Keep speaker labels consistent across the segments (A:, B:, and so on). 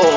A: Oh,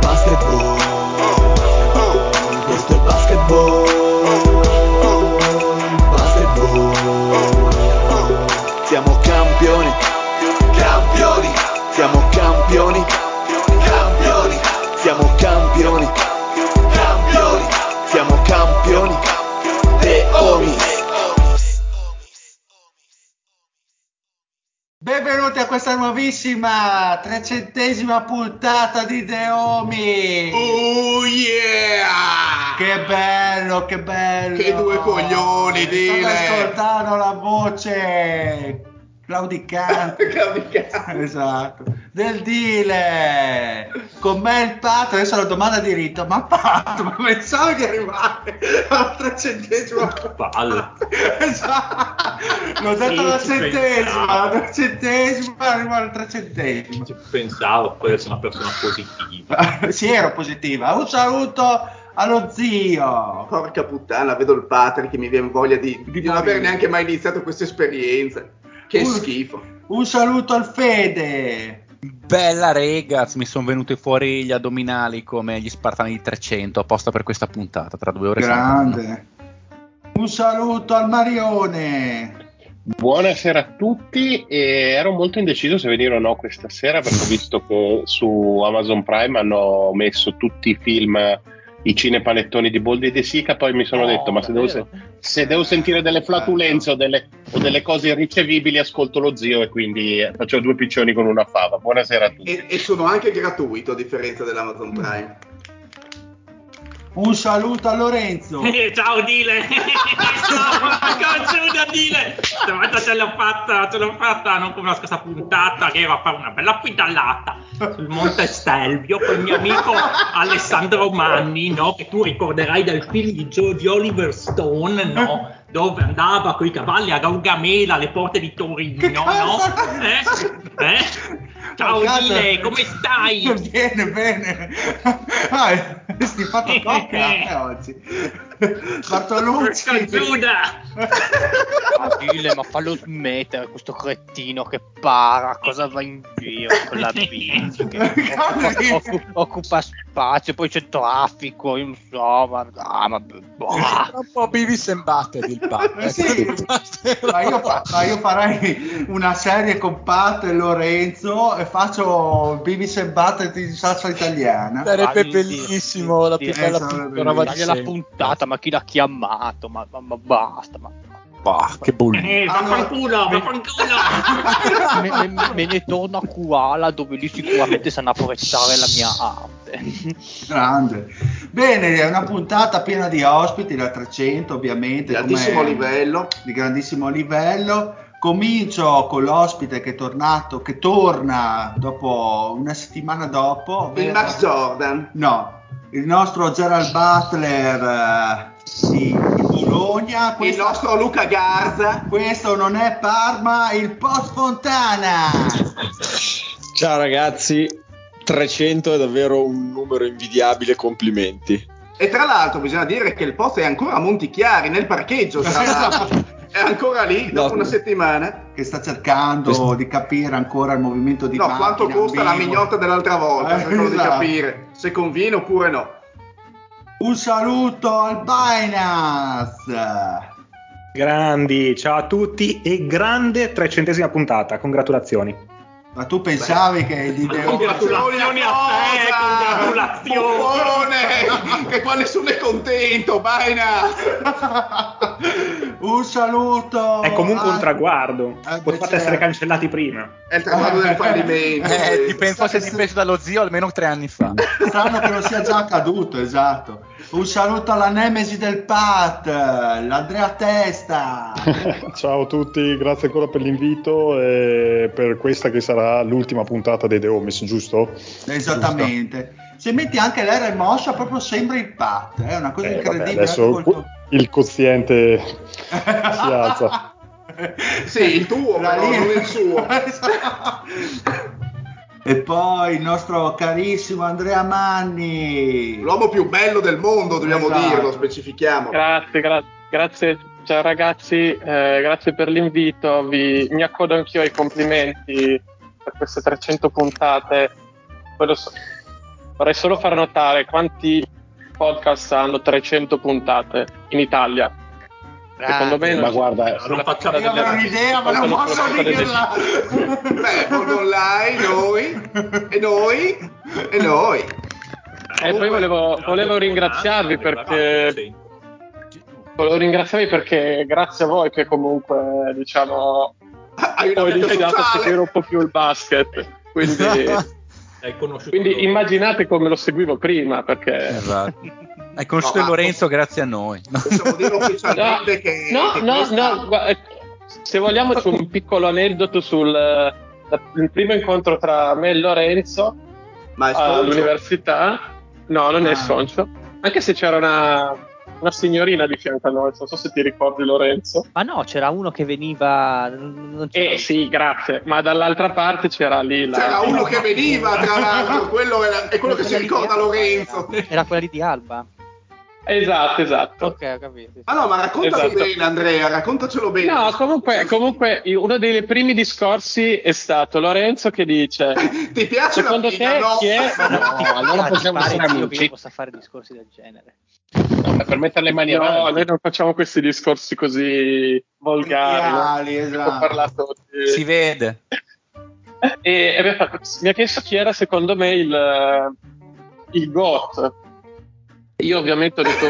A: Basketball Questo è basketball Basketball Siamo campioni Campioni Siamo campioni Campioni Siamo campioni Campioni Siamo campioni The
B: Benvenuti a questa nuovissima trecentesima puntata di The Omi.
C: Oh yeah!
B: Che bello, che bello!
C: Che due coglioni,
B: State
C: dile!
B: ascoltando la voce claudicante.
C: Cavicazzo.
B: esatto. Del Dile. Con me il Pato, adesso la domanda di rito, ma Pato, ma
C: Pensavo che arrivate alla trecentesima
D: Palle.
B: esatto. L'ho detto alla
D: Sì,
B: centesima,
D: pensavo.
B: alla trecentesima, arrivo alla trecentesima.
D: Ci pensavo poi essere una persona positiva.
B: sì, ero positiva. Un saluto allo zio.
C: Porca puttana, vedo il pattern che mi viene voglia di, di non aver
B: morire.
C: neanche mai iniziato questa esperienza. Che
B: Uh.
C: schifo.
B: Un saluto al Fede.
E: Bella regaz, mi sono venuti fuori gli addominali come gli spartani di 300 apposta per questa puntata, tra due ore saranno.
B: Grande. Un saluto al Marione.
F: Buonasera a tutti, e ero molto indeciso se venire o no questa sera perché ho visto che su Amazon Prime hanno messo tutti i film, i cinepanettoni di Boldi e De Sica, poi mi sono
D: No,
F: detto ma se devo,
D: davvero?
F: se- se devo sentire delle flatulenze o delle, o delle cose irricevibili ascolto lo zio e quindi eh, faccio due piccioni con una fava. Buonasera a tutti.
C: E, e sono anche gratuito a differenza dell'Amazon Prime.
B: Mm. Un saluto a Lorenzo.
D: Eh, Ciao Dile! Ciao, Giuda Dile! Guarda, ce l'ho fatta, ce l'ho fatta, non come la scorsa puntata che era a fare una bella pedalata sul Monte Stelvio con il mio amico Alessandro Manni, no? che tu ricorderai del film di, Gio- di Oliver Stone, no? dove andava con i cavalli a Gaugamela alle porte di Torino.
B: Che
D: No?
B: cazzo?
D: Eh? Eh? Ciao
B: Ma cazzo-
D: Dile, come stai?
B: Bene, bene. Ah, sti fatto cocca eh, oggi.
D: Porca
B: Bartolucci.
D: Giuda!
G: Ma Dile, ma fallo smettere questo cretino che para, cosa va in giro con la bici? Che occu- occu- occupa spazio, poi c'è traffico, io non so, ma... Ah, ma boh.
H: un po' Beavis and Butthead il pacco.
B: Eh, Sì. Ma io, fa- ma io farei una serie con Pat e Lorenzo e faccio Beavis e Butthead in salsa italiana.
H: Sarebbe
G: Sì,
H: bellissimo
G: sì,
H: la
G: sì,
H: più
G: sì.
H: bella
B: Eh, sarebbe
H: puntata
G: Dagli
H: di
G: la
H: sempre.
G: puntata, ma chi l'ha chiamato? Ma, ma- ma basta, ma...
H: Bah, che bollino.
D: Eh, vaffanculo, vaffanculo!
G: Me, me- me ne torno a Kuala dove lì sicuramente sanno apprezzare la mia arte.
B: Grande. Bene, è una puntata piena di ospiti, la 300 ovviamente.
C: Di altissimo
B: come-
C: livello.
B: Di grandissimo livello. Comincio con l'ospite che è tornato, che torna dopo una settimana dopo.
C: Il
B: ovvero-
C: Max Jordan.
B: No, il nostro Gerald Butler eh, di, di Bologna.
C: Il
B: Questo,
C: nostro Luca Garza.
B: questo non è Parma, il Post Fontana.
H: Ciao ragazzi, 300 è davvero un numero invidiabile, complimenti.
C: E tra l'altro bisogna dire che il posto è ancora a Montichiari, nel parcheggio, tra l'altro. È ancora lì, dopo
H: No.
C: una settimana.
B: che sta cercando di capire ancora il movimento di
C: no,
B: macchina,
C: quanto costa la
B: ambiguo.
C: mignotta dell'altra volta,
B: Eh,
C: cercando di
B: esatto.
C: capire se conviene oppure no.
B: Un saluto al Binance.
I: Grandi, ciao a tutti e grande trecentesima puntata, congratulazioni.
B: Ma tu pensavi che di
D: Ma
B: Deoni-
D: Congratulazioni a te, congratulazioni.
C: Buffone, che qua nessuno è contento, Baina!
B: un Un saluto.
I: È comunque un
B: a-
I: traguardo.
B: Eh, Ah. beh,
I: Potevate
B: certo.
I: essere cancellati prima.
C: È il traguardo del fallimento.
E: Eh, ti
C: eh.
E: penso se ti preso dallo zio almeno tre anni fa.
B: Strano che non sia già accaduto, esatto. Un saluto alla nemesi del Pat, l'Andrea Testa.
J: Ciao a tutti, grazie ancora per l'invito e per questa che sarà l'ultima puntata dei The Homies, giusto?
B: Esattamente. Se metti anche l'R moscia, proprio sembra il Pat, è una cosa
J: Eh, vabbè,
B: incredibile. Ecco
J: adesso
B: anche col-
J: il quoziente si alza.
C: Sì, il tuo,
B: La
C: però,
B: linea.
C: non il suo.
B: e poi il nostro carissimo Andrea Manni.
C: L'uomo più bello del mondo, dobbiamo
B: Esatto.
C: dirlo, specifichiamo.
K: Grazie, gra- grazie. Ciao ragazzi, eh, grazie per l'invito. Vi- mi accodo anch'io ai complimenti per queste 300 puntate. Voglio so- vorrei solo far notare quanti podcast hanno 300 puntate in Italia. Secondo me,
F: Ma
K: non-
F: guarda,
K: sulla facciata
B: Io
K: delle
B: avevo
K: radio.
B: un'idea, ma non
K: Sulla
B: posso
K: facciata delle-
B: dirla.
C: Beh, Borgo Online, noi, e noi, e noi.
K: E poi volevo, volevo ringraziarvi perché
L: Sì.
K: volevo ringraziarvi perché grazie a voi che comunque diciamo
C: Hai una
K: ho
C: vita
K: iniziato a
C: sociale. Esatto.
K: seguire un po' più il basket. Quindi,
L: Hai conosciuto
K: quindi immaginate come lo seguivo prima perché
E: Esatto. Hai conosciuto
C: No, ma- Cioè,
E: Lorenzo grazie a noi.
C: Possiamo dire ufficialmente che...
K: no,
C: che
K: no,
C: questa-
K: no, gua- eh, se vogliamo c'è un piccolo aneddoto sul eh, il primo incontro tra me e Lorenzo
C: Ma è sconcio.
K: all'università. No, non
B: Ah.
K: è Soncio. Anche se c'era una, una signorina di fianco a noi, non so se ti ricordi Lorenzo.
M: Ma no, c'era uno che veniva. Non c'era-
K: Eh sì, grazie, ma dall'altra parte c'era lì la...
C: C'era uno che veniva, tra l'altro, quello era- è quello che si
M: Quella di
C: ricorda
M: Alba
C: Lorenzo.
M: Era, Era quella lì di Alba.
K: Esatto, esatto.
M: Ok, ho capito.
C: Ma no, ma raccontalo
K: Esatto.
C: bene, Andrea, raccontacelo bene.
K: No, comunque, comunque io- uno dei primi discorsi è stato Lorenzo che dice...
C: Ti piace
K: Secondo
C: la figa?
K: te
C: no.
K: chi è?
M: Ma
K: Ma
M: no,
F: allora
M: ah,
F: possiamo
M: ti pare,
F: essere
M: zio,
F: amici.
M: che io possa fare discorsi del genere.
K: Eh,
F: No, per mettere le mani
K: No,
F: avanti.
K: noi non facciamo questi discorsi così volgari.
B: Reali,
K: no? Tipo
B: esatto.
K: parlato di-
E: si vede.
K: E abbiamo fatto- mi ha chiesto chi era secondo me il, eh, il GOT. E Io ovviamente ho detto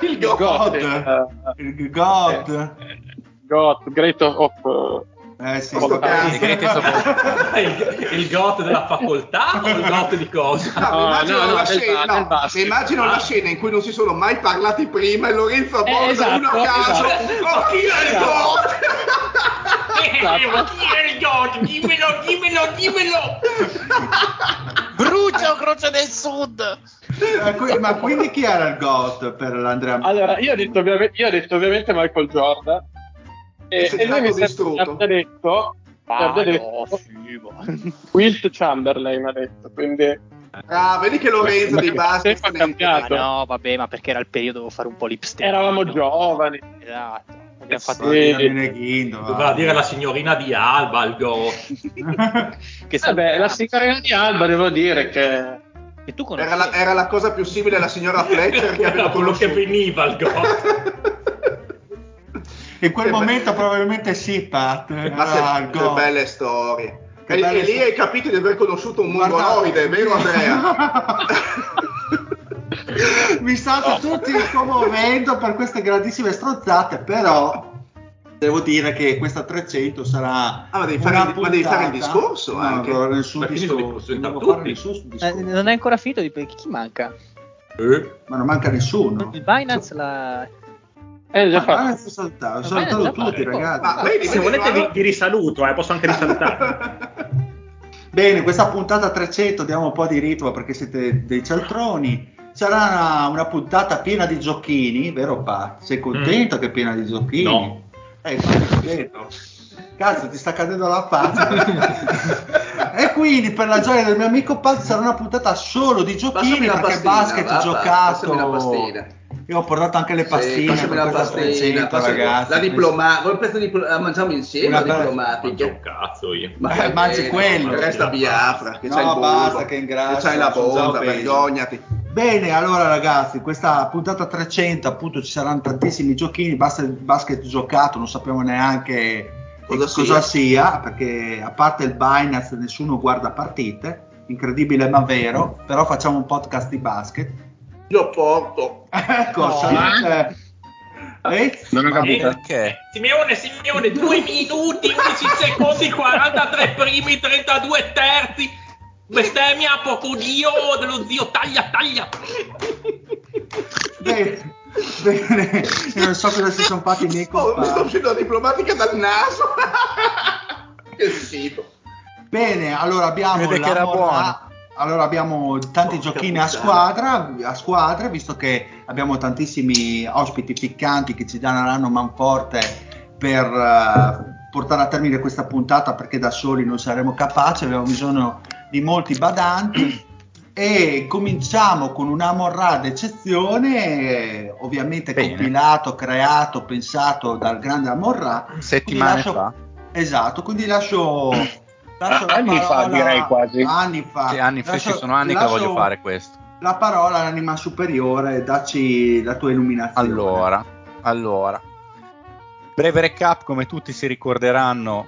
C: Il
K: il GOT.
B: God.
K: eh,
B: Il God.
K: eh, GOT, Great of...
B: Eh sì,
K: Sto
L: Ah,
C: cazzo.
L: il, il got della facoltà o il got di cosa?
C: No, mi
K: No,
C: Ah, immagino,
K: no, no,
C: la,
K: del
C: scena,
K: ba- del
C: no,
K: basket.
C: mi immagino la
L: Ah.
C: scena in cui non si sono mai parlati prima e Lorenzo porta
K: esatto,
C: uno a caso.
K: esatto.
C: Oh, Eh, chi è il Esatto. God?
K: Esatto.
L: Eh, ma chi è il got? Dimmelo, dimmelo, dimmelo!
N: Brucia o croce del sud?
B: Eh, qui- ma quindi chi era il God per l'Andrea Manni?
K: Allora, io ho detto, ovviamente- io ho detto ovviamente Michael Jordan.
B: Eh
K: E,
C: Sei
K: e lui mi
C: stato
K: sembra
C: distrutto.
K: che abbia detto... che abbia detto
F: oh,
G: boh.
K: Wilt Chamberlain ha detto, quindi...
C: Ah, vedi che Lorenzo
K: Ma
C: di
K: che
C: basket
K: tempo ha
C: se ne è
K: cambiato.
M: Ma no, vabbè, ma perché era il periodo dovevo fare un po' l'ipster.
K: Eravamo
M: no?
K: giovani.
M: Esatto. Abbiamo
K: Sì.
M: fatto
B: Bambino Ghindo, va.
L: Doveva dire la signorina di Alba, il got.
M: che
K: Vabbè, la
M: salutiamo,
K: signorina di Alba devo dire che
M: che tu conosci.
C: Era la, era la cosa più simile alla signora Fletcher che avevo
L: Era quello che
C: conosciuto.
L: veniva il got.
B: In quel
C: Che be-
B: momento probabilmente sì, Pat.
C: Eh, Ma se-
B: Era il
C: che
B: God.
C: belle storie.
B: Che
C: e,
B: belle
C: e lì
B: storie.
C: hai capito di aver conosciuto un
B: Guardate.
C: mongoloide, vero Andrea?
B: Mi state tutti commuovendo per queste grandissime strozzate, però devo dire che questa 300 sarà
C: Ah, ma devi fare
B: una
C: il- ma devi fare il
B: puntata-
C: discorso
B: No,
C: anche.
B: non avrò nessun
L: Ma finito il
B: discorso,
L: discorso,
B: non
L: intanto
B: devo fare
L: tutti.
B: nessun
M: Eh,
B: discorso.
M: non è ancora finito di chi chi manca?
L: Eh,
B: ma non manca nessuno. Ah,
M: Il Binance la.
K: è già
B: Ma
K: fatto.
B: adesso saltavo,
M: Va
B: saltavo
M: bene, già
B: tutti,
M: fatto.
B: ragazzi.
C: Ma vedi,
I: Se
C: vedi,
I: volete vi,
C: guarda-
I: vi risaluto, eh, posso anche risalutare.
B: Bene, questa puntata 300 diamo un po' di ritmo perché siete dei cialtroni. Sarà una, una puntata piena di giochini, vero Pat? Sei contento che è piena di giochini?
L: No.
B: Eh, infatti, vedo. Cazzo, ti sta cadendo la faccia. e quindi, per la gioia del mio amico Pat, sarà una puntata solo di
C: Passami
B: giochini
C: la
B: perché
C: pastina,
B: basket
C: va, va,
B: giocato.
C: passami la pastina.
B: Io ho portato anche le
N: Sì,
B: pastine.
N: passami
B: per
N: la
B: questa
N: pastina,
B: 300,
N: passami-
B: ragazzi.
N: la diplomata, vuoi pezzo di diplo- la mangiamo insieme
B: Una
N: la
B: bella-
L: Mangio un
N: diplomatica?
L: cazzo io.
N: Ma
B: Eh,
N: fai
B: mangi
N: bene,
B: quello.
N: Resta Biafra, che
B: No,
N: c'hai il
B: basta,
N: bulbo,
B: che ingrassa,
N: che c'hai la
B: sono già
N: bomba,
B: obeso.
N: vergognati.
B: Bene, allora ragazzi, questa puntata 300 appunto ci saranno tantissimi giochini, basta il basket giocato, non sappiamo neanche
N: Cosa
B: cosa, sia. perché a parte il Binance nessuno guarda partite, incredibile ma vero, però facciamo un podcast di basket.
C: Io porto.
B: Ecco, salute
F: Non ho capito.
E: Perché?
L: Simeone, Simeone, 2 minuti, 11 secondi, 43 primi, 32 terzi. Bestemmia, poco dio dello zio, taglia, taglia.
B: Beh, bene, io non so cosa si sono fatti i miei
C: Oh, mi sto
B: compagni.
C: uscendo la diplomatica dal naso. che schifo.
B: Bene, allora abbiamo
C: Vede che
B: la
C: era
B: mora-
C: buono.
B: Allora abbiamo tanti giochini a squadra, a squadre, visto che abbiamo tantissimi ospiti ficcanti che ci daranno manforte per eh, portare a termine questa puntata perché da soli non saremo capaci, abbiamo bisogno di molti badanti e cominciamo con una morra d'eccezione, eh, ovviamente compilato, creato, pensato dal grande Amorra.
E: Settimane
B: Quindi
E: fa.
B: Esatto, quindi lascio, lascio la
E: anni fa,
B: parola-
E: direi quasi.
B: Cioè, Anni fa.
E: Sì, anni fa,
B: Lascio-
E: ci sono anni che la
B: lascio
E: voglio fare questo.
B: La parola all'anima superiore, dacci la tua illuminazione.
E: Allora, allora. Breve recap, come tutti si ricorderanno,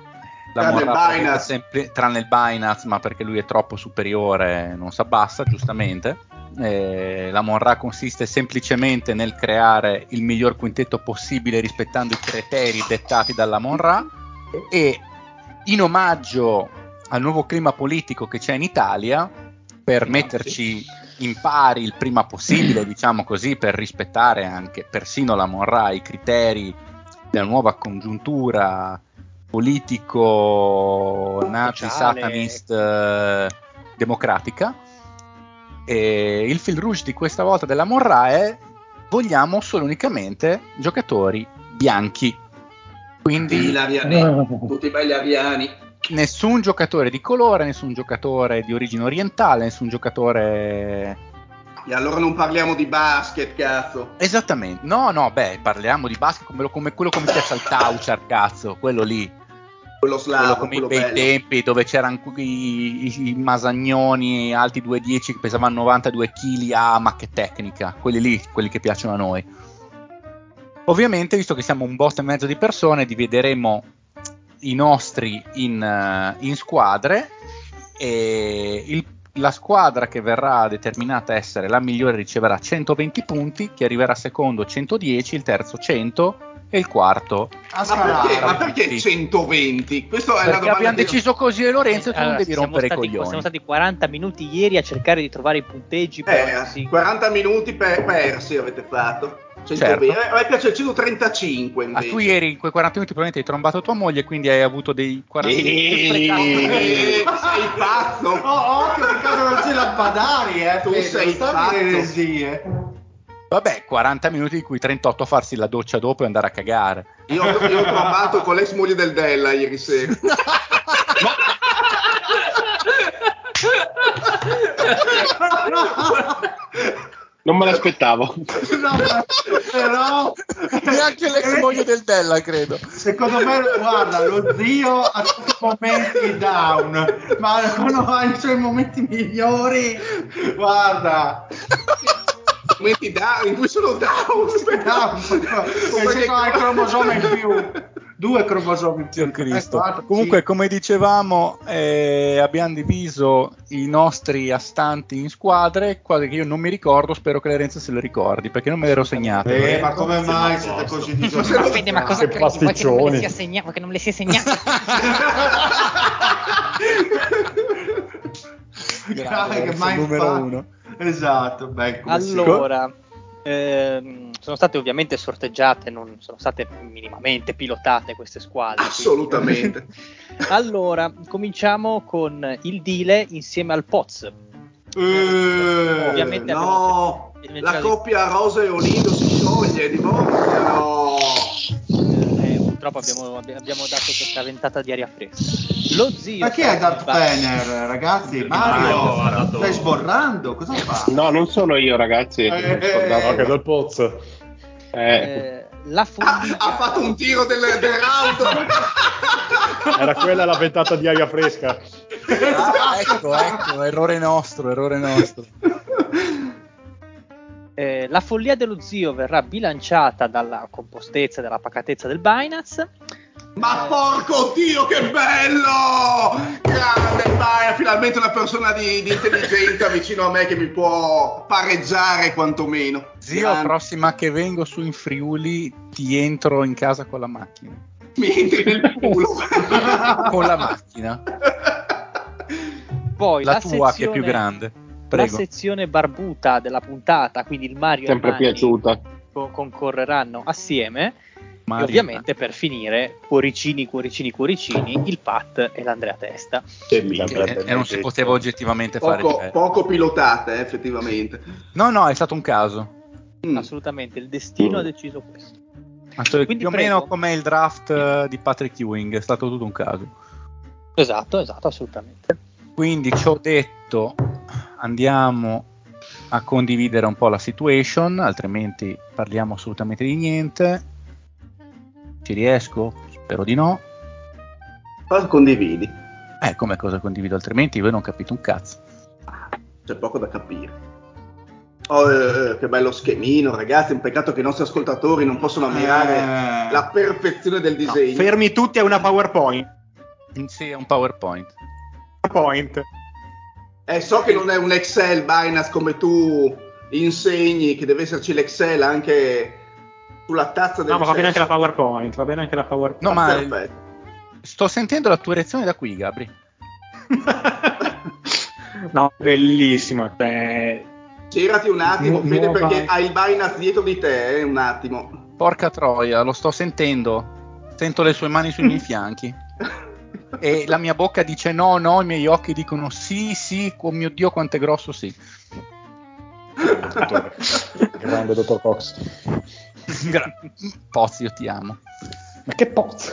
E: la
B: Tranne il
E: Morra
B: Binance.
E: è sempre tranne il Binance, ma perché lui è troppo superiore, non si abbassa, giustamente. Eh, la Monra consiste semplicemente nel creare il miglior quintetto possibile rispettando i criteri dettati dalla Monra e in omaggio al nuovo clima politico che c'è in Italia, per metterci in pari il prima possibile, diciamo così, per rispettare anche persino la Monra i criteri della nuova congiuntura politico nazi
M: Sociale.
E: satanist eh, democratica. E il fil rouge di questa volta della Monra è vogliamo solo unicamente giocatori bianchi. Quindi
N: Tutti i belli aviani.
E: nessun giocatore di colore, nessun giocatore di origine orientale, nessun giocatore
C: E allora non parliamo di basket, cazzo.
E: Esattamente, no, no, beh, parliamo di basket come, lo- come quello come si piazza il Tauchar, cazzo, quello lì.
C: Quello
E: slavo, come
C: quello
E: i bei
C: bello.
E: tempi dove c'erano cu- i, i- i masagnoni alti 2,10 che pesavano 92 kg, ah, ma che tecnica, quelli lì, quelli che piacciono a noi. Ovviamente, visto che siamo un botto e mezzo di persone, divideremo i nostri in, eh, in squadre e il- la squadra che verrà determinata essere la migliore riceverà 120 punti, chi arriverà secondo 110, il terzo 100 e il quarto.
C: Ma perché, ma
E: Sì.
C: perché 120? Questa è una
E: Perché
C: domanda
E: abbiamo
C: che-
E: deciso così e Lorenzo tu non
M: Allora,
E: devi
M: siamo
E: rompere i
M: stati- Siamo
E: coglioni.
M: stati 40 minuti ieri a cercare di trovare i punteggi.
C: Eh, 40 minuti per- persi avete fatto. 120. A
E: Certo.
C: me piace il 135
E: Ma
C: invece.
E: tu ieri in quei 40 minuti probabilmente hai trombato tua moglie, quindi hai avuto dei 40
C: Eh,
E: minuti.
C: tu sei pazzo!
B: Oh, Ah, occhio, che cosa non c'è la Badari, eh!
C: Tu
B: Fede,
C: sei
B: non sta a dire
C: pazzo.
B: eresie.
E: Vabbè, 40 minuti di cui 38 a farsi la doccia dopo e andare a cagare.
C: Io, io ho trovato con l'ex moglie del Della ieri sera.
F: Non me
B: No,
F: l'aspettavo.
B: ma- però Eh,
E: neanche l'ex moglie del Della credo
B: secondo me guarda lo zio ha tutti i momenti down ma quando ha i suoi momenti migliori guarda
C: momenti down in cui sono down,
B: e se hai il cromosoma in più due cromosomi in più Eh, guarda,
E: Comunque,
B: sì.
E: come dicevamo, eh, abbiamo diviso i nostri astanti in squadre, quasi che io non mi ricordo, spero che Lorenzo se lo ricordi, perché non me l'ero segnato.
B: Eh, ma come mai siete così disorganizzati?
O: Fede, ma cosa credi? Vuoi che non me le sia segnato? Vuoi che non me le sia segnate?
B: Grave, che
M: Lorenzo,
B: mai
M: numero
B: fa-
M: uno.
B: Esatto, beh, come si-
M: Allora, ehm, sono state ovviamente sorteggiate, non sono state minimamente pilotate queste squadre.
C: Assolutamente.
M: quindi- allora, cominciamo con il Dile insieme al Poz.
B: Eh,
M: Ovviamente
C: no,
M: abbiamo-
C: la coppia Rosa e Olido si scioglie, divorziano.
M: Eh, purtroppo abbiamo, abbi- abbiamo dato questa ventata di aria fresca. Lo zio...
B: ma chi è Darth
M: Va-
B: Vader, ragazzi? Mario,
M: Mario, ha dato-
B: stai sborrando? Cosa fa?
F: No, non sono io, ragazzi.
D: Eh,
F: che mi ricordavo.
J: Anche dal pozzo.
F: Eh,
M: La
C: ha, ha fatto un tiro del, del round.
J: Era quella la ventata di aria fresca.
E: ecco,
I: eh.
E: ecco, errore nostro, errore nostro.
M: Eh, la follia dello zio verrà bilanciata dalla compostezza e dalla pacatezza del Binance.
C: Ma porco dio, che bello! Grande, vai, finalmente una persona di, di intelligenza vicino a me che mi può pareggiare quantomeno.
E: Zio, prossima che vengo su in Friuli, ti entro in casa con la macchina.
C: Mi entri nel culo.
E: con la macchina.
M: Poi
E: la,
M: la
E: tua che è
M: sezione-
E: più grande.
M: La
E: Prego.
M: sezione barbuta della puntata, quindi il Mario
F: Sempre
M: e il Mani
F: piaciuta.
M: co- concorreranno assieme.
F: Mario.
M: E ovviamente per finire, cuoricini, cuoricini, cuoricini, il Pat e l'Andrea Testa.
E: E e non si poteva oggettivamente fare
C: Poco,
E: diverso.
C: poco pilotate, eh, effettivamente.
E: No, no, è stato un caso.
M: Assolutamente, il destino
E: Mm.
M: ha deciso questo.
E: Ma cioè,
M: Quindi
E: più o
M: prego.
E: meno come il draft eh, di Patrick Ewing, è stato tutto un caso.
M: Esatto, esatto, assolutamente.
E: Quindi ci ho detto, andiamo a condividere un po' la situation, altrimenti parliamo assolutamente di niente. Ci riesco? Spero di no.
C: Cosa condividi?
E: Eh, come cosa condivido? Altrimenti voi non capite un cazzo.
C: C'è poco da capire. Oh, eh, eh, che bello schemino, ragazzi. Un peccato che i nostri ascoltatori non possono ammirare la perfezione del
I: Eh. No,
C: disegno.
I: fermi tutti, è una PowerPoint.
E: Sì, è un PowerPoint.
I: PowerPoint.
C: Eh, so che non è un Excel Binance come tu insegni, che deve esserci l'Excel anche sulla tazza del
I: No, ma va bene anche la
C: cesso.
I: PowerPoint, va bene anche la PowerPoint.
E: No, ma
C: Perfetto.
E: sto sentendo la tua reazione da qui, Gabri.
I: No, bellissimo. cioè,
C: Girati un attimo,
I: Nu-
C: Fede,
I: nuova-
C: perché hai il Binance dietro di te, eh, un attimo.
E: Porca troia, lo sto sentendo. Sento le sue mani sui miei fianchi. E la mia bocca dice no, no, i miei occhi dicono sì, sì, oh mio Dio quanto è grosso, sì.
J: Grande dottor Cox.
E: Gra- Pozzi, io ti amo.
J: Ma che pozzo!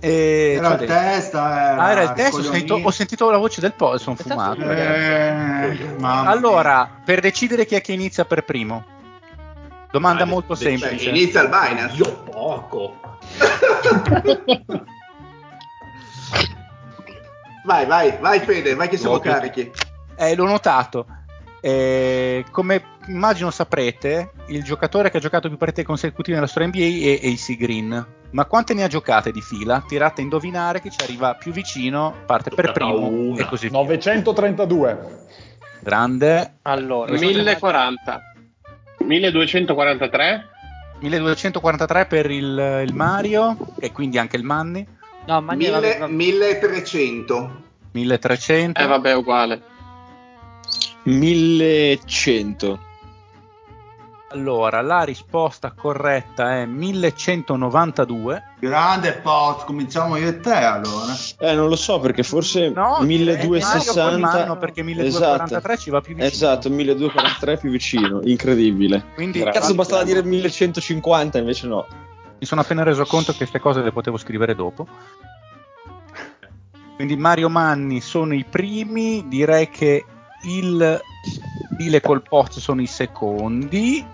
E: E
B: Eh, Era
E: c'ho
B: il
E: detto-
B: testa, era
E: Eh, cioè, Ah, era il testo, ho
B: coglionini.
E: sentito, ho sentito la voce del po' e sono fumato. ragazzi.
B: eh, mamma
E: allora, per decidere chi è che inizia per primo,
C: Ah,
E: domanda molto
B: Cioè,
C: Beh,
E: semplice.
C: cioè, inizia il Binance.
L: Io
E: Ecco.
L: poco.
C: Vai, vai, vai Fede, vai che siamo
E: Dopo.
C: carichi.
E: Eh, l'ho notato. Eh, come immagino saprete, il giocatore che ha giocato più partite consecutive nella storia NBA è AC Green. Ma quante ne ha giocate di fila? Tirate a indovinare chi ci arriva più vicino, parte per primo e così via.
J: 932.
E: Grande.
M: Allora,
F: 1040. 1243.
E: 1243 per il, il Mario e quindi anche il Manni.
M: No,
C: Mille- 1300.
E: 1300.
K: Eh vabbè, uguale.
E: 1100. Allora, la risposta corretta è 1192.
B: Grande Poz, cominciamo io e te allora.
H: Eh, non lo so perché forse 1260
E: eh, Mario Colmanno, perché 1243 ci va più vicino.
H: Esatto, 1243 più vicino, incredibile.
E: Quindi-
H: cazzo bastava dire 1150 invece no.
E: Mi sono appena reso conto che queste cose le potevo scrivere dopo. Quindi Mario Manni sono i primi, direi che il Dile col post sono i secondi,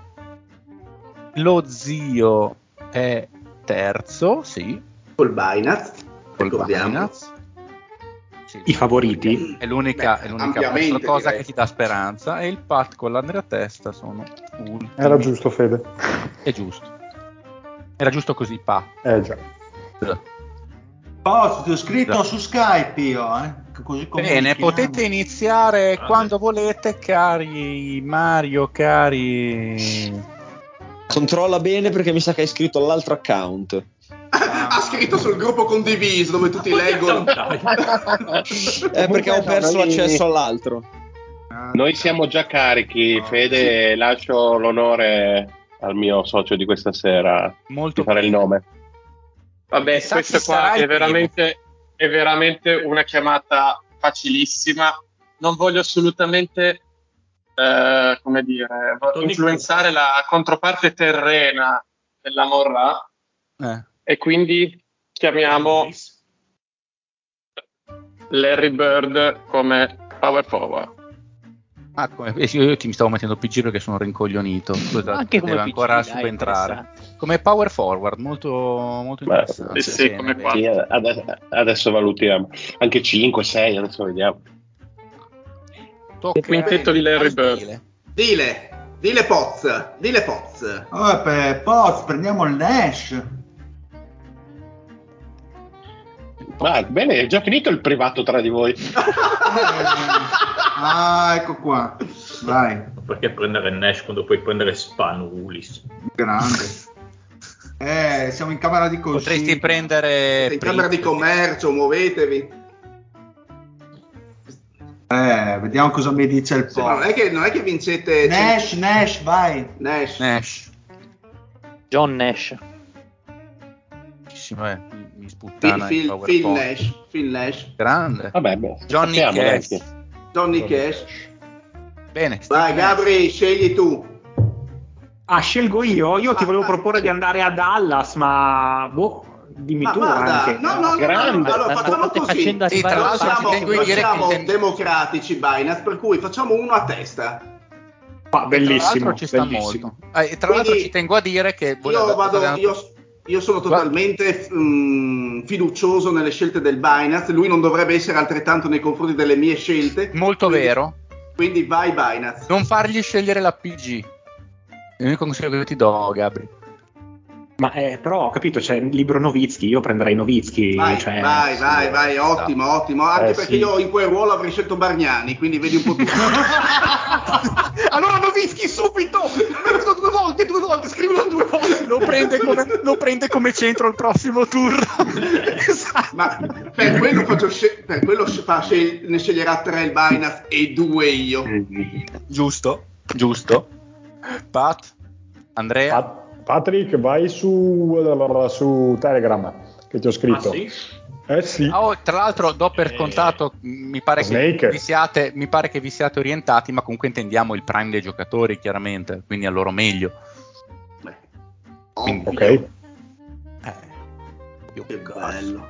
E: lo zio è terzo, sì.
C: Col Binance.
E: Col
C: ricordiamo.
E: Binance. Sì.
I: I favoriti.
E: È l'unica, è l'unica
C: ampiamente,
E: cosa
C: direi.
E: che ti dà speranza. E il pat con l'Andrea Testa sono ultimi.
J: Era giusto, Fede.
E: È giusto. Era giusto così, pa.
J: Eh già.
B: Poz, ti ho
E: Esatto.
B: scritto su Skype io, eh, che così
E: Bene,
B: comunichiamo.
E: potete iniziare
K: Ah.
E: quando volete, cari Mario, cari...
H: Controlla bene perché mi sa che hai iscritto all'altro account. Eh,
C: Ha scritto sul gruppo condiviso dove tutti leggono.
H: Eh, perché ho perso l'accesso all'altro.
F: Noi siamo già carichi, Fede, lascio l'onore al mio socio di questa sera
E: Molto
F: di fare il nome.
K: Vabbè,
F: Chissà
K: questo
F: chi sarà
K: qua
F: il
K: è
F: primo.
K: veramente, è veramente una chiamata facilissima. Non voglio assolutamente, eh, come dire, vo- influenzare la controparte terrena della Morra
E: Eh.
K: e quindi chiamiamo Larry Bird come power forward.
E: Ah, come- eh, sì, io ti mi stavo mettendo PG perché sono rincoglionito. Scusa,
K: Anche come
E: deve
K: PG,
E: ancora
K: dai,
E: subentrare. Come power forward, molto, molto interessante.
F: sì, sì,
E: bene, bene.
F: Sì, adesso, adesso valutiamo. Anche 5, 6, adesso vediamo.
E: Tocca-
K: Il quintetto di Larry Bird.
C: Dile, dile Poz, dile Poz.
B: Oh, per- Poz, prendiamo il Nash.
F: Ma bene,
B: Eh,
F: è già finito il privato tra di voi.
B: Ah, ecco qua. Vai.
D: Perché prendere Nash quando puoi prendere Spanulis?
B: Grande. Eh, siamo in camera di consiglio.
E: Potresti prendere...
C: In camera di commercio, muovetevi.
B: Eh, vediamo cosa mi dice il
C: Sì, ma non,
B: po'.
C: è che, non è che vincete...
B: Nash, Nash, vai.
C: Nash.
E: Nash.
M: John Nash.
E: Sì, vabbè, mi- Mi
C: Phil,
E: sputtana il
C: Phil, Phil
E: PowerPoint.
C: Nash. Phil Nash.
E: Grande.
F: Vabbè, beh,
E: Johnny
F: sappiamo, dai,
E: Cash.
F: che-
C: Johnny Cash.
E: Bene.
C: Vai, Gabri, scegli tu.
I: Ah, scelgo io. Io ti volevo proporre di andare a Dallas, ma boh, dimmi
C: Ma
I: tu
C: guarda,
I: anche.
C: no, no, no,
I: Grande.
C: no, allora facciamo
M: state
C: così.
M: facendo arrivare
C: noi
M: la
C: siamo,
M: gente che
C: noi
M: vuole dire
C: siamo
M: che intende-
C: democratici Binance, per cui facciamo uno a testa.
I: Ah,
E: Tra
I: bellissimo,
E: l'altro ci sta
I: bellissimo.
E: molto. Ah, e tra l'altro
C: Quindi
E: ci tengo a dire che
C: Io,
E: volevo-
C: vado,
E: volevo-
C: io, io sono totalmente mm, fiducioso nelle scelte del Binance, lui non dovrebbe essere altrettanto nei confronti delle mie scelte.
E: molto vero.
C: Quindi vai Binance.
E: Non fargli scegliere la PG. È l'unico consiglio che ti do, Gabri.
I: Ma eh, però ho capito, c'è il libro Novitsky, io prenderei Novitsky.
C: Vai,
I: cioè,
C: vai,
I: sì,
C: vai, vai, ottimo, ottimo. Anche
I: Eh,
C: perché
I: sì.
C: io in quel ruolo avrei scelto Bargnani, quindi vedi un po' tutto.
P: allora Novinsky subito! Due volte, due volte, scrivilo due volte! Lo prende come, lo prende come centro il prossimo Esatto. turno.
C: Ma per quello, faccio sce- per quello sce- fa scel- ne sceglierà tre il Binance e due io.
E: Giusto, giusto. Pat, Andrea.
J: Patrick, vai su, su Telegram che ti ho
I: Ah,
J: scritto. Eh sì.
E: Ah, oh, tra l'altro do
D: Eh.
E: per contato, mh, mi pare, che
J: Snake.
E: vi siate, mi pare che vi siate orientati, ma comunque intendiamo il prime dei giocatori, chiaramente, quindi a loro meglio. Quindi-
J: Ok.
E: Che
C: bello.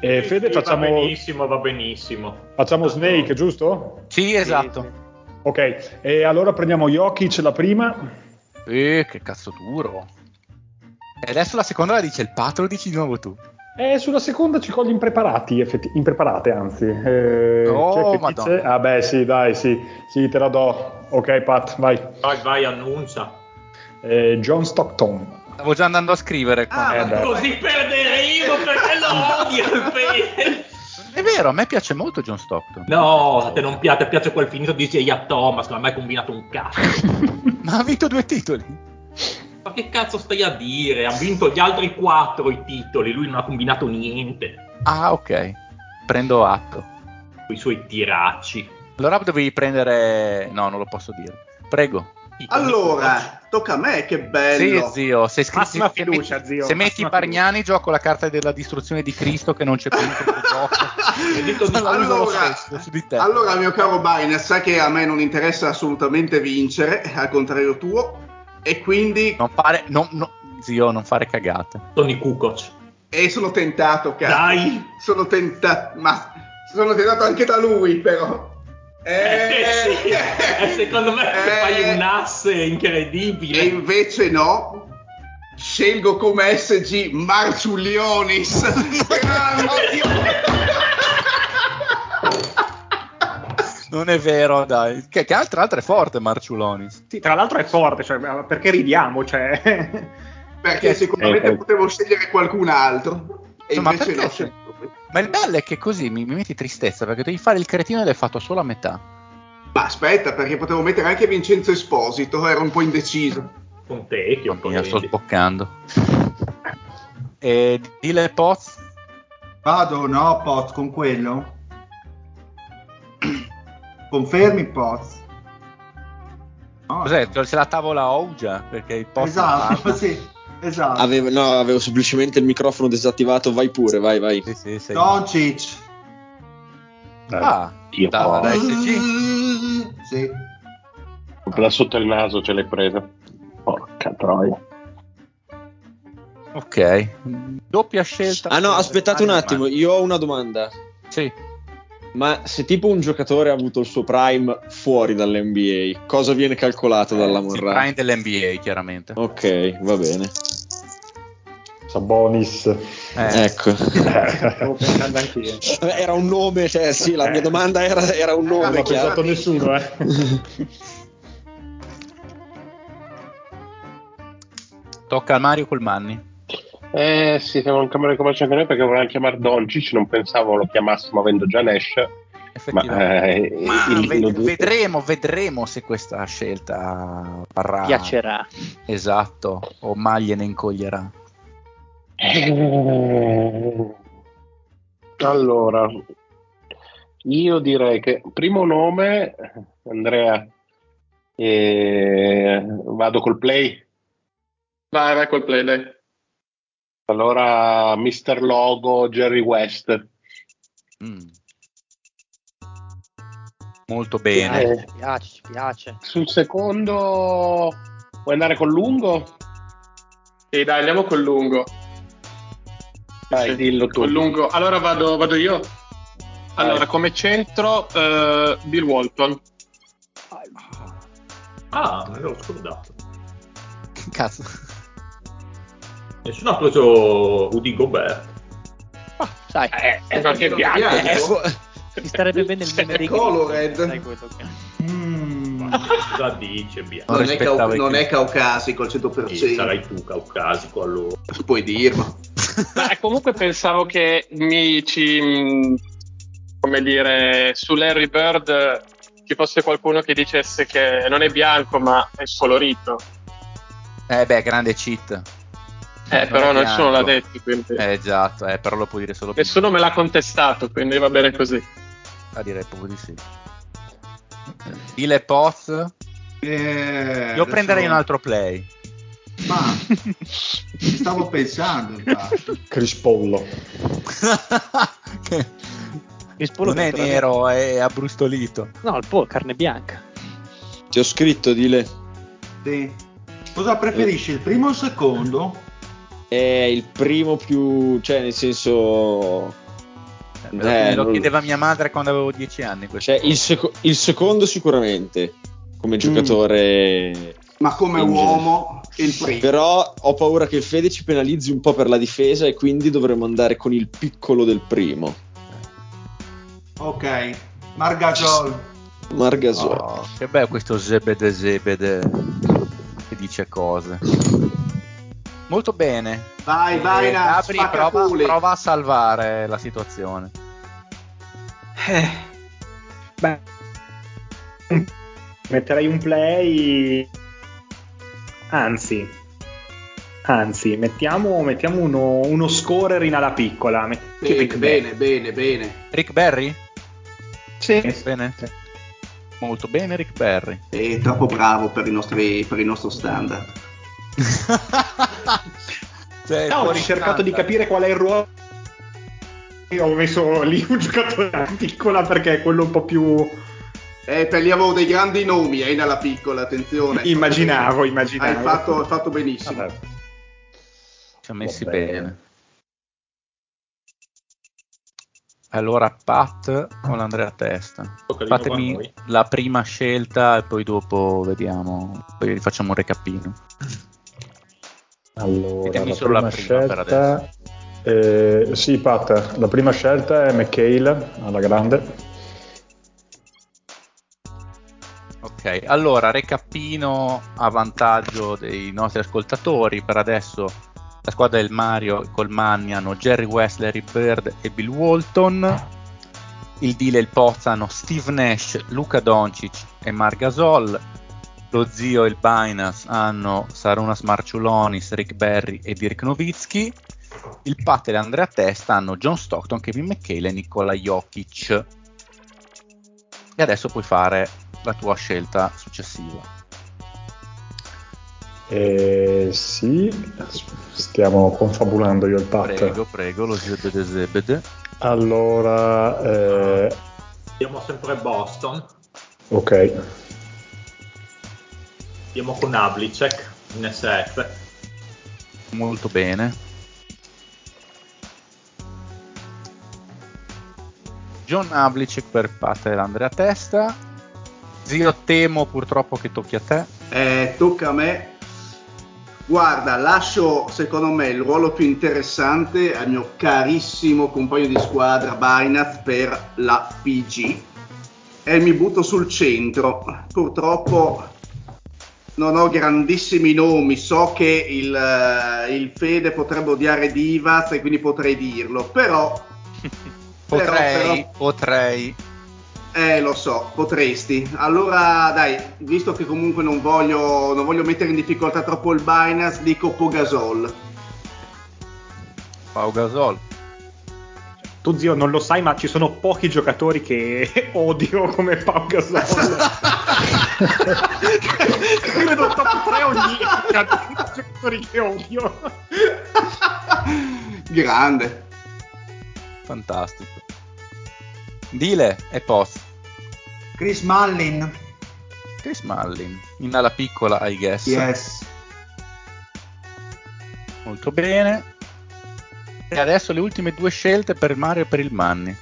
J: E Eh, Fede
D: Eh, Va
J: facciamo,
D: benissimo, va benissimo.
J: facciamo Snake, giusto?
E: Sì, esatto.
J: Ok, e allora prendiamo Jokic la prima.
E: Eh, che cazzo duro. E adesso la seconda la dice il patro, o dici di nuovo tu.
J: E Eh, sulla seconda ci cogli impreparati, effetti- impreparate anzi. Eh,
E: Oh,
J: chi è che dice?
E: madonna.
J: Ah beh sì, dai, sì, sì, te la do. Ok Pat, vai.
D: Vai, vai, annuncia.
J: Eh, John Stockton.
E: Stavo già andando a scrivere.
D: Ah,
E: qua.
J: Eh, beh.
D: Così perderemo perché lo odio il Pete.
E: È vero, a me piace molto John Stockton.
D: No, a te non piace, a te piace quel finito di J.A. Thomas, ma a me hai combinato un cazzo.
E: Ma ha vinto due titoli.
D: Ma che cazzo stai a dire? Ha vinto gli altri quattro i titoli, lui non ha combinato niente.
E: Ah, ok. Prendo atto.
D: Con i suoi tiracci.
E: Allora dovevi prendere... No, non lo posso dire. Prego.
C: Allora, tocca a me, che bello.
E: Sì, zio. Se, scri-
I: Massima
E: se- se
I: fiducia,
E: metti,
I: zio,
E: se
I: massima
E: metti Bargnani, gioco la carta della distruzione di Cristo che non c'è più.
C: Allora-
E: su di te.
C: Allora, mio caro Binance, sai che a me non interessa assolutamente vincere, al contrario tuo, e quindi
E: Non fare... non- non- Zio, non fare cagate.
D: Tony Kukoc.
C: e sono tentato, cazzo.
D: Dai!
C: Sono tentato, ma sono tentato anche da lui, però. Eh,
D: sì. Eh, secondo me fai un asse incredibile.
C: E invece no, scelgo come SG Marciulionis.
E: Non è vero, dai. Che, che altro, tra l'altro è forte Marciulonis.
I: Sì, tra l'altro è forte, cioè, ma perché ridiamo? Cioè...
C: Perché sicuramente
I: Eh,
C: potevo scegliere qualcun altro. E
E: Cioè, ma
C: invece
E: perché
C: no,
E: se-
C: scelgo lui.
E: Ma il bello è che così mi, mi metti tristezza perché devi fare il cretino ed hai fatto solo a metà.
C: Ma aspetta, perché potevo mettere anche Vincenzo Esposito, ero un po' indeciso.
D: Pontecchio,
E: Io sto sboccando. E Eh, dile Poz.
B: Vado, no, Poz, con quello? Confermi, Poz?
E: Cos'è? C'è la tavola Ouja? Perché il Poz. non
B: Esatto,
E: parla.
B: sì, esatto.
H: Avevo, no, avevo semplicemente il microfono disattivato, vai pure, vai, vai.
B: Doncic.
J: Eh,
E: Ah,
F: Io
E: da, da SG.
B: Sì.
F: Da sotto il naso ce l'hai presa. Porca troia.
E: Ok. Doppia scelta.
H: Ah no, aspettate un attimo, io ho una domanda.
E: Sì.
H: Ma se tipo un giocatore ha avuto il suo prime fuori dall'NBA, cosa viene calcolato dalla
E: Il
H: Morra?
E: prime dell'NBA, chiaramente.
H: Ok, va bene.
J: Sabonis.
E: Eh.
J: Eh.
H: Ecco.
I: anch'io.
H: Era un nome, cioè sì, la mia domanda era, era un
J: Eh. Non
H: nome.
J: ha
H: chiaro.
J: pensato nessuno, eh.
E: Tocca a Mario Colmanni.
F: Eh sì, siamo in camera di commercio anche noi perché volevamo chiamare Doncic, non pensavo lo chiamassimo avendo già Nash.
E: effettivamente.
M: Ma, eh,
E: Ma
M: il-
E: ved-
M: lo dico.
E: vedremo, vedremo se questa scelta parrà.
M: Piacerà.
E: Esatto, o mai gliene incoglierà.
F: Eh, Allora, io direi che primo nome, Andrea, e vado col play.
K: Vai, vai col play, dai.
F: Allora, Mr. Logo, Jerry West.
E: Molto bene.
F: Eh,
M: Ci piace, ci piace.
F: sul secondo, vuoi andare col lungo?
K: Sì, dai, andiamo col lungo.
F: Dai, dillo tu.
K: Col lungo. Allora vado, vado io. Allora, come centro, eh, Bill Walton.
D: Ah, me l'ho scordato.
E: Cazzo.
D: Nessuno ha preso Rudy Gobert.
M: Sai,
D: eh, perché bianco, bianco.
M: Mi starebbe bene il meme dei
C: colored.
M: Sai quello che-
J: Mm.
C: Mm.
D: Cosa dice Bianco?
C: Non, è, cau- non è caucasico al 100%.
D: Sì, sarai tu caucasico allora.
C: Puoi dirlo.
K: Beh, comunque pensavo che mi ci. mh, come dire, su Larry Bird eh, ci fosse qualcuno che dicesse che non è bianco ma è scolorito.
E: Eh beh, grande cheat.
K: Eh, però
E: è bianco.
K: nessuno l'ha detto, quindi.
E: Eh, esatto, eh, però lo può dire solo
K: Nessuno me l'ha contestato, quindi va bene così.
E: Ah, direi proprio di sì. Ile Poz. Io
B: adesso-
E: prenderei un altro play.
B: Ma ci stavo pensando. ma-
J: Crispollo.
M: Rispolo
E: Non è
M: dentro la-
E: nero, è abbrustolito.
M: No, il po' carne bianca.
H: Ti ho scritto, Dile.
B: Sì. Cosa preferisci, il primo o il secondo?
H: È il primo più... cioè nel senso...
E: Me
H: eh,
E: lo
H: non-
E: chiedeva mia madre quando avevo 10 anni. questo.
H: cioè, il, seco- il secondo sicuramente, come giocatore...
C: Mm. Ma come
H: In
C: uomo, il primo.
H: Però ho paura che il Fede ci penalizzi un po' per la difesa e quindi dovremmo andare con il piccolo del primo.
B: Ok, Margajol.
H: Margasol.
E: Oh, che bello questo Zebede Zebede che dice cose. Molto bene.
C: Vai, vai,
E: Eh,
C: na,
E: Gabri,
C: spacca
E: prova,
C: culi.
E: prova a salvare la situazione.
C: Eh.
I: Beh, metterei un play. Anzi, anzi, mettiamo, mettiamo uno, uno scorer in ala piccola. Mettiamo
C: Bene,
I: Rick
C: bene, bene, bene.
E: Rick Barry?
I: Sì.
E: Bene. Molto bene Rick Barry.
C: È troppo bravo per, i nostri- per il nostro standard.
E: Cioè,
I: No, ho
E: fuori
I: cercato di
E: standard.
I: capire qual è il ruolo. E ho messo lì un giocatore alla piccola perché è quello un po' più.
C: Eh, per lì avevo dei grandi nomi, è in alla piccola, attenzione.
I: Immaginavo, immaginavo.
C: Hai fatto, hai fatto benissimo.
E: Ci ha messi bene. Allora, Pat con l'Andrea a testa.
D: Tocca di nuovo a
E: Fatemi
D: noi.
E: la prima scelta e poi dopo vediamo. Poi facciamo un recapino.
J: Allora,
E: Ditemi
J: la
E: solo la
J: prima,
E: prima per
J: scelta... eh, sì, Pat, la prima scelta è McHale, alla grande.
E: Ok, allora recapino a vantaggio dei nostri ascoltatori. Per adesso la squadra del Mario col Manni hanno Jerry West, Larry Bird e Bill Walton. Il Dile e il Pozza hanno Steve Nash, Luca Doncic e Marc Gasol. Lo zio e il Binance hanno Sarunas Marciulonis, Rick Barry e Dirk Nowitzki. Il Pat e l'Andrea Testa hanno John Stockton, Kevin McHale e Nikola Jokic. E adesso puoi fare la tua scelta successiva.
J: Eh, sì, stiamo confabulando io e il Pat.
E: Prego, prego, lo zebede zebede.
J: Allora, eh,
D: Andiamo sempre a Boston.
J: ok.
D: Andiamo con Havlicek in SF.
E: Molto bene. John Havlicek per Pat e l'Andrea Testa. Zio, temo purtroppo che tocchi a te.
C: Eh, tocca a me. Guarda, lascio secondo me il ruolo più interessante al mio carissimo compagno di squadra Binance per la PG e mi butto sul centro. Purtroppo non ho grandissimi nomi, so che il, eh, il Fede potrebbe odiare Divaz e quindi potrei dirlo, però... però-
E: Potrei,
C: però-
E: potrei.
C: Eh, lo so, potresti. Allora, dai, visto che comunque non voglio, non voglio mettere in difficoltà troppo il Binance, dico Pogasol.
E: Pau Gasol.
I: Tu zio non lo sai, ma ci sono pochi giocatori che odio come Pau Gasol.
P: Credo top 3 ogni giocatori che odio.
C: Grande.
E: Fantastico. Dile e Post.
B: Chris Mullin.
E: Chris Mullin. In ala piccola, I guess.
B: Yes.
E: Molto bene. E adesso le ultime due scelte per Mario e per il Manni.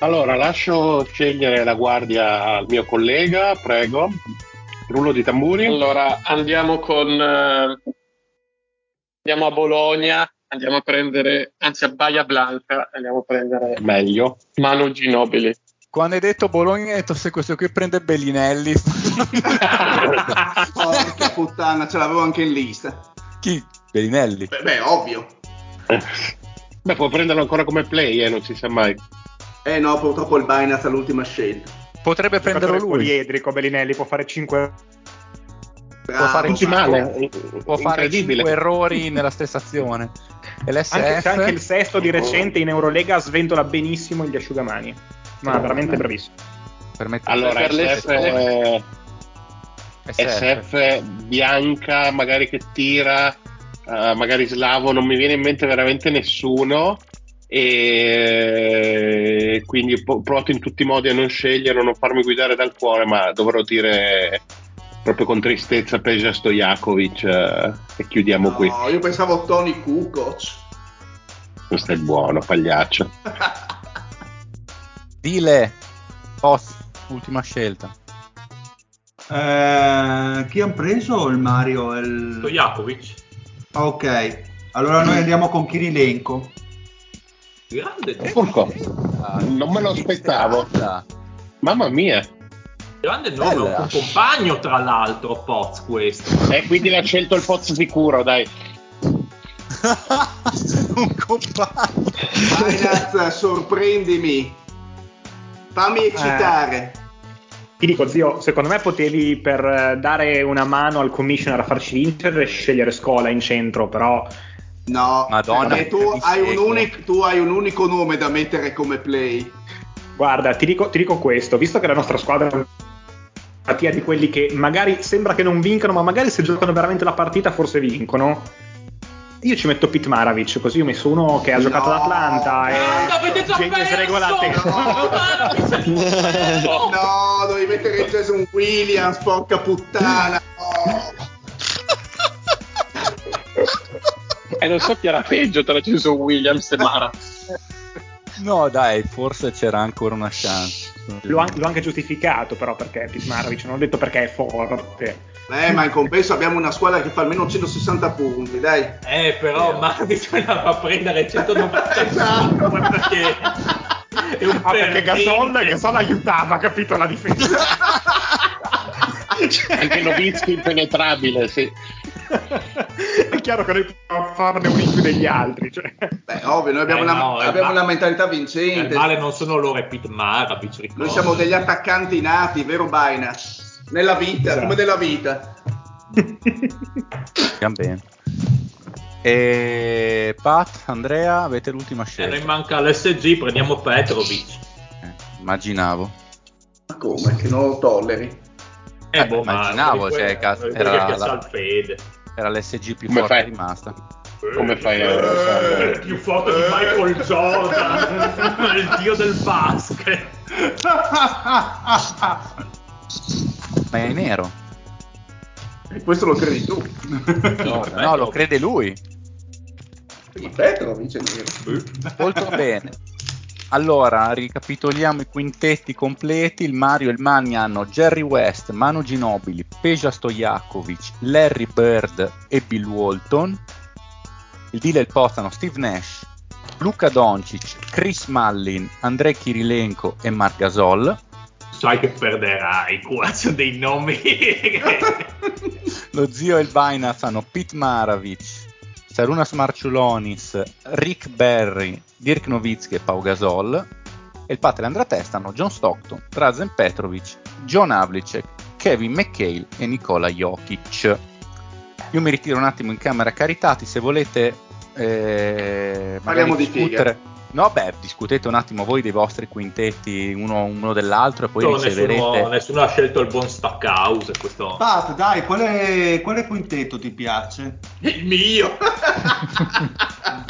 F: Allora, lascio scegliere la guardia al mio collega, prego. Rullo di tamburi.
K: Allora, andiamo con... eh, andiamo a Bologna, andiamo a prendere, anzi a Baia Blanca, andiamo a prendere
F: Meglio.
K: Manu Ginobili.
E: Quando hai detto Bologna, hai detto se questo qui prende Bellinelli.
C: Porca puttana, ce l'avevo anche in lista.
E: Chi? Bellinelli.
C: Beh, oh, beh, ovvio.
F: Beh, può prenderlo ancora come play, eh, non si sa mai.
C: Eh no, purtroppo il Binance all'ultima scelta.
E: Potrebbe
I: prenderlo lui. Poliedrico Bellinelli può fare 5
E: può fare,
F: non si
E: cinque-
C: Eh,
F: male,
E: può fare
F: incredibile.
E: cinque errori nella stessa azione. E l'SF
I: Anche, c'è anche il sesto di recente in Eurolega sventola benissimo gli asciugamani. Ma veramente bravissimo.
E: Permette-
F: Allora,
I: Per le-
F: SF, eh,
E: SF.
F: SF bianca, magari che tira, eh, magari slavo, non mi viene in mente veramente nessuno. E quindi po- provo in tutti i modi a non scegliere, a non farmi guidare dal cuore, ma dovrò dire proprio con tristezza Peja Stojakovic eh, e chiudiamo qui.
C: No, io pensavo Tony Kukoc.
F: Questo è buono, pagliaccio.
E: Dile, Post, ultima scelta.
B: Eh, chi hanno preso il Mario? Il...
D: Stojakovic.
B: Ok, allora noi andiamo con Kirilenko.
D: Grande,
C: Eh.
F: Porco,
B: Ah.
F: non me lo aspettavo. Mamma mia.
D: grande nome,
F: Bella.
D: un compagno tra l'altro, Poz questo.
F: E Eh, quindi l'ha scelto il pozzo sicuro, dai.
E: un compagno.
C: Binance, sorprendimi. Fammi eccitare.
I: Ti dico, zio, secondo me potevi per eh, dare una mano al commissioner a farci vincere scegliere Scola in centro, però
C: No,
I: Madonna,
C: perché tu
I: mi
C: hai, un
I: seguo.
C: unic- tu hai un unico nome da mettere come play.
I: guarda, ti dico, ti dico questo, visto che la nostra squadra è una partita di quelli che magari sembra che non vincano, ma magari se giocano veramente la partita forse vincono. Io ci metto Pit Maravich, così ho messo uno che ha giocato ad Atlanta e
D: Avete già
I: genio sregolatezzo.
C: No, devi mettere Jason Williams, porca puttana.
K: E non so chi era peggio tra Jason Williams e Mara.
E: No, dai, forse c'era ancora una chance.
I: l'ho, an- l'ho anche giustificato però perché Pit Maravich, non ho detto perché è forte.
C: Eh, ma in compenso abbiamo una squadra che fa almeno 160 punti, dai.
D: Eh, però Marvis bisognava prendere
C: Esatto.
D: 195 perché è un
P: Ah, perché
D: perdente.
P: Gasol, Gasol aiutava, capito la difesa.
F: Anche Novitsky impenetrabile, sì.
I: è chiaro che noi possiamo farne un in più degli altri. Cioè.
C: Beh, ovvio, noi abbiamo,
D: Eh,
C: una,
D: no, eh,
C: abbiamo
D: ma-
C: una mentalità
D: Il
C: vincente.
D: male non sono loro, è Pit Maravich, ricordo.
C: Noi siamo degli attaccanti nati, vero Baina? Nella vita,
D: Esatto.
C: come nella vita.
E: Stiamo bene. E Pat, Andrea, avete l'ultima
D: Eh, noi
E: scelta.
D: manca l'SG, prendiamo Petrovic.
E: Immaginavo.
C: Ma come? Che non lo tolleri?
D: Eh, boh, ma
E: immaginavo,
D: uno di quelli-
E: cioè, cazzo,
D: uno di quelli
E: era
D: che
E: la-
D: sa il fede.
E: Era l'SG più
F: Come
E: forte
F: fai?
E: rimasta.
F: Come fai a...
D: Eh, più forte di Michael Jordan, il dio del basket.
C: Ah,
E: Ma è nero.
C: E questo lo credi tu.
E: No, no, lo crede lui.
C: Petro vince nero.
E: Molto bene. Allora, ricapitoliamo i quintetti completi. Il Mario e il Manni hanno Jerry West, Manu Ginobili, Peja Stojakovic, Larry Bird e Bill Walton. Il Dile e il Post hanno Steve Nash, Luca Doncic, Chris Mullin, Andrei Kirilenko e Marc Gasol.
D: Sai che perderai qua, sono dei nomi.
E: Lo zio e il Binance hanno Pete Maravich, Sarunas Marciulonis, Rick Berry, Dirk Nowitzki e Pau Gasol. e il padre Andrea Testa hanno John Stockton, Drazen Petrovic, John Havlicek, Kevin McHale e Nicola Jokic. Io mi ritiro un attimo in camera caritati, se volete eh,
C: Parliamo di
E: discutere. No, beh, discutete un attimo voi dei vostri quintetti uno, uno dell'altro e poi
D: Nessuno-
E: riceverete.
D: nessuno, ha scelto il buon Stackhouse. Questo...
B: Pat, dai, quale, quale quintetto ti piace?
D: Il mio!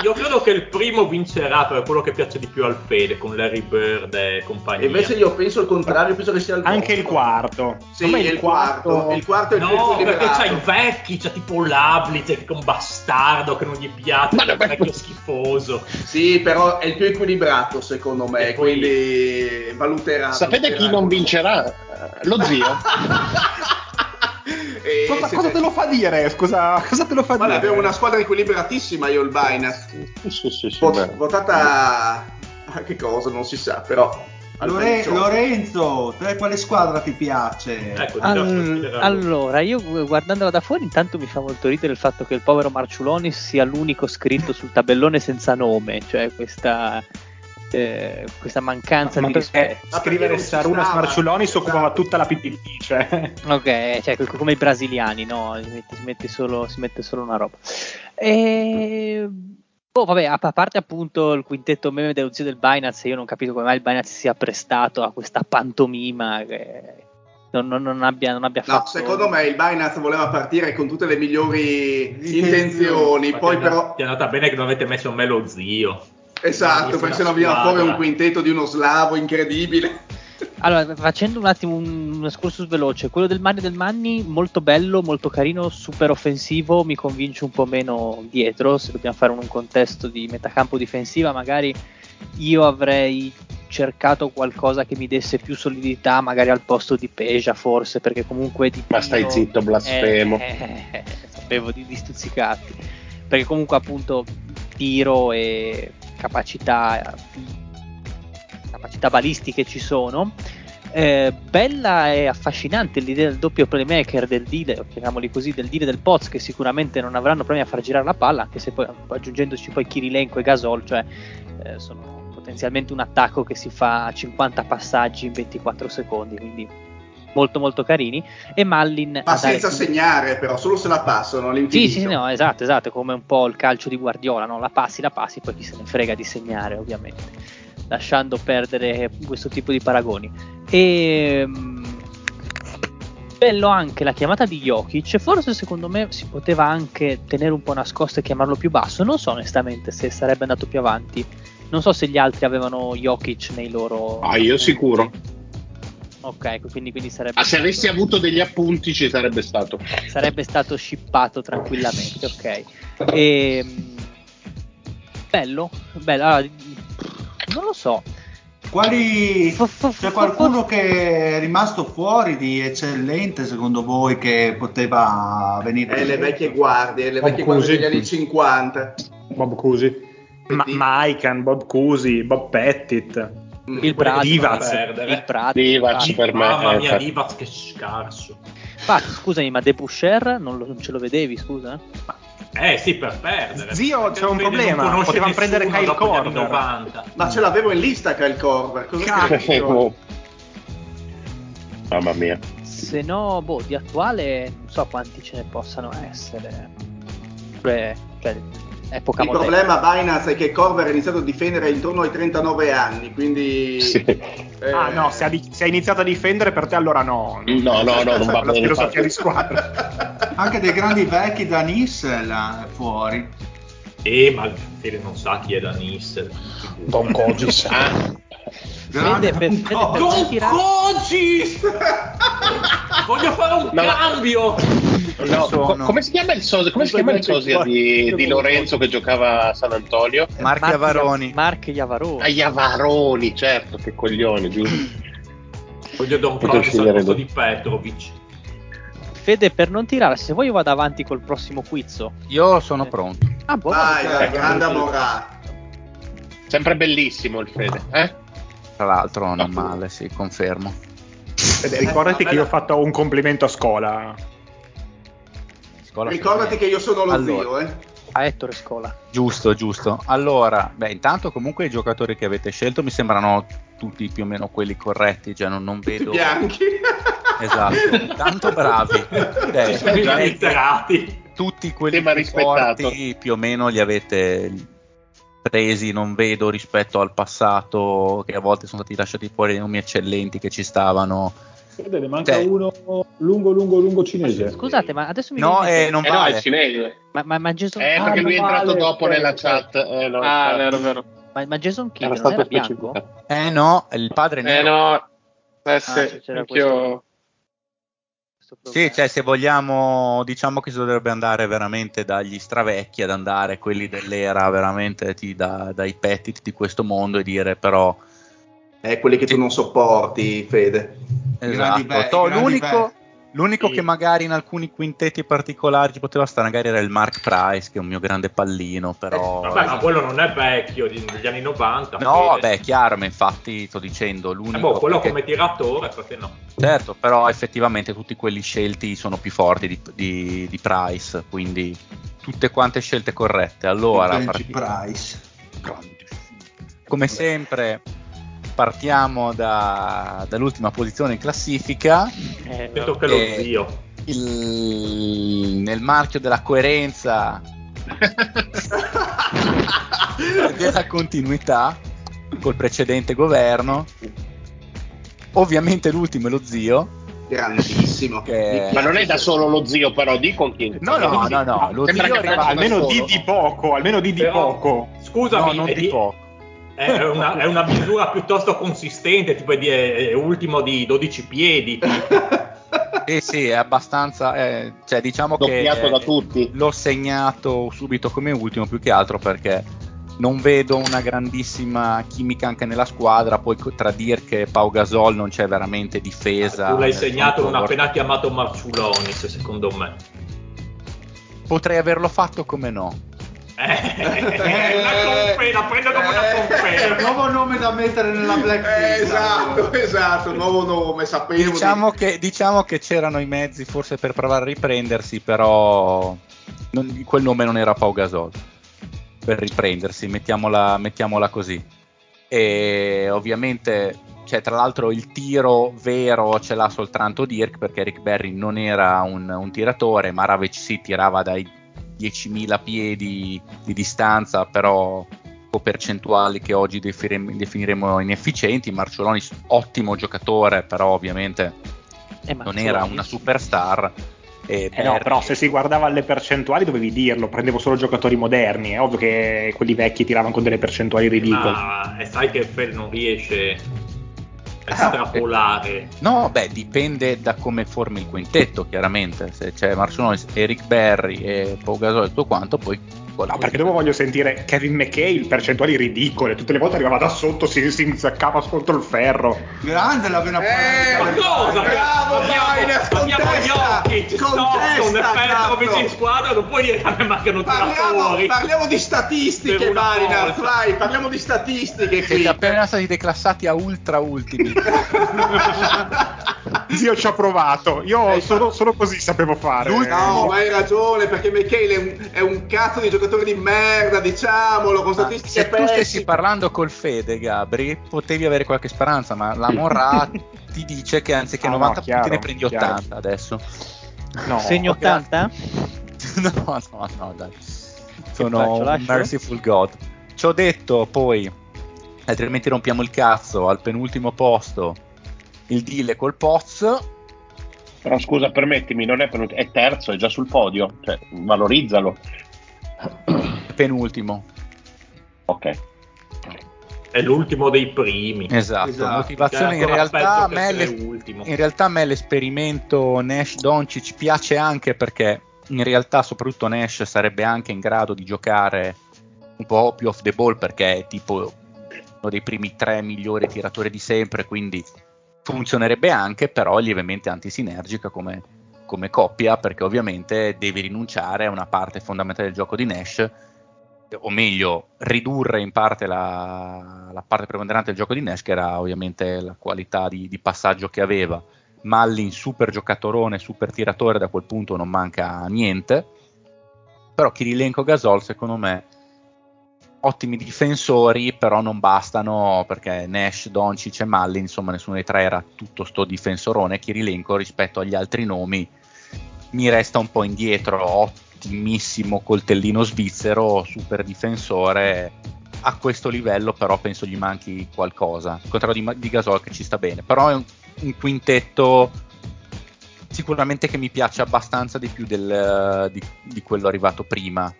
D: Io credo che il primo vincerà per quello che piace di più al Fede con Larry Bird e compagnia.
C: E invece io penso il contrario, penso che sia il
I: Anche il quarto.
C: Sì, è il quarto. Il quarto è il
D: No,
C: prezzo
D: perché
C: liberato.
D: c'ha i vecchi, c'è tipo l'Ablitz che è un bastardo che non gli piace, è un vecchio schifoso.
C: Sì, però è il più equilibrato secondo me,
D: poi-
C: quindi valuterà.
F: Sapete chi non vincerà? Eh, Lo zio.
I: Ma cosa te lo fa dire? Scusa, cosa te lo fa
C: Guarda,
I: dire?
C: abbiamo una squadra equilibratissima io il Binance.
F: Sì, sì, sì,
C: Vot-
F: beh.
C: votata a che cosa non si sa, però al
B: Lore-
C: peggio.
B: Lorenzo, te quale squadra ti piace?
D: Ecco,
G: Al- allora, io gu- guardandola da fuori, intanto mi fa molto ridere il fatto che il povero Marciuloni sia l'unico scritto sul tabellone senza nome, cioè questa, eh, questa mancanza
I: Ma
G: di
I: perché
G: rispetto.
I: scrivere Saruna Smarciuloni si occupava tutta la PPT, cioè.
G: Ok, cioè co- come i brasiliani, no? Si mette, si mette solo, si mette solo una roba. E... Boh, vabbè, a a parte appunto il quintetto meme dello zio del Binance, io non capisco come mai il Binance sia prestato a questa pantomima che non, non- non abbia, non abbia
F: Ah.
C: No,
G: fatto...
C: secondo me il Binance voleva partire con tutte le migliori intenzioni,
D: Ma
C: poi
D: ti è
C: però
D: andata- Ti è andata bene che non avete messo me lo zio.
C: esatto, perché sennò veniva fuori un quintetto di uno slavo incredibile.
G: Allora, facendo un attimo un, un excursus veloce, quello del Manni del Manni, molto bello, molto carino, super offensivo, mi convince un po' meno dietro, se dobbiamo fare un contesto di metacampo difensiva, magari io avrei cercato qualcosa che mi desse più solidità, magari al posto di Peja forse, perché comunque di
F: Ma stai
G: tiro-
F: zitto, blasfemo.
G: Eh, eh, eh, sapevo di, di stuzzicarti, perché comunque appunto tiro e capacità capacità balistiche ci sono. Eh, bella e affascinante l'idea del doppio playmaker del Dile, chiamiamoli così, del Dile e del Poz che sicuramente non avranno problemi a far girare la palla, anche se poi aggiungendoci poi Kirilenko e Gasol, cioè eh, sono potenzialmente un attacco che si fa a 50 passaggi in 24 secondi, quindi molto molto carini e Mallin a
C: Ma
F: Ah,
G: dare
C: senza
G: più-
C: segnare però, solo se la passano
G: sì,
C: all'infinito.
G: sì, sì, no, esatto, esatto, come un po' il calcio di Guardiola, no? la passi, la passi, poi chi se ne frega di segnare, ovviamente, lasciando perdere questo tipo di paragoni. E mm, bello anche la chiamata di Jokic, forse secondo me si poteva anche tenere un po' nascosto e chiamarlo più basso, non so onestamente se sarebbe andato più avanti, non so se gli altri avevano Jokic nei loro...
F: Ah, io sicuro.
G: Ok, ecco, quindi, quindi sarebbe...
F: Ma Ah, se
G: stato-
F: avessi avuto degli appunti ci sarebbe stato.
G: sarebbe stato shippato tranquillamente, ok. E, bello, bello, allora, non lo so.
B: Quali c'è qualcuno che è rimasto fuori di eccellente secondo voi che poteva venire?
C: Eh, le vecchie guardie, le vecchie guardie degli anni 50.
I: Bob Cousy. Ma, ma Icahn, Bob Cousy, Bob Pettit.
G: Il Bradley,
I: Divac.
D: perdere.
G: Il Prato,
F: Divac
G: infatti.
F: per me.
D: Mamma mia,
F: infatti.
D: Divac che scarso.
G: Infatti, scusami, ma De Boucher non, lo- non ce lo vedevi, scusa?
D: Eh sì, per perdere.
I: Zio, c'è un
D: Vede, non
I: problema,
D: conosce
I: potevamo
D: nessuno
I: prendere Kyle
D: dopo gli anni
I: Korver.
D: 90.
C: Ma ce l'avevo in lista Kyle Corver, cosa credi?
F: Oh. Mamma mia.
G: Se no, boh, di attuale non so quanti ce ne possano essere. Cioè, cioè, epoca
C: Il
G: moderna.
C: problema Binance è che Corver ha iniziato a difendere intorno ai 39 anni, quindi... eh,
I: Ah no, se ha, di- se ha iniziato a difendere per te allora no.
F: No, no, no, non va
I: La
F: bene. infatti.
I: filosofia di squadra.
B: Anche dei grandi vecchi da Nissel eh, fuori.
D: Eh, ma il Fede non sa chi è Danis.
I: Don Cogis.
G: Fede, per, Fede, per
D: Don
G: tirare-
D: Cogis! Voglio fare un
F: No.
D: cambio!
F: No,
E: Sono-
F: co- come si chiama il sosia, come si chiama il sosia di, di Lorenzo che giocava a San Antonio?
G: Eh,
E: Marchi Avaroni.
G: Mark Iavaroni.
F: A Iavaroni, certo, che coglione, giusto?
D: Voglio Don
F: Potrei
D: Cogis al
F: scegliere
D: posto
F: lui.
D: di Petrovic.
G: Fede, per non tirare, se vuoi io vado avanti col prossimo quizzo.
E: Io sono pronto.
G: Ah, buono.
C: Vai,
G: Cioè,
C: dai,
G: non
C: grande
G: so-
C: Morà.
F: Sempre bellissimo il Fede, eh?
E: Tra l'altro non male, sì, confermo.
D: Eh,
I: Ed- Eh, Ricordati che io ho fatto un complimento a Scola.
E: Scuola
C: Ricordati che io sono lo
E: Allora.
C: zio, eh.
M: a Ettore Scola.
E: Giusto, giusto. Allora, beh, intanto comunque i giocatori che avete scelto mi sembrano tutti più o meno quelli corretti, cioè non, non vedo...
C: Bianchi.
E: Esatto, tanto bravi. Beh,
D: sono già
E: direi che
D: letterati.
E: Tutti quelli
F: Tema
E: più
F: rispettato.
E: forti più o meno li avete presi, non vedo rispetto al passato, che a volte sono stati lasciati fuori dei nomi eccellenti che ci stavano.
J: Vedete, ne manca uno lungo, lungo, lungo cinese.
M: Scusate, ma adesso mi
E: No,
M: viene-
E: eh, non
F: Eh no,
E: vale.
F: è cinese.
M: Ma, ma, ma Jason
F: Eh,
M: Ah,
F: perché
M: non
F: lui è entrato
M: vale,
F: dopo
M: ok,
F: nella
M: ok.
F: chat. Eh, no,
M: Ah,
F: infatti.
M: vero, vero. Ma, ma Jason Kidd
F: Era
M: non era
F: stato
M: bianco?
F: specificato.
E: Eh no, il padre
K: Eh
E: nero.
K: no, eh, sì,
M: Ah, c'era
K: anch'io-
E: Sì, cioè se vogliamo, diciamo che si dovrebbe andare veramente dagli stravecchi ad andare quelli dell'era veramente ti- da- dai pettit di questo mondo e dire però
C: Eh, quelli che tu non sopporti, Fede.
E: esatto.
C: be-
E: To-
C: grandi
E: l'unico,
C: be-
E: l'unico
C: Sì.
E: che magari in alcuni quintetti particolari ci poteva stare magari era il Mark Price che è un mio grande pallino, però
D: Eh, Vabbè, ma quello non è vecchio, di- degli anni 90.
E: No,
D: Fede.
E: beh, chiaro, ma infatti sto dicendo
D: Eh,
E: l'unico
D: boh, quello
E: perché-
D: come tiratore, perché no?
E: Certo, però effettivamente tutti quelli scelti sono più forti di, di- di Price, quindi tutte quante scelte corrette. Allora,
B: Benji
E: parti-
B: Price.
E: come sempre, partiamo da- dall'ultima posizione in classifica.
M: Eh,
D: Detto che lo
E: Eh,
D: zio.
E: il- nel marchio della coerenza e della continuità col precedente governo. Ovviamente l'ultimo è lo zio.
C: Grandissimo.
E: Che...
F: Ma non è da solo lo zio, però, di con chi?
E: Eh, No, no, no, no, lo
F: Sembra
E: zio
F: che
E: rimane
I: almeno
F: solo,
I: di
F: no?
I: di poco, almeno di di
D: Però-
I: poco.
D: Scusami,
E: no, non
D: è,
E: di poco.
D: è una, è una misura piuttosto consistente, tipo è, di- è ultimo di 12 piedi.
E: Sì, sì, è abbastanza. eh, cioè, diciamo che
F: Doppiato da
E: eh,
F: tutti.
E: l'ho segnato subito come ultimo più che altro perché non vedo una grandissima chimica anche nella squadra. Poi co- tra dire che Pau Gasol non c'è veramente difesa.
D: Ah,
E: eh,
D: tu l'hai
E: nel
D: segnato, non
E: frontcourt.
D: appena chiamato Marciulonis, secondo me.
E: Potrei averlo fatto come no.
D: Eh, una conferma, prendo come una
B: È un
D: conferma.
B: nuovo nome da mettere nella
C: Eh,
B: blacklist.
C: esatto, esatto, nuovo nome, sapevo. di-
E: Diciamo che, diciamo che c'erano i mezzi forse per provare a riprendersi, però non- quel nome non era Pau Gasol per riprendersi, mettiamola, mettiamola così. E ovviamente, cioè, tra l'altro, il tiro vero ce l'ha soltanto Dirk perché Rick Barry non era un, un tiratore, Maravich si tirava dai 10.000 piedi di distanza, però con percentuali che oggi definiremo, definiremo inefficienti. Marciolonis, ottimo giocatore, però ovviamente
M: eh, ma
E: non era
M: Marciulonis.
E: una superstar. E
I: Eh no,
E: Barry-
I: però se si guardava alle percentuali dovevi dirlo, prendevo solo giocatori moderni, è ovvio che quelli vecchi tiravano con delle percentuali ridicole.
D: Ma eh, sai che Fel non riesce
C: Ah.
D: a estrapolare.
E: No, beh, dipende da come formi il quintetto, chiaramente. Se c'è Marciolonis, Eric Berry e Pogasol e tutto quanto, poi
I: No, perché dopo voglio sentire Kevin McHale, percentuali ridicole, tutte le volte arrivava da sotto, si, si inzaccava contro il ferro.
B: Grande la vena
C: Eh,
D: Ma
B: polemica.
D: cosa?
C: bravo,
D: Abbiamo-
C: Baines,
D: abbiamo
C: contesta, contesta,
D: Jokic, Stockton,
C: cazzo.
D: Petrovic in squadra, non puoi dire che a me mancano
C: Parliamo,
D: tiratori.
C: parliamo di
D: Per
C: statistiche,
D: una
C: Barinat,
D: volta.
C: vai, parliamo di statistiche qui.
E: siete appena stati declassati a ultra ultimi.
I: Zio ci ha provato, io solo, solo così sapevo fare.
C: Eh, No, ma hai ragione, perché Michele è un, è un cazzo di giocatore di merda, diciamolo, con
E: Ma
C: statistiche
E: se tu stessi
C: pessime.
E: parlando col Fede, Gabri, potevi avere qualche speranza, ma la Morra ti dice che anziché
I: Ah, no,
E: 90
I: chiaro,
E: punti ne prendi
I: chiaro.
E: 80 adesso.
I: No.
M: Segno
G: eh?
M: 80?
E: no, no, no, dai. Sono
M: faccio,
E: un
M: lascio?
E: merciful god. Ci ho detto poi, altrimenti rompiamo il cazzo, al penultimo posto il deal col Poz.
F: Però scusa, permettimi, non è, penult- è terzo, è già sul podio, cioè, valorizzalo.
E: Penultimo,
F: Ok.
D: È l'ultimo dei primi.
E: esatto.
B: Esatto,
E: Motivazione
D: cioè,
E: in
D: ancora
E: realtà,
D: peggio
E: a
D: che
E: me
D: essere
E: l'es-
D: ultimo.
E: in realtà a me l'esperimento Nash Doncic piace anche perché in realtà soprattutto Nash sarebbe anche in grado di giocare un po' più off the ball perché è tipo uno dei primi tre migliori tiratori di sempre, quindi funzionerebbe anche, però è lievemente antisinergica come, come coppia, perché ovviamente devi rinunciare a una parte fondamentale del gioco di Nash, o meglio, ridurre in parte la, la parte preponderante del gioco di Nash, che era ovviamente la qualità di, di passaggio che aveva. Mallin, super giocatorone, super tiratore, da quel punto non manca niente. Però Kirilenko Gasol, secondo me, ottimi difensori, però non bastano perché Nash, Doncic e Malli, insomma, nessuno dei tre era tutto sto difensorone. Kirilenko rispetto agli altri nomi mi resta un po' indietro. Ottimissimo coltellino svizzero, super difensore. A questo livello, però, penso gli manchi qualcosa. Il contrario di, Ma- di Gasol che ci sta bene, però è un, un quintetto sicuramente che mi piace abbastanza di più del, di, di quello arrivato prima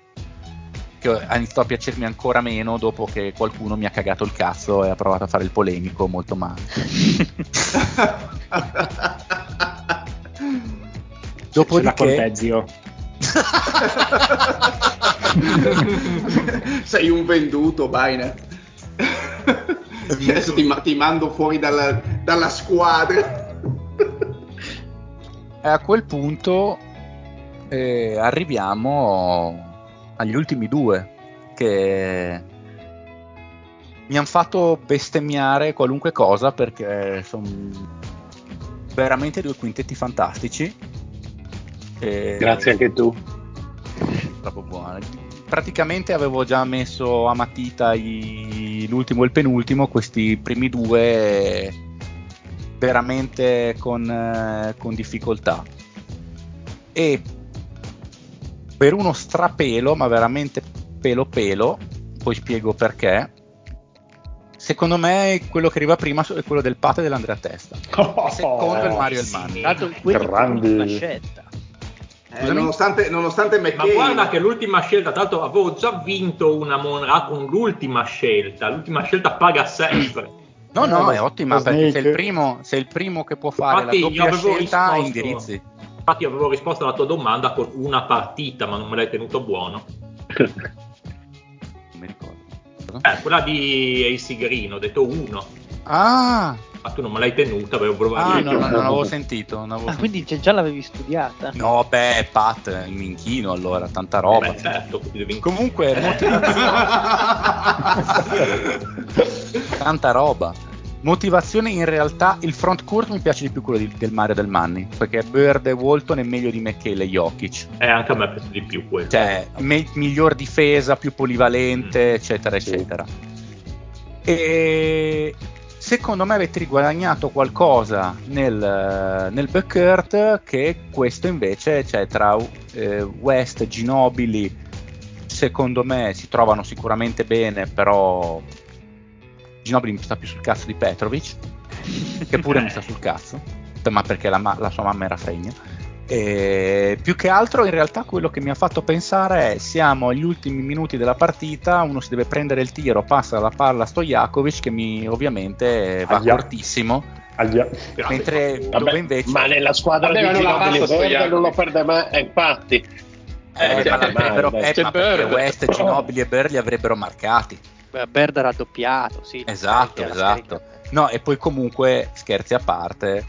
E: che ha iniziato a piacermi ancora meno dopo che qualcuno mi ha cagato il cazzo e ha provato a fare il polemico molto male.
I: Ce l'ha col Bezio.
C: Sei un venduto, Baina. Adesso Cioè, ti, ma- ti mando fuori dalla, dalla squadra.
E: E a quel punto eh, arriviamo agli ultimi due che mi hanno fatto bestemmiare qualunque cosa perché sono veramente due quintetti fantastici.
G: Eh,
E: E-
F: Grazie anche tu.
E: Troppo buone. Praticamente avevo già messo a matita i- l'ultimo e il penultimo, questi primi due veramente con, eh, con difficoltà. E per uno strapelo, ma veramente pelo pelo, poi spiego perché. Secondo me quello che arriva prima è quello del Pate e dell'Andrea Testa. E
D: Oh,
E: secondo il Mario e il Manni.
C: Eh, nonostante, nonostante
D: Ma
C: McKay
D: guarda che l'ultima scelta, tra l'altro avevo già vinto una Monra con l'ultima scelta, l'ultima scelta paga sempre.
E: No, no, è ottima perché sei
D: Snake.
E: il, primo, sei il primo che può fare
D: Infatti,
E: la
D: io
E: doppia
D: avevo
E: scelta a
D: risposto-
E: indirizzi.
D: Infatti avevo risposto alla tua domanda con una partita, ma non me l'hai tenuto buono.
E: Non mi ricordo.
D: Eh, quella di AC Green, ho detto uno,
E: Ah,
D: ma tu non me l'hai tenuta, avevo provato.
E: ah no, no, non l'avevo sentito. non avevo
G: Ah, quindi già già l'avevi studiata.
E: sentito. No, beh, Pat, il minchino allora, tanta roba.
D: Beh, certo, quindi
E: Comunque, motivazione- tanta roba. Motivazione in realtà il front court mi piace di più quello di- del Mario del Manni, perché Bird e Walton è meglio di McKay e Jokic.
D: Eh, anche a me è piaciuto di più quello.
E: cioè me- miglior difesa, più polivalente, eccetera, eccetera. E secondo me avete riguadagnato qualcosa nel, nel backcourt che questo invece c'è tra eh, West, Ginobili, secondo me si trovano sicuramente bene, però Ginobili mi sta più sul cazzo di Petrovic, che pure mi sta sul cazzo, ma perché la, ma- la sua mamma era fregna. E più che altro in realtà quello che mi ha fatto pensare è siamo agli ultimi minuti della partita, uno si deve prendere il tiro, passa la palla a Stojakovic che mi ovviamente va
I: Aia.
E: fortissimo. Mentre
F: Vabbè,
E: dove invece...
F: Ma nella squadra
E: Vabbè, ma non
F: di
E: la
F: Ginobili
E: passa
F: Bird
E: Stojakovic.
F: non lo perde mai, eh, infatti.
E: Eh,
F: Eh,
E: ma
F: cioè,
E: l'avrebbero-
F: Bird.
E: eh,
F: C'è
E: ma perché
F: Bird.
E: West, Ginobili e Bird li avrebbero marcati.
G: Bird era raddoppiato, sì.
E: Esatto,
G: Perché la
E: esatto. No, e poi comunque, scherzi a parte,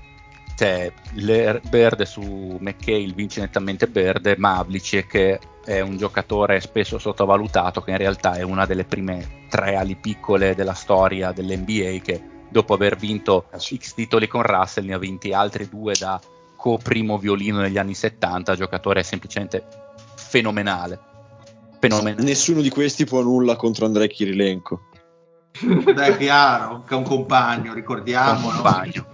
E: cioè, le- Bird su McHale vince nettamente Bird, ma che è un giocatore spesso sottovalutato, che in realtà è una delle prime tre ali piccole della storia dell'NBA, che dopo aver vinto
G: Ah,
E: X titoli con Russell ne ha vinti altri due da co-primo violino negli anni 70, giocatore semplicemente fenomenale. Fenomenale.
H: Nessuno di questi può nulla contro Andrei Kirilenko.
B: Beh, è chiaro, che è un compagno, ricordiamolo.
E: Un bagno.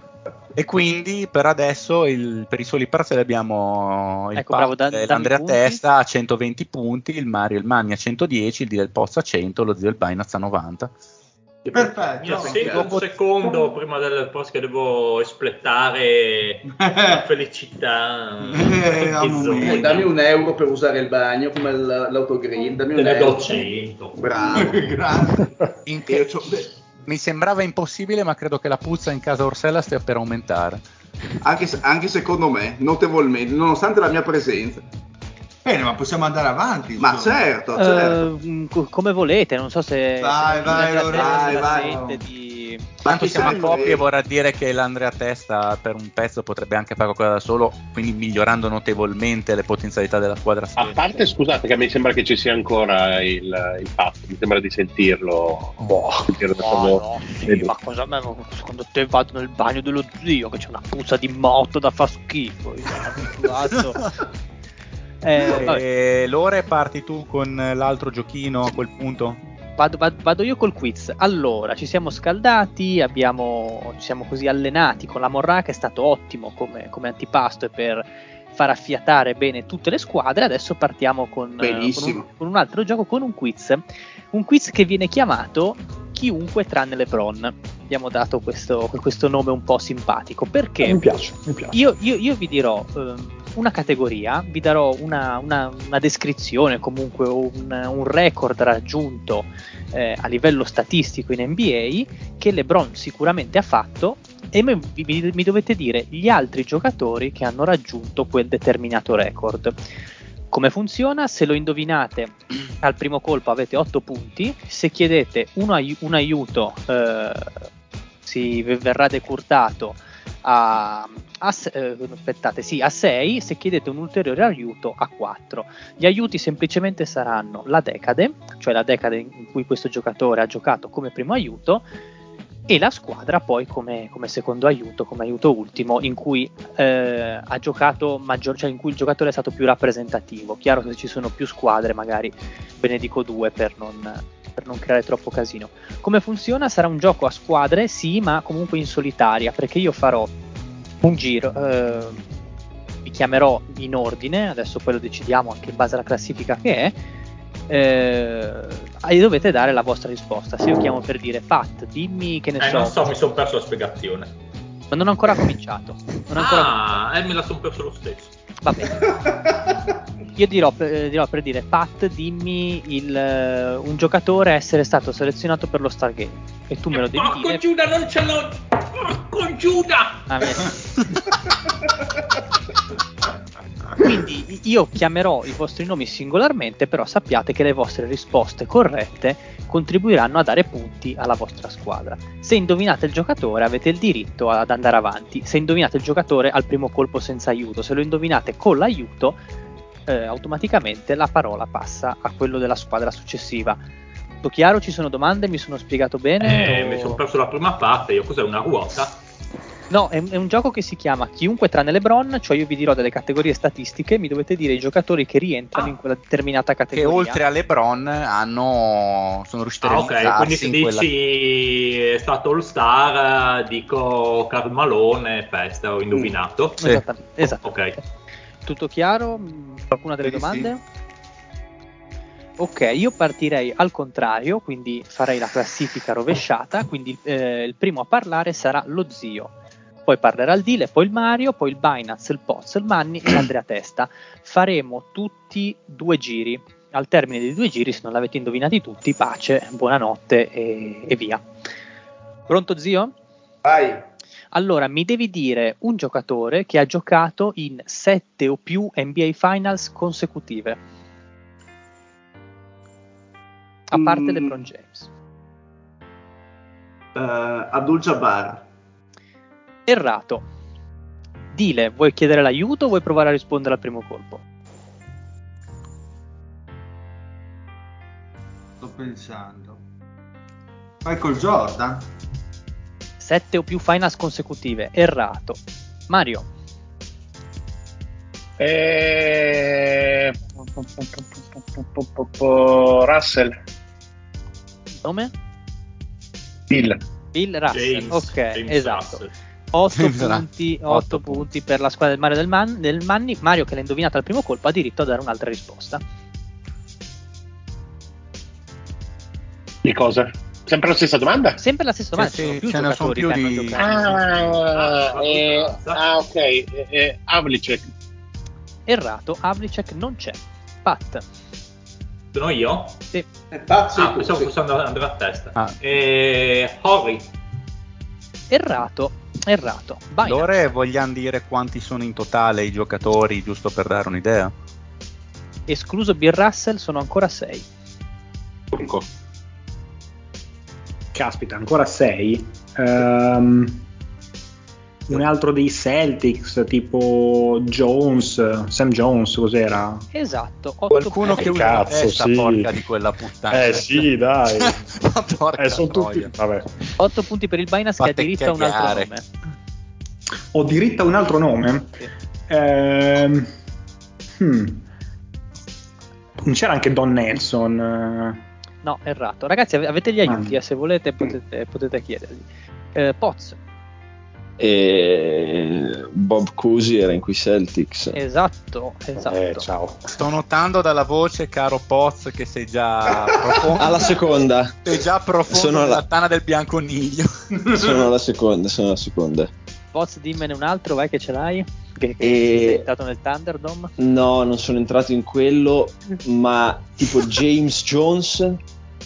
E: E quindi per adesso il- per i soli parziali abbiamo il
G: Ecco, bravo, da-
E: Pat-
G: dammi i
E: l'Andrea
G: punti.
E: Testa a 120 punti, il Mario il Magni a 110, il D del Pozza a 100, lo zio del Binance a 90.
D: Mi assento un secondo prima del post che devo espletare la felicità.
C: Eh,
D: Che zona.
C: Eh, dammi un euro per usare il bagno come l- l'autogrill. Dammi
D: Te
C: un
D: ne
C: euro. Eh,
D: do 100.
C: Bravo.
E: In che- Mi sembrava impossibile, ma credo che la puzza in casa Orsella stia per aumentare.
C: Anche, se- anche secondo me, notevolmente, nonostante la mia presenza.
B: Bene, ma possiamo andare avanti.
C: Ma
B: insomma.
C: certo,
G: Eh,
C: certo.
G: mh, co- come volete, non so se.
B: Vai,
G: se-
B: vai,
G: se-
B: Lorenzo,
G: se- se-
B: vai,
G: se-
B: vai.
G: di-
E: Tanto
G: chi
E: siamo a
G: sa-
E: coppie e vorrà dire che l'Andrea Testa per un pezzo potrebbe anche fare qualcosa da solo, quindi migliorando notevolmente le potenzialità della squadra stessa.
F: A parte, scusate, che mi sembra che ci sia ancora il, il Pat, mi sembra di sentirlo.
G: Boh.
F: sentirlo da
M: No,
F: solo.
M: no, sì,
F: Vedo.
M: ma cosa ma secondo te vado nel bagno dello zio che c'è una puzza di morto da far schifo? Io sono abituato.
G: Eh, vabbè.
E: E Lore, parti tu con l'altro giochino a quel punto?
G: Vado, vado- vado io col quiz. Allora, ci siamo scaldati, abbiamo- ci siamo così allenati con la Morra che è stato ottimo come, come antipasto e per far affiatare bene tutte le squadre. Adesso partiamo con, eh, con,
C: Benissimo.
G: un, con un altro gioco, con un quiz. Un quiz che viene chiamato chiunque tranne LeBron. Abbiamo dato questo, questo nome un po' simpatico. Perché?
J: Mi piace, mi piace.
G: Io, io- io vi dirò ehm, una categoria, vi darò una, una- una descrizione, comunque un, un record raggiunto eh, a livello statistico in NBA che LeBron sicuramente ha fatto e me- vi- vi- mi dovete dire gli altri giocatori che hanno raggiunto quel determinato record. Come funziona? Se lo indovinate al primo colpo avete 8 punti, se chiedete un, ai- un aiuto eh, si v- verrà decurtato a, a se- eh, aspettate, sì, a 6, se chiedete un ulteriore aiuto a 4. Gli aiuti semplicemente saranno la decade, cioè la decade in cui questo giocatore ha giocato come primo aiuto, e la squadra poi come, come secondo aiuto, come aiuto ultimo, in cui eh, ha giocato maggior, cioè in cui il giocatore è stato più rappresentativo. Chiaro che se ci sono più squadre, magari ve ne dico due per non, per non creare troppo casino. Come funziona? Sarà un gioco a squadre, sì, ma comunque in solitaria, perché io farò un giro. eh, vi chiamerò in ordine, adesso poi lo decidiamo anche in base alla classifica che è. eh, e dovete dare la vostra risposta. Se io chiamo per dire Pat, dimmi che ne
D: Eh,
G: so.
D: non so, mi sono perso la spiegazione.
G: Ma non ho ancora cominciato. Non ho ancora
D: Ah, eh, me la sono perso lo stesso.
G: Va bene. Io dirò, eh, dirò per dire, Pat, dimmi il, eh, un giocatore a essere stato selezionato per lo Stargame. E tu me lo devi
D: Porco
G: dire.
D: Giuda, non ce l'ho! Porco Giuda!
G: Ah, merda. Quindi io chiamerò i vostri nomi singolarmente, però sappiate che le vostre risposte corrette contribuiranno a dare punti alla vostra squadra. Se indovinate il giocatore avete il diritto ad andare avanti, se indovinate il giocatore al primo colpo senza aiuto, se lo indovinate con l'aiuto eh, automaticamente la parola passa a quello della squadra successiva. Tutto chiaro? Ci sono domande? Mi sono spiegato bene?
D: Eh,
G: O-
D: mi sono perso la prima parte, io cos'è una ruota?
G: No, è, è un gioco che si chiama Chiunque tranne LeBron, cioè io vi dirò delle categorie statistiche, mi dovete dire i giocatori che rientrano in quella determinata
E: Che
G: categoria.
E: oltre a LeBron hanno... sono riusciti a
D: Ah, ok, quindi
E: realizzarsi
D: se
E: in quella...
D: dici è stato All Star, eh, dico Carl Malone, festa, ho indovinato.
G: Sì. Esattamente,
D: Ok.
G: Tutto chiaro? Mm, Qualcuna delle
D: Sì, sì.
G: domande? Ok, io partirei al contrario, quindi farei la classifica rovesciata, quindi eh, il primo a parlare sarà lo zio. Poi parlerà il Dile, poi il Mario, poi il Binance, il Poz, il Manni e l'Andrea Testa. Faremo tutti due giri. Al termine dei due giri, se non l'avete indovinati tutti, pace, buonanotte e, e via. Pronto zio?
C: Vai.
G: Allora, mi devi dire un giocatore che ha giocato in 7 o più NBA Finals consecutive. A parte
C: Mm.
G: LeBron James.
C: Eh, Abdul Jabbar.
G: Errato. Dile, vuoi chiedere l'aiuto o vuoi provare a rispondere al primo colpo?
B: Sto pensando. Michael Jordan.
G: 7 o più Finals consecutive. Errato. Mario.
F: Eh, po- po- po- po- po- po- po- po- Russell,
G: Nome?
F: Bill.
G: Bill Russell.
F: James,
G: ok,
F: James
G: esatto.
F: Russell.
G: 8
H: Esatto.
F: James Russell.
G: punti, otto punti per la squadra del Mario del, Man- del Manni. Mario che l'ha indovinata al primo colpo ha diritto a dare un'altra risposta.
F: Di cosa? Sempre la stessa domanda?
G: Sempre la stessa domanda, ci sono più giocatori che hanno
F: Ah,
G: giocato.
F: eh, ah, ok. eh, eh, Havlicek.
G: Errato, Havlicek non c'è. Pat.
D: Sono io?
G: Sì. Ah.
D: È pazzo. Ah, pensavo fosse and- andare a testa. Eh, Horry.
G: Errato, errato. Vai.
E: Lore, vogliamo dire quanti sono in totale i giocatori, giusto per dare un'idea?
G: Escluso Bill Russell sono ancora 6.
I: Caspita, ancora 6. un altro dei Celtics, tipo Jones, Sam Jones, cos'era?
G: Esatto.
E: Qualcuno che usa la
I: Cazzo,
E: testa
I: sì.
E: porca di quella puttana.
I: Eh sì, dai.
E: porca
I: Eh, sono tutti...
E: troia.
I: Vabbè.
G: 8 punti per il Binance che ha
I: Fate
G: diritto a un altro
I: cagare.
G: nome.
I: Ho diritto a un altro nome. Ehm, hmm. Non c'era anche Don Nelson. eh?
G: No, errato. Ragazzi, ave- avete gli aiuti, eh, se volete potete, potete chiedergli. Eh, Poz,
H: E Bob Cousy era in quei Celtics.
E: Eh,
G: esatto, esatto.
H: Eh.
C: Eh,
H: ciao.
E: Sto notando dalla voce, caro Poz, che sei già profondo.
H: Alla seconda.
E: Sei già profondo
H: Sono
E: nella
H: alla-
E: tana del bianconiglio.
H: Sono alla seconda, sono alla seconda.
G: Poz, dimmene un altro, vai che ce l'hai. Che, che sei
H: E
G: entrato nel Thunderdome.
H: no, non sono entrato in quello, ma tipo James Jones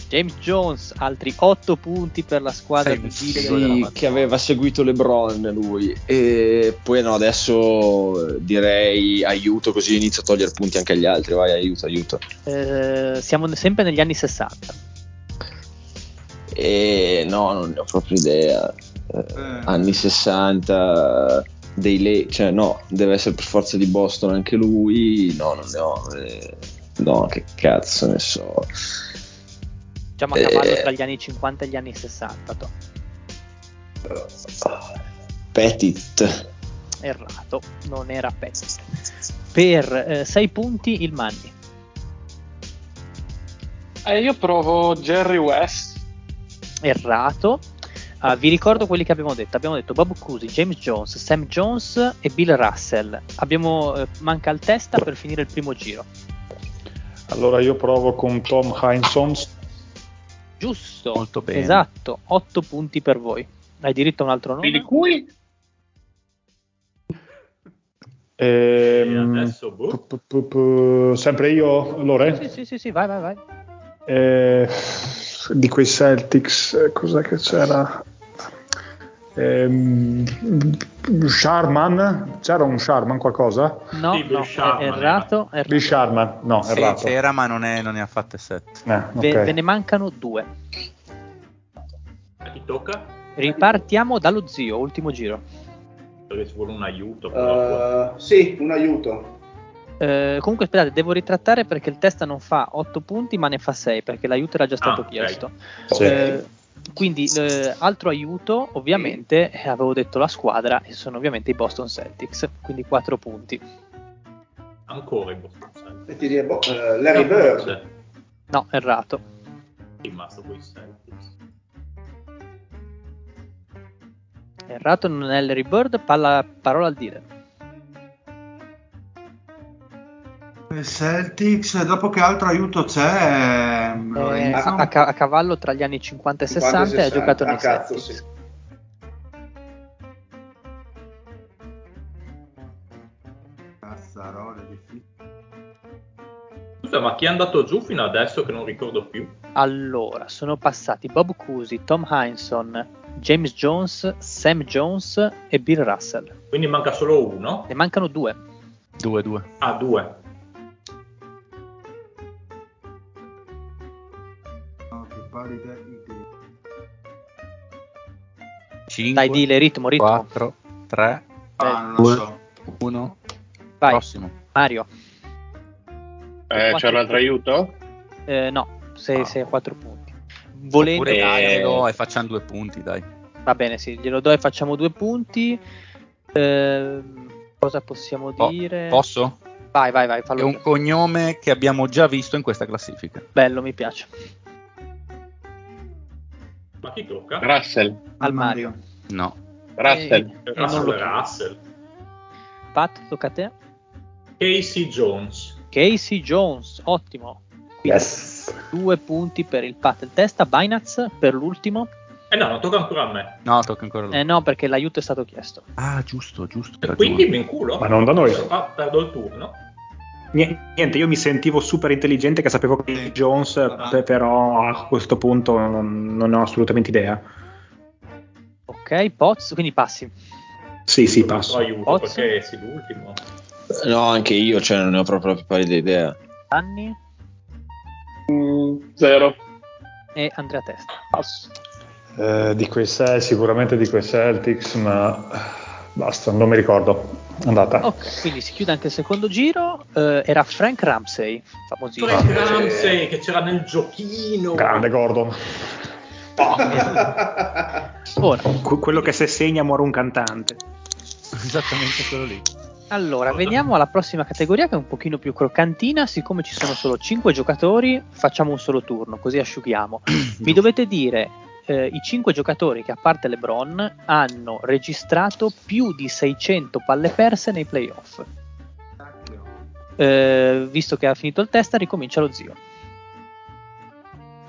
G: James Jones, altri 8 punti per la squadra di Gile
H: sì,
G: della Madonna.
H: che aveva seguito LeBron lui e poi no adesso eh, direi aiuto così inizio a togliere punti anche agli altri vai aiuto aiuto
G: Eh, siamo sempre negli anni 60.
H: e no non ne ho proprio idea Eh, anni 60 dei Le- cioè no deve essere per forza di Boston anche lui no non ne ho eh, no che cazzo ne so
G: Diciamo a cavallo
H: Eh.
G: tra gli anni 50 e gli anni 60. Tom.
H: Ah. Petit
G: Errato, non era Pettis. Per 6 punti il Manni.
K: E Eh, io provo Jerry West.
G: Errato. Ah, vi ricordo quelli che abbiamo detto. Abbiamo detto Bob Cousy, James Jones, Sam Jones e Bill Russell. Abbiamo, eh, manca il testa per finire il primo giro.
J: Allora io provo con Tom Hinesons.
G: Giusto.
J: Molto bene.
G: Esatto, 8 punti per voi. Hai diritto a un altro nome?
F: Di cui
J: Ehm, pu- pu- pu- sempre io, Lore?
G: Sì, sì, sì, sì, vai, vai, vai.
J: Eh, di quei Celtics, eh, cos'è che c'era? Ehm, Sharman? C'era un Sharman qualcosa?
G: No, no, è errato. errato.
J: Bill Sharman, no,
E: Sì,
J: errato.
E: c'era, ma non, è- non ne ha fatte sette.
J: Eh,
G: Ve,
J: ok.
G: ve ne mancano due.
D: A chi tocca?
G: Ripartiamo dallo zio, ultimo giro.
D: Perché ci vuole un aiuto.
C: Eh, sì, un aiuto.
G: Eh, comunque, aspettate, devo ritrattare perché il testa non fa 8 punti, ma ne fa 6 perché l'aiuto era già stato
D: Ah, ok.
G: chiesto.
D: Sì.
G: Eh, quindi, eh, altro aiuto, ovviamente, eh, avevo detto la squadra e sono ovviamente i Boston Celtics, quindi 4 punti.
D: Ancora in
C: E ti direi, boh, eh, Larry Bird.
D: cioè,
G: No, errato.
D: rimasto poi Celtics.
G: Errato non è Larry Bird, palla, parola al dire.
B: Celtics, dopo che altro aiuto c'è? ehm,
G: Eh, a, a ca- a cavallo tra gli anni 50 e 60, ha giocato
C: a
G: nei
C: ah, cazzo,
G: Celtics.
C: sì.
B: Cazzarole, difficile.
D: Scusa, ma chi è andato giù fino adesso che non ricordo più?
G: Allora, sono passati Bob Cousy, Tom Heinsohn, James Jones, Sam Jones e Bill Russell.
D: Quindi manca solo uno?
G: Ne mancano due.
E: Due, due.
D: Ah, due.
B: No, più pallida idea.
C: Eh.
E: Cinque,
G: Dai, dile, ritmo, ritmo.
E: 4, 3,
B: Ah, non lo so.
E: 1.
G: Vai.
E: Prossimo.
G: Mario,
F: eh, c'è un altro aiuto? Ah.
G: eh, no, sei, sei a 4 punti. Volendo,
E: Oppure
G: Eh,
E: daglielo e facciamo due punti, dai.
G: va bene, sì, glielo do e facciamo due punti. Ehm, cosa possiamo
E: Po-
G: dire?
E: posso?
G: Vai, vai, vai,
E: È
G: fallo.
E: un
G: tu.
E: cognome che abbiamo già visto in questa classifica.
G: Bello, mi piace.
D: Ma chi tocca?
F: Russell.
G: Al Mario.
E: No.
F: Russell.
G: Eh, eh, non lo
D: Russell,
G: so.
D: Russell.
G: Pat, tocca a te.
D: Casey Jones.
G: Casey Jones, ottimo. Quindi Due punti per il Pat in testa. Binance per l'ultimo.
D: Eh no, non tocca ancora a me.
E: No, tocca ancora lui.
G: Eh no, perché l'aiuto è stato chiesto.
E: Ah, giusto, giusto. hai
D: Quindi mi
E: ragione.
D: inculo.
I: Cioè, Ma non da noi.
D: Ah, perdo il turno.
I: Nie- Niente, io mi sentivo super intelligente che sapevo che era Jones, eh,
J: Ah.
I: pe- però a questo punto non, non ne ho assolutamente idea.
G: Ok, Poz, quindi passi.
I: Sì, sì,
D: Lo
I: passo.
D: aiuto
G: Pozzo?
D: perché sei l'ultimo.
H: no anche io cioè non ne ho proprio la più pallida idea
G: Anni
K: Zero.
G: e Andrea Testa.
J: Eh, di quei Cel- sicuramente di quei Celtics, ma eh, basta, non mi ricordo. Andata.
G: Ok, quindi si chiude anche il secondo giro. eh, era Frank Ramsey, famosissimo.
D: Frank Ramsey che c'era nel giochino.
J: Grande Gordon.
G: Ora,
I: Que- quello che se segna muore un cantante.
E: Esattamente quello lì.
G: Allora, veniamo alla prossima categoria che è un pochino più croccantina. Siccome ci sono solo 5 giocatori, facciamo un solo turno, così asciughiamo. Mi dovete dire eh, i 5 giocatori che, a parte LeBron, hanno registrato più di 600 palle perse nei playoff. Eh, visto che ha finito il testa, ricomincia lo zio.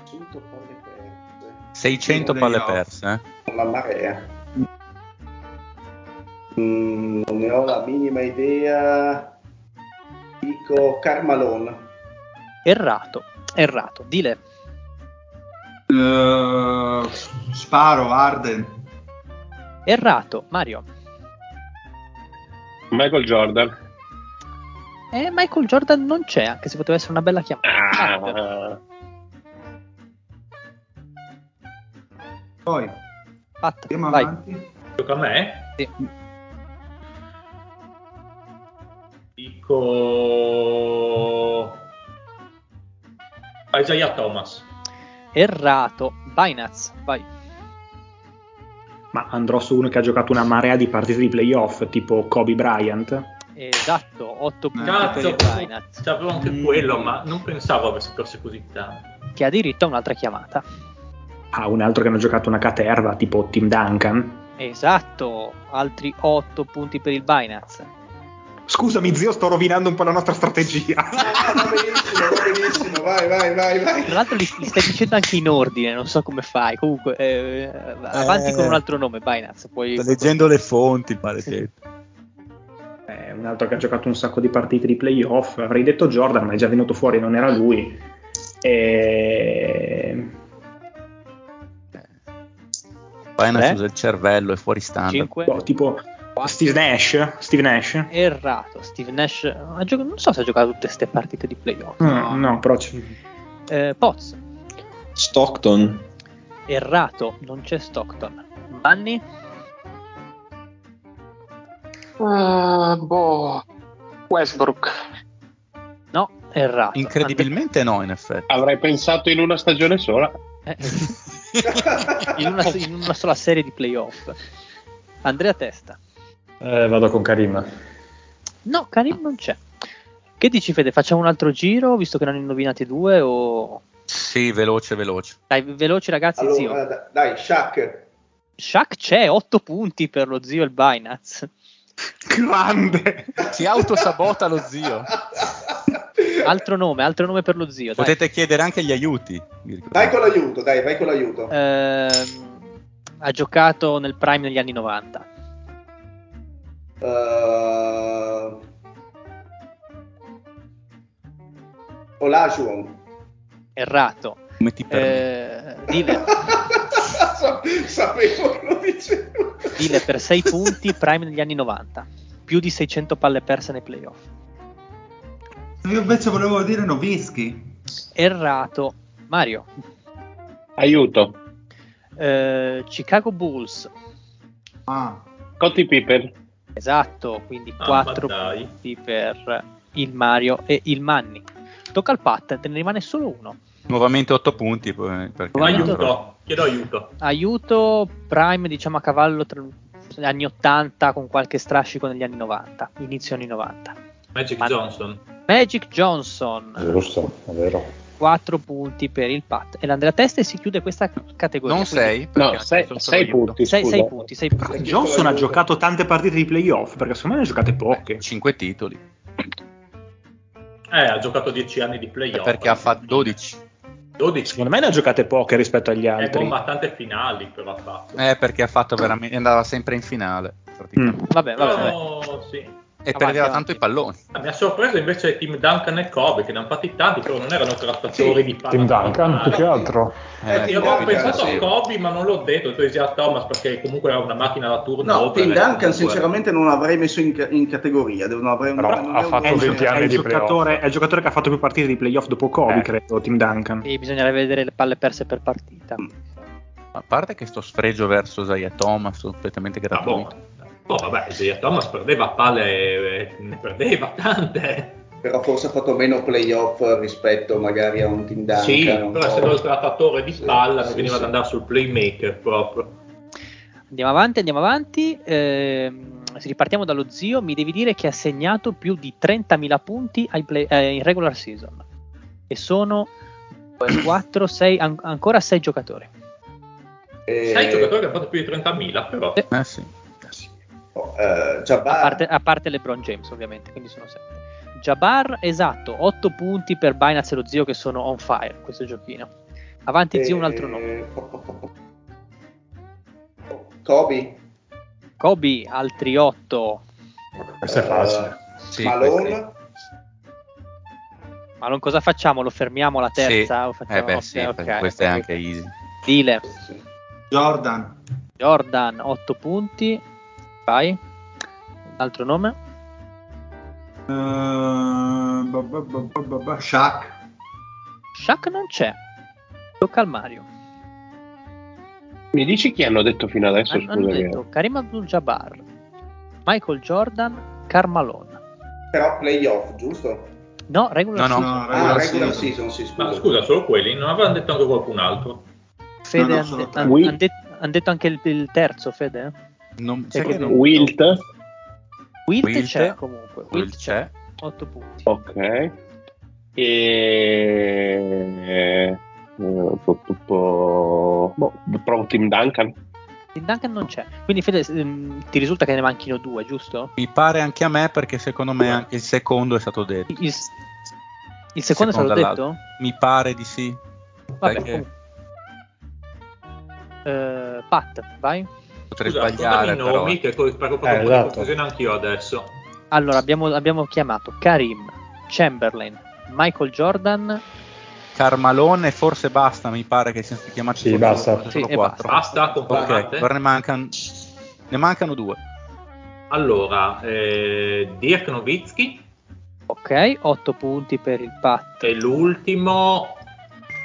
N: 100 palle perse.
E: 600
N: Uno
E: palle
N: degli
E: perse. eh?
N: La marea. Mm, non ne ho la minima idea. Dico Carmalon.
G: Errato, errato. Dile.
B: Eh, sparo, Arden.
G: Errato, Mario.
F: Michael Jordan.
G: Eh, Michael Jordan non c'è, anche se poteva essere una bella chiamata. Eh,
F: Ah,
B: Poi.
G: Fatta.
B: Andiamo
G: vai.
B: avanti.
D: Tocca a me?
G: Sì.
D: Dico... Isaiah Thomas.
G: Errato, Binance, vai.
I: Ma andrò su uno che ha giocato una marea di partite di playoff, tipo Kobe Bryant.
G: Esatto, 8 punti
D: Cazzo,
G: per il Binance,
D: c'avevo anche
J: Mm.
D: quello, ma non pensavo avesse perso così tanto.
G: che ha diritto a un'altra chiamata.
I: Ah, un altro che hanno giocato una caterva, tipo Tim Duncan.
G: Esatto, altri 8 punti per il Binance.
I: Scusami, zio, sto rovinando un po' la nostra strategia.
G: Ah,
N: Benissimo, vai, vai, vai, vai.
G: Tra l'altro li, li stai dicendo anche in ordine, non so come fai. Comunque, eh, avanti
Q: Eh.
G: con un altro nome, Binance. Poi
Q: Sta leggendo le fonti, il maledetto.
I: Eh, un altro che ha giocato un sacco di partite di playoff. Avrei detto Jordan, ma è già venuto fuori, non era lui. E...
E: Binance
I: Eh?
E: usa il cervello, è fuori standard.
I: Boh, tipo Steve Nash. eh? Steve Nash.
G: Errato, Steve Nash ha gioca- non so se ha giocato tutte queste partite di playoff.
N: Mm.
I: No, no, però ci-
G: Eh, Poz,
H: Stockton.
G: errato, non c'è Stockton. Manni, Ah,
K: Eh, boh. Westbrook.
G: no, errato.
E: Incredibilmente no, in effetti.
F: Avrei pensato in una stagione sola.
G: Eh, in, una, in una sola serie di playoff. Andrea Testa.
J: Eh, vado con Karim.
G: No, Karim non c'è. Che dici Fede? Facciamo un altro giro, visto che ne hanno indovinati due? O...
E: Sì, veloce, veloce.
G: Dai, veloci ragazzi,
N: Allora,
G: zio.
N: da- dai, Shaq.
G: Shaq c'è, 8 punti per lo zio e il Binance.
I: Grande!
E: Si autosabota lo zio.
G: Altro nome, altro nome per lo zio. dai.
E: Potete chiedere anche gli aiuti. vi ricordo.
N: Vai con l'aiuto, dai, vai con l'aiuto.
G: Ehm, ha giocato nel prime negli anni 90.
N: Eh, Olajuwon.
G: Errato.
E: Come ti
G: Eh, Dile,
N: Sa- Sapevo che lo dicevo.
G: Dile per 6 punti, prime negli anni 90. Più di 600 palle perse nei playoff.
B: Io invece volevo dire Novischi.
G: Errato. Mario,
F: Aiuto.
G: eh, Chicago Bulls.
B: Ah,
F: Cotti Piper.
G: Esatto, quindi
F: Ah,
G: 4
F: ma dai.
G: punti per il Mario e il Manni. Tocca al Pat, te ne rimane solo uno.
E: Nuovamente 8 punti. poi- Perché non-
G: Nuovamente otto.
D: Chiedo aiuto.
G: Aiuto Prime, diciamo a cavallo tra gli anni 80 con qualche strascico negli anni 90, inizio anni 90.
D: Magic
G: Ma-
D: Johnson.
G: Magic Johnson,
J: Giusto, è vero.
G: 4 punti per il Pat. E l'Andrea Testa e si chiude questa categoria.
E: Non sei? No, sei-
I: sei punti, scusa.
G: 6 punti, sei punti.
I: Johnson ha giocato tante partite di playoff, perché secondo me ne ha giocate poche.
E: 5 titoli.
D: Eh, ha giocato 10 anni di playoff.
E: Perché ha fatto 12.
D: 12.
I: Secondo me ne ha giocate poche rispetto agli
D: È
I: altri.
D: bomba tante finali però ha fatto.
E: Eh, perché ha fatto veramente. Andava sempre in finale. praticamente.
G: Mm. Vabbè, vabbè.
D: Però, sì.
E: E perdeva tanto i palloni.
D: Ah, Mi ha sorpreso invece Team Duncan e Kobe che ne hanno fatti tanti, però non erano trattatori di palla.
J: Tim Duncan, più che altro.
D: Eh, io avevo
N: Duncan,
D: pensato
N: sì.
D: a Kobe, ma non l'ho detto. Ho detto Isaiah Thomas perché comunque era una macchina da turno.
C: No,
D: oltre
C: Tim
D: a-
C: Duncan
D: comunque-
C: sinceramente non l'avrei messo in, ca- in categoria, devo- non avrei
J: Però
C: non
J: ha
C: è un-
J: fatto
I: È il,
J: 20
I: gio-
J: anni
I: è il
J: di
I: giocatore, è il giocatore che ha fatto più partite di playoff dopo Kobe, credo, Tim Duncan.
G: Eh. Sì, bisognerà vedere le palle perse per partita.
E: A parte che sto sfregio verso Zaya Thomas, completamente gratuito.
D: Oh, vabbè, Isaiah Thomas perdeva palle, eh, ne perdeva tante.
N: Però forse ha fatto meno playoff rispetto magari a un Tim Duncan.
D: sì,
N: un
D: però
N: po'.
D: essendo il trattatore di palla mi
N: sì,
D: veniva
N: sì.
D: ad andare sul playmaker proprio.
G: Andiamo avanti, andiamo avanti. Ehm, stagione, se ripartiamo dallo zio, mi devi dire che ha segnato più di 30.000 punti ai play- eh, in regular season. E sono 4, 6, an- ancora 6 giocatori.
N: Eh,
D: Sei giocatore che ha fatto più di 30.000, però.
E: Eh sì.
N: oh, eh,
G: a, parte, a parte LeBron James, ovviamente, quindi sono 7. Jabbar, esatto, 8 punti per Binance e lo zio che sono on fire questo giochino. Avanti zio, un altro nome.
N: Kobe,
G: Kobe, altri 8.
J: Questo è facile.
F: Eh,
E: Sì, questi-
N: Malone,
G: Ma non cosa facciamo? Lo fermiamo alla terza? Lo
E: Eh
G: facciamo-
E: beh, sì,
G: ok,
E: perché
G: ok.
E: questo è anche easy.
G: Dile.
B: Jordan.
G: Jordan, 8 punti. Vai. Un altro nome?
B: Ehm, ba, ba, ba, ba, ba, ba, Shaq.
G: Shaq non c'è. Tocca al Mario.
F: Mi dici chi hanno detto fino adesso?
G: Hanno- hanno
F: scusa, che-
G: detto Karim Abdul-Jabbar, Michael Jordan, Carmalone.
N: però playoff, giusto?
G: No, regular
D: No, no.
G: season.
D: Ah,
N: Ah,
D: regular
N: regular
D: season.
N: season, sì, scusa.
D: Ma scusa, solo quelli? Non avevano detto anche qualcun altro?
G: Fede,
D: No, no,
G: han-
D: sono tre.
G: han-
D: Wi-
G: han det- han detto anche il, il terzo, Fede?
E: Non,
G: sai che non-
F: Wilt?
G: Wilt,
F: Wilt.
G: c'è Ah, comunque. Wilt c'è. 8 punti.
F: Ok. E... eh, po- po- po- boh, Provo Team Duncan.
G: Tim Duncan non c'è. Quindi Fede, ehm, ti risulta che ne manchino due, giusto?
E: Mi pare anche a me perché secondo me anche il secondo è stato detto.
G: Il, il secondo è stato
E: dall'altro.
G: detto?
E: Mi pare di sì.
G: Vabbè,
E: Sai che
G: comunque. Eh, Pat, vai.
E: potrei
D: Scusa,
E: sbagliare
D: ricordami i nomi,
E: però.
D: che co- faccio proprio
E: Eh,
D: un po' di
E: esatto.
D: confusione anch'io adesso.
G: Allora, abbiamo, abbiamo chiamato Karim, Chamberlain, Michael Jordan.
E: Carmalone forse basta, mi pare che siano stati chiamati
J: Sì,
E: solo-
J: basta.
E: solo
J: Sì, e
E: quattro.
D: Basta,
E: Ok,
D: concordate.
E: ora ne mancano ne mancano due.
D: Allora, eh, Dirk Nowitzki
G: Ok, 8 punti per il Pat.
D: e l'ultimo,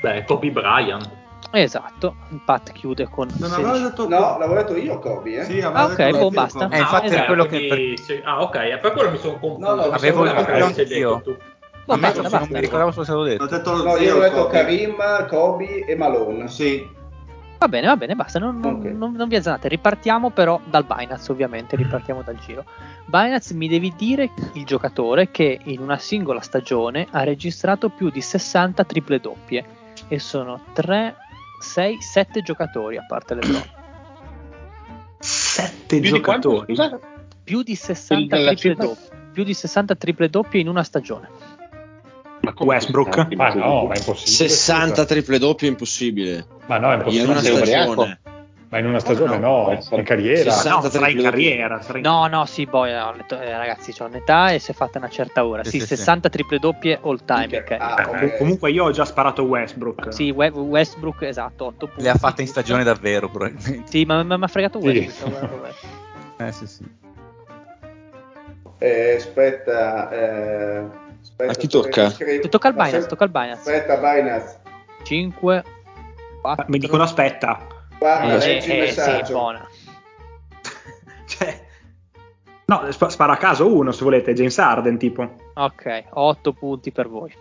D: beh, Kobe Bryant.
G: Esatto, il Pat chiude con...
N: Non
G: 16.
N: detto No, l'avevo detto io Kobe, eh.
G: Ah, ok, boh, basta.
E: Eh, infatti
D: ok,
E: è quello che
D: quindi se- Ah, ok, è per quello mi sono confuso.
N: no,
D: mi
E: Avevo il
D: sembrava che
E: dubbio
D: avessi detto
E: anch'io.
D: tu.
E: A me
N: basta,
E: non
N: basta.
E: mi ricordavo se stato detto.
B: Ho detto
N: No,
B: lo
N: io ho
B: zio.
N: detto
B: Kobe.
N: Karim, Kobe e Malone.
B: Sì.
G: Va bene, va bene, basta, non, non- non- non vi azzanate. Ripartiamo però dal Binance, ovviamente, ripartiamo dal giro. Binance mi devi dire il giocatore che in una singola stagione ha registrato più di 60 triple doppie e sono 3, 6, 7 giocatori a parte le pro.
Q: 7
G: Più di
Q: giocatori.
G: Più di 60
Q: Il- la
G: triple
Q: cifra-
G: doppie. Più di 60 triple doppie in una stagione.
J: Westbrook? Ma no, ma è impossibile.
H: 60 triple doppie è impossibile.
J: Ma no, è
H: In
J: impossibile.
H: una
J: Sei
H: stagione.
J: ubriaco? Ma in una stagione no, in carriera.
H: 60 triple doppie.
G: No, no, sì, boh, eh, ho letto- eh, ragazzi, c'ho un'età e si è fatta una certa ora.
I: Sì,
G: Sì,
I: sì, sì.
G: 60 triple doppie all time. ok.
I: Eh, Comunque io ho già sparato Westbrook.
G: Sì, We- Westbrook, esatto, 8 punti.
E: Le ha fatte in stagione davvero, probabilmente.
G: Sì, ma mi ha fregato
E: Sì.
G: Westbrook.
E: Eh sì, sì.
N: Eh, aspetta, eh, aspetta.
H: A chi tocca?
N: Scri-
G: Tocca al
N: Ma
G: Binance,
N: se-
G: tocca al Binance.
N: Aspetta, Binance.
G: 5, 4.
I: Mi dicono aspetta.
N: Guarda,
I: Eh,
N: leggi il
I: eh, sì,
N: messaggio.
G: buona.
I: Cioè, No, sp- spara a caso uno se volete, James Arden tipo.
G: Ok, 8 punti per voi.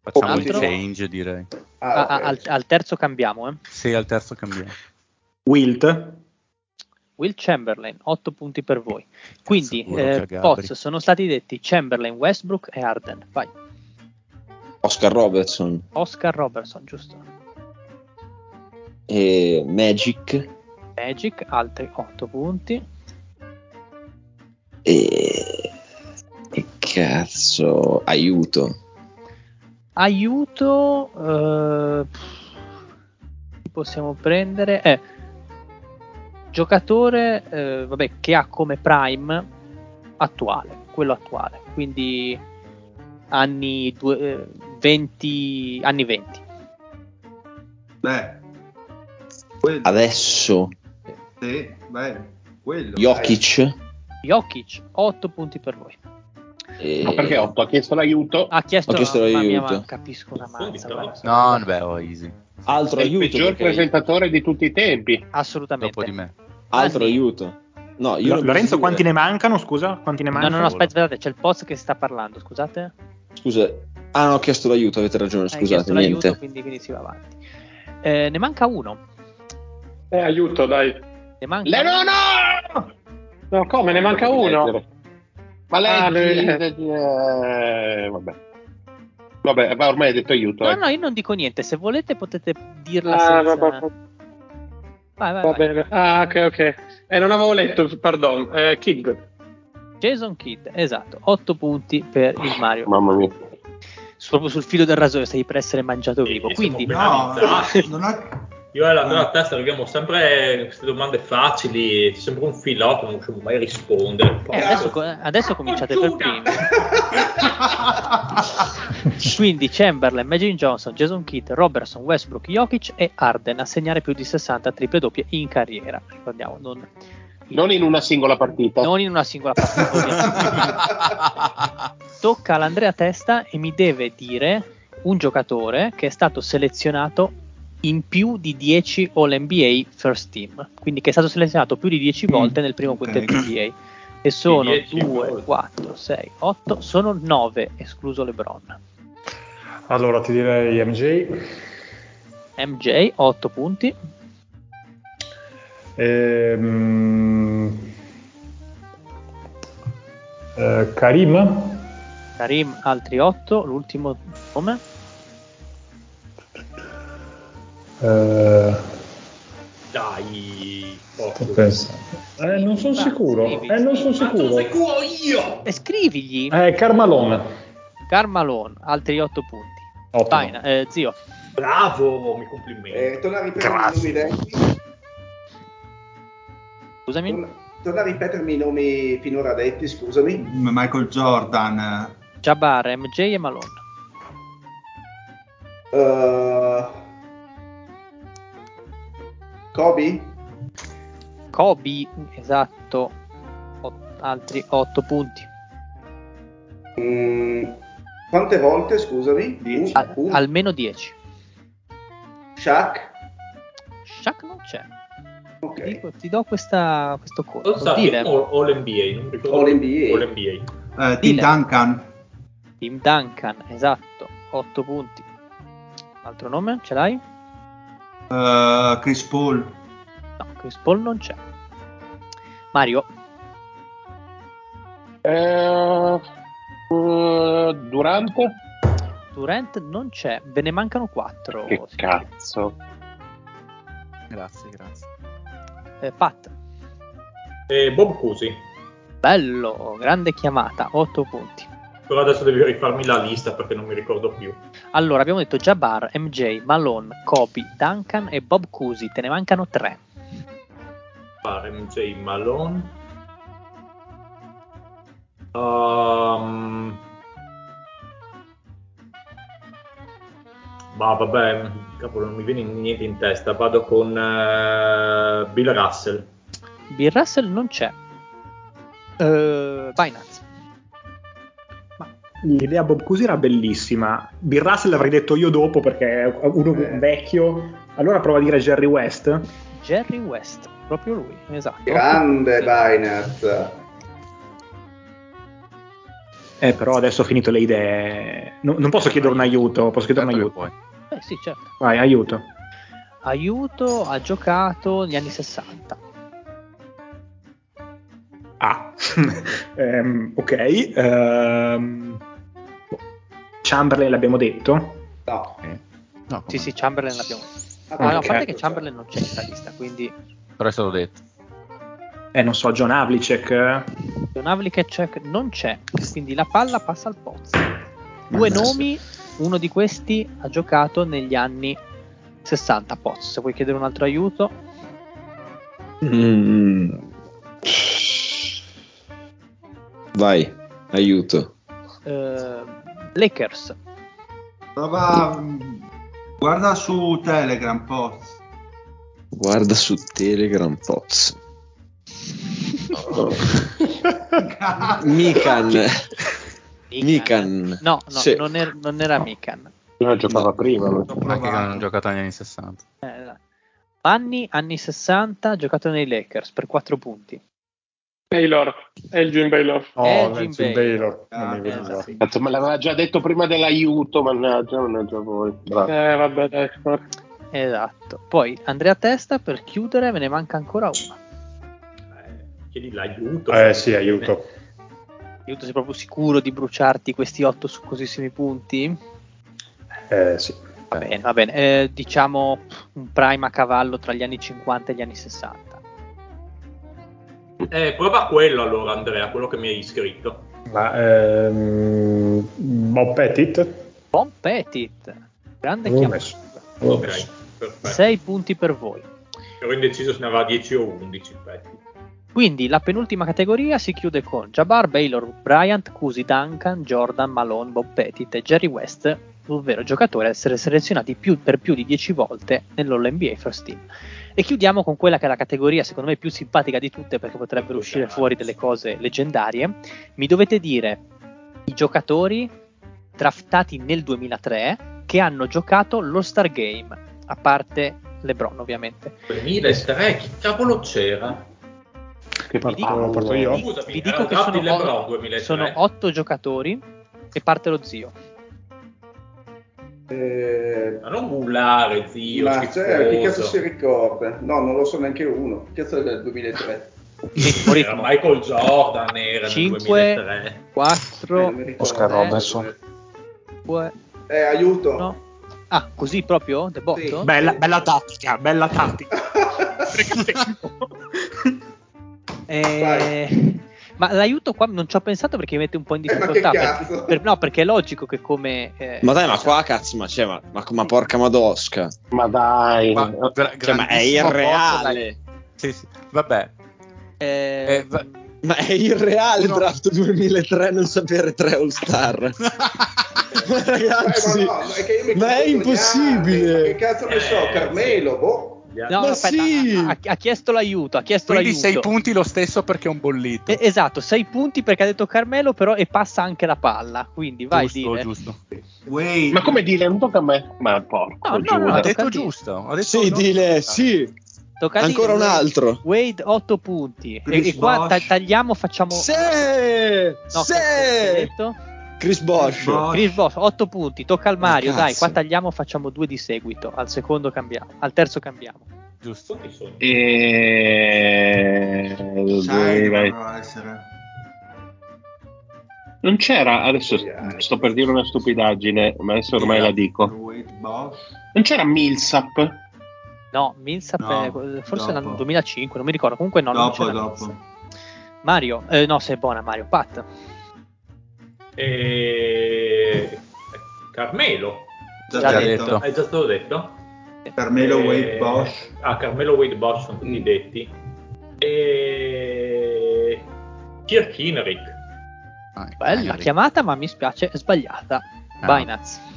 E: Facciamo il
G: Altro?
E: change, direi.
I: Ah,
G: A- a- Ah, al, al terzo cambiamo, eh.
E: Sì, al terzo cambiamo.
I: Wilt.
G: Will Chamberlain, 8 punti per voi. Quindi,
H: Sicuro
G: eh,
H: che Gabri.
G: Poz, sono stati detti Chamberlain, Westbrook e Arden. Vai.
H: Oscar Robertson
G: Oscar Robertson, giusto.
H: e Magic
G: Magic, altri 8 punti.
H: e... Che cazzo, aiuto.
G: Aiuto. eh, chi possiamo prendere? Eh, giocatore eh, vabbè, che ha come prime attuale, quello attuale, quindi anni, due- eh, 20, anni 20.
B: Beh,
H: Adesso
B: sì, beh, quello.
H: Jokic
G: Eh, Jokic, 8 punti per voi. Eh,
H: e...
F: Ma perché 8 ha chiesto l'aiuto?
G: Ha chiesto,
H: Eh. Ho chiesto
G: mamma mia,
H: l'aiuto.
G: ma capisco una mazza. guarda.
E: No, vabbè, oh, easy.
H: Altro
F: È il
H: aiuto.
F: peggior
H: perché-
F: presentatore di tutti i tempi.
G: Assolutamente.
E: Dopo di me.
H: Altro aiuto. No, io
I: Lo-
H: ne posso
I: Lorenzo,
H: dire-
I: quanti ne mancano? Scusa, quanti ne
G: No,
I: mancano?
G: no, no, aspetta, aspettate, c'è il post che sta parlando, scusate. Eh,
H: Scusa. Ah, no, ho chiesto l'aiuto, avete ragione,
G: Hai chiesto
H: scusate, niente.
G: l'aiuto, quindi, quindi si va avanti. Eh, ne manca uno.
F: Eh, aiuto, dai.
G: Ne manca
F: Leonard!
K: No, come? Ne manca uno.
F: Ma lei
K: Ah, le-
F: Eh, vabbè. Vabbè, ma ormai hai detto aiuto.
G: No,
F: eh.
G: no, io non dico niente. Se volete potete dirla
K: Ah,
G: senza...
K: vabbè,
G: Vai, vai,
K: va
G: vai.
K: bene. Ah, ok, ok. Eh, non avevo letto, pardon. Eh, Kid.
G: Jason Kidd, esatto. 8 punti per il Mario.
F: Mamma mia.
G: Proprio sul filo del rasoio stai per essere mangiato vivo.
D: sono
G: Quindi...
D: veramente-
B: non ha...
D: Io alla, alla testa arriviamo sempre a queste domande facili, c'è sempre un filotto, non riusciamo mai a rispondere.
G: Eh, adesso, co- adesso cominciate per primi. Quindi Chamberlain, Magic Johnson, Jason Kidd, Robertson, Westbrook, Jokic e Arden a segnare più di 60 triple doppie in carriera. Ricordiamo, non,
F: Non in una singola partita.
G: non in una singola partita. ovviamente. Tocca all'Andrea Testa e mi deve dire un giocatore che è stato selezionato in più di 10 All-NBA First Team, quindi che è stato selezionato più di 10 volte nel primo quintetto NBA. E sono 2, 4, 6, 8, sono 9, escluso LeBron.
J: Allora ti direi MJ,
G: MJ, 8 punti.
J: ehm, eh, Karim,
G: Karim, altri 8. L'ultimo come?
J: eh,
D: Dai,
J: sto pensando. Eh, non sono sicuro, eh, non sono sicuro.
D: io!
G: E scrivigli.
J: Eh, Carmalone.
G: Carmalone, altri 8 punti.
J: Ottimo.
G: Vai, eh, zio.
D: Bravo, mi complimenti.
N: Eh, torna a ripetere i nomi detti.
G: Scusami?
N: Torna, torna a ripetermi i nomi finora detti, scusami.
B: Michael Jordan.
G: Jabbar, MJ e Malone.
N: Eh, Kobe?
G: Kobe, esatto. Ot- altri 8 punti.
N: Mm, quante volte, scusami? Dieci.
G: Almeno 10.
N: Shaq?
G: Shaq non
H: Cioè,
G: c'è. Ti, dico- ti do questa, questo
D: Lo
G: colpo.
D: sa,
G: Dile.
D: io ho- ho l'NBA, non ricordo. Ho l'NBA.
B: Eh, Tim
G: Dile.
B: Duncan.
G: Tim Duncan, esatto. 8 punti. Altro nome? Ce l'hai?
B: eh, Chris Paul.
G: No, Chris Paul non c'è. Mario,
F: Eh, eh, Durante?
G: Durant non c'è. Ve ne mancano 4.
F: Che cazzo.
E: Grazie, grazie.
G: Eh, Pat.
D: Eh, Bob Cousy.
G: Bello, grande chiamata. 8 punti.
D: Però adesso devi rifarmi la lista perché non mi ricordo più.
G: Allora, abbiamo detto Jabbar, MJ, Malone, Kobe, Duncan e Bob Cousy. Te ne mancano 3.
D: Fare MJ Malone. Ehm. Ma vabbè, cavolo, non mi viene niente in testa. Vado con eh, Bill Russell.
G: Bill Russell non c'è. Eh, Binance.
I: L'idea Bob Cousy era bellissima. Bill Russell l'avrei detto io dopo perché è uno
J: Eh.
I: vecchio. Allora prova a dire Jerry West.
G: Jerry West, proprio lui, esatto.
N: Grande Binance.
I: Eh, però adesso ho finito le idee. No- non posso chiedere un aiuto, posso chiedere un aiuto.
G: Eh sì, certo.
I: Vai, aiuto.
G: Aiuto, ha giocato negli anni 60.
I: Ah, Ehm, ok. ehm, Chamberlain l'abbiamo detto.
N: No.
G: sì, sì, Chamberlain l'abbiamo.
N: Ah,
G: Ah, no, a
I: ok.
G: parte che Chamberlain non c'è in questa lista, quindi
E: Però è stato detto.
I: Eh, non so, John Havlicek. eh,
G: John Havlicek c'è- non c'è, quindi la palla passa al pozzo. Due
I: Mannaggia.
G: nomi, uno di questi ha giocato negli anni 60 Pozzo. Se vuoi chiedere un altro aiuto,
H: Mm. Vai, aiuto.
G: eh, Lakers.
B: Prova. mm, Guarda su Telegram, Poz.
H: Guarda su Telegram Poz. Mikan. Mikan.
G: No, no,
H: Sì.
G: non, er- non era Mikan.
F: No, giocava prima. lui.
E: Anche che non hanno giocato negli anni 60.
G: Eh, no. Anni, anni 60, ha giocato nei Lakers per 4 punti.
K: Baylor. Elgin Baylor.
J: Oh,
G: Elgin
J: Elgin Baylor. Non
G: Ah,
J: mi veniva.
F: Cazzo, me l'aveva già detto prima dell'aiuto, mannaggia, mannaggia voi. Bravo.
K: Eh, vabbè, dai.
G: Esatto. Poi Andrea Testa per chiudere, me ne manca ancora una.
D: chiedi l'aiuto.
J: Eh sì, aiuto.
G: Aiuto, sei proprio sicuro di bruciarti questi otto succosissimi punti?
J: Eh sì.
G: Va bene, va bene. Eh, diciamo un prime a cavallo tra gli anni 50 e gli anni 60.
D: Eh, prova quello allora, Andrea, quello che mi hai scritto.
J: Ma ehm, Bob Petit?
G: Bon Petit, grande
J: L'ho
G: chiamata.
J: messo. L'ho
D: Ok,
J: messo.
D: perfetto.
G: 6 punti per voi.
D: Ero indeciso se ne aveva 10 o 11, Petti.
G: Quindi la penultima categoria si chiude con Jabbar, Baylor, Bryant, Cusi, Duncan, Jordan, Malone, Bob Pettit e Jerry West, ovvero giocatori ad essere selezionati più- per più di 10 volte nell'All NBA First Team. E chiudiamo con quella che è la categoria secondo me più simpatica di tutte perché potrebbero uscire fuori delle cose leggendarie. Mi dovete dire i giocatori draftati nel 2003 che hanno giocato l'All-Star Game, a parte LeBron ovviamente.
D: 2003, chi cavolo c'era?
J: Che
G: dico-
J: parto, lo porto io?
D: Scusami,
G: Vi
D: era
G: dico che
D: Gatti
G: sono,
D: LeBron
G: o-
D: 2003.
G: sono otto giocatori e parte lo zio.
D: Ma non bullare, zio.
N: Eh, Ma cioè, chi cazzo si
D: schifoso.
N: ricorda? No, non lo so neanche uno. Chi cazzo è del 2003?
D: Era Michael Jordan era
N: Cinque,
D: nel 2003.
G: 4,
J: Oscar Robertson.
N: Eh, aiuto.
G: Ah, così proprio? The botto?
P: Bella, bella tattica, bella tattica.
G: Eh, ma l'aiuto qua non ci ho pensato perché mi mette un po' in difficoltà.
N: Eh, che
G: perché-
N: cazzo?
G: per- no, perché è logico che come... eh,
H: Ma dai, ma qua cazzo, ma, cioè, ma, ma, ma porca madosca.
F: Ma dai,
H: Ma- cioè, ma è irreale.
E: Sì, sì. Vabbè.
G: Eh,
E: va-
H: Ma è irreale il draft 2003 non sapere tre All-Star. ma ragazzi,
N: Eh, ma no, è che io mi
H: ma
N: confondo
H: è
N: gli
H: impossibile.
N: Che cazzo ne so,
D: Eh,
N: Carmelo, boh.
G: No,
H: Ma
G: aspetta,
H: sì!
G: ha, ha- ha chiesto l'aiuto, ha chiesto
E: Quindi
G: l'aiuto.
E: 6 punti lo stesso perché è un bollito.
G: Eh, esatto, 6 punti perché ha detto Carmelo, però e passa anche la palla. Quindi vai,
E: giusto,
G: dire.
E: giusto.
F: Ma come dire, non tocca a me. Ma porco,
G: No, no,
F: Giuda.
G: no,
E: Ha
G: Tocca a
E: detto
G: te.
E: giusto. Ha detto
H: Sì,
E: no.
H: dile, sì.
G: Tocca a dire,
H: Ancora un
G: Wade-
H: altro.
G: Wade 8 punti. E,
H: Chris
G: e qua
H: Bosh.
G: ta- tagliamo, facciamo.
H: Se!
G: No, cazzo, che hai
H: se!
G: detto?
H: Chris Bosch.
G: Chris Bosh 8 punti. Tocca al Mario,
H: Ma
G: dai.
H: cazzo.
G: Qua tagliamo, facciamo due di seguito. Al secondo cambiamo, al terzo cambiamo.
E: Giusto.
F: E...
B: Sai,
F: doveva-
B: doveva essere.
F: Non c'era, adesso
J: eh.
F: sto per dire una stupidaggine, ma adesso ormai la dico.
B: Wade Bosch.
F: Non c'era Millsap?
G: No, Millsap
B: No,
G: è- forse
B: dopo.
G: era nel 2005, non mi ricordo. Comunque no, non
B: dopo,
G: c'era
B: dopo.
G: Mario, eh, no, sei buona Mario, Pat.
D: E... Eh, Carmelo.
B: Già Già detto. detto.
D: È già stato detto.
B: Carmelo
D: Eh,
B: Wade Bosch.
D: Ah, Carmelo Wade Bosch sono tutti detti. E... Kirk Hinrich.
B: Ah,
G: Bella chiamata, ma mi spiace, è sbagliata.
I: Ah.
G: Binance.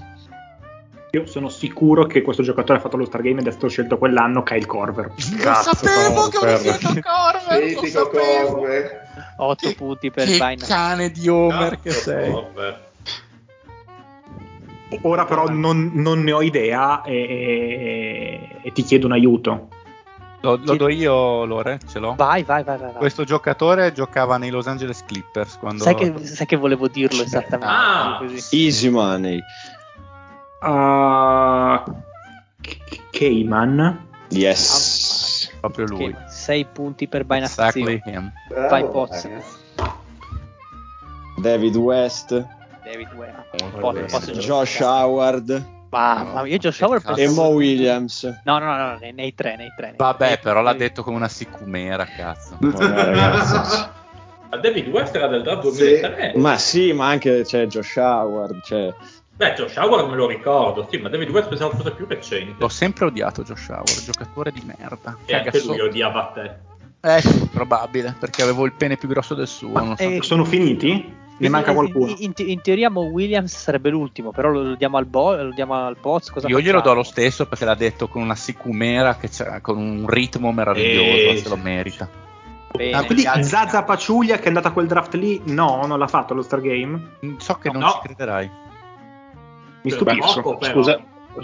I: Io sono sicuro che questo giocatore ha fatto lo Stargame ed è stato scelto quell'anno Kyle Corver.
P: sapevo che
I: Corver.
P: avresti detto Corver,
N: Sì,
P: lo
N: dico
P: sapevo.
N: Corver.
G: 8 punti per Binance.
E: cane di Homer che
D: Vabbè.
I: Ora però non, non ne ho idea e, e- e ti chiedo un aiuto.
E: Lo, lo do io, Lore, ce l'ho.
G: Vai, vai, vai, vai. vai.
E: Questo giocatore giocava nei Los Angeles Clippers quando...
G: Sai, che, sai che volevo dirlo esattamente.
D: Ah!
G: così.
H: Easy money.
I: Ah, K- Cayman?
G: Ah,
H: Yes.
E: Proprio lui.
G: 6 punti per Binance.
E: Exactly him.
H: Oh,
N: Bravo,
H: eh.
G: Vai, Pozzo.
N: ragazzi.
H: David West.
G: David Ware.
E: Porco
G: Posso-
E: bestia.
G: posso giocare.
H: Josh Howard.
G: Mamma mia, io Josh Howard
E: cazzo.
H: E
G: penso-
H: Mo Williams.
G: No, no, no, no, nei, nei tre, nei tre. nei
E: Vabbè,
G: tre.
E: però l'ha detto come una sicumera, cazzo.
H: Vabbè,
B: Ah.
H: ragazzi.
D: Ma David West era del draft 2003.
H: Ma sì, ma anche c'è Josh Howard. Cioè,
D: Beh, Josh Howard me lo ricordo, sì, ma David West pensavo fosse più recente.
E: L'ho sempre odiato Josh Howard, giocatore di merda.
D: E anche lui
E: Cagasso-
D: odiava te.
E: Eh, sì, probabile, perché avevo il pene più grosso del suo. non so.
G: eh,
I: Sono finiti? Ne
G: in-
I: manca
G: in-
I: qualcuno.
G: In, in teoria Mo Williams sarebbe l'ultimo, però lo, lo diamo al Bo, lo diamo al Poz. Cosa
E: Io glielo do
G: facciamo?
E: lo stesso perché l'ha detto con una sicumera, che c'è- con un ritmo meraviglioso,
D: Eh,
E: se lo
D: sì.
E: merita.
G: Bene.
I: Ah, quindi
G: Grazie.
I: Zaza Paciuglia che è andata a quel draft lì, no, non l'ha fatto lo Stargame.
E: Mm, So che non
D: No.
E: ci crederai.
I: Mi
D: Cioè,
I: stupisco.
D: poco, però.
F: Scusa-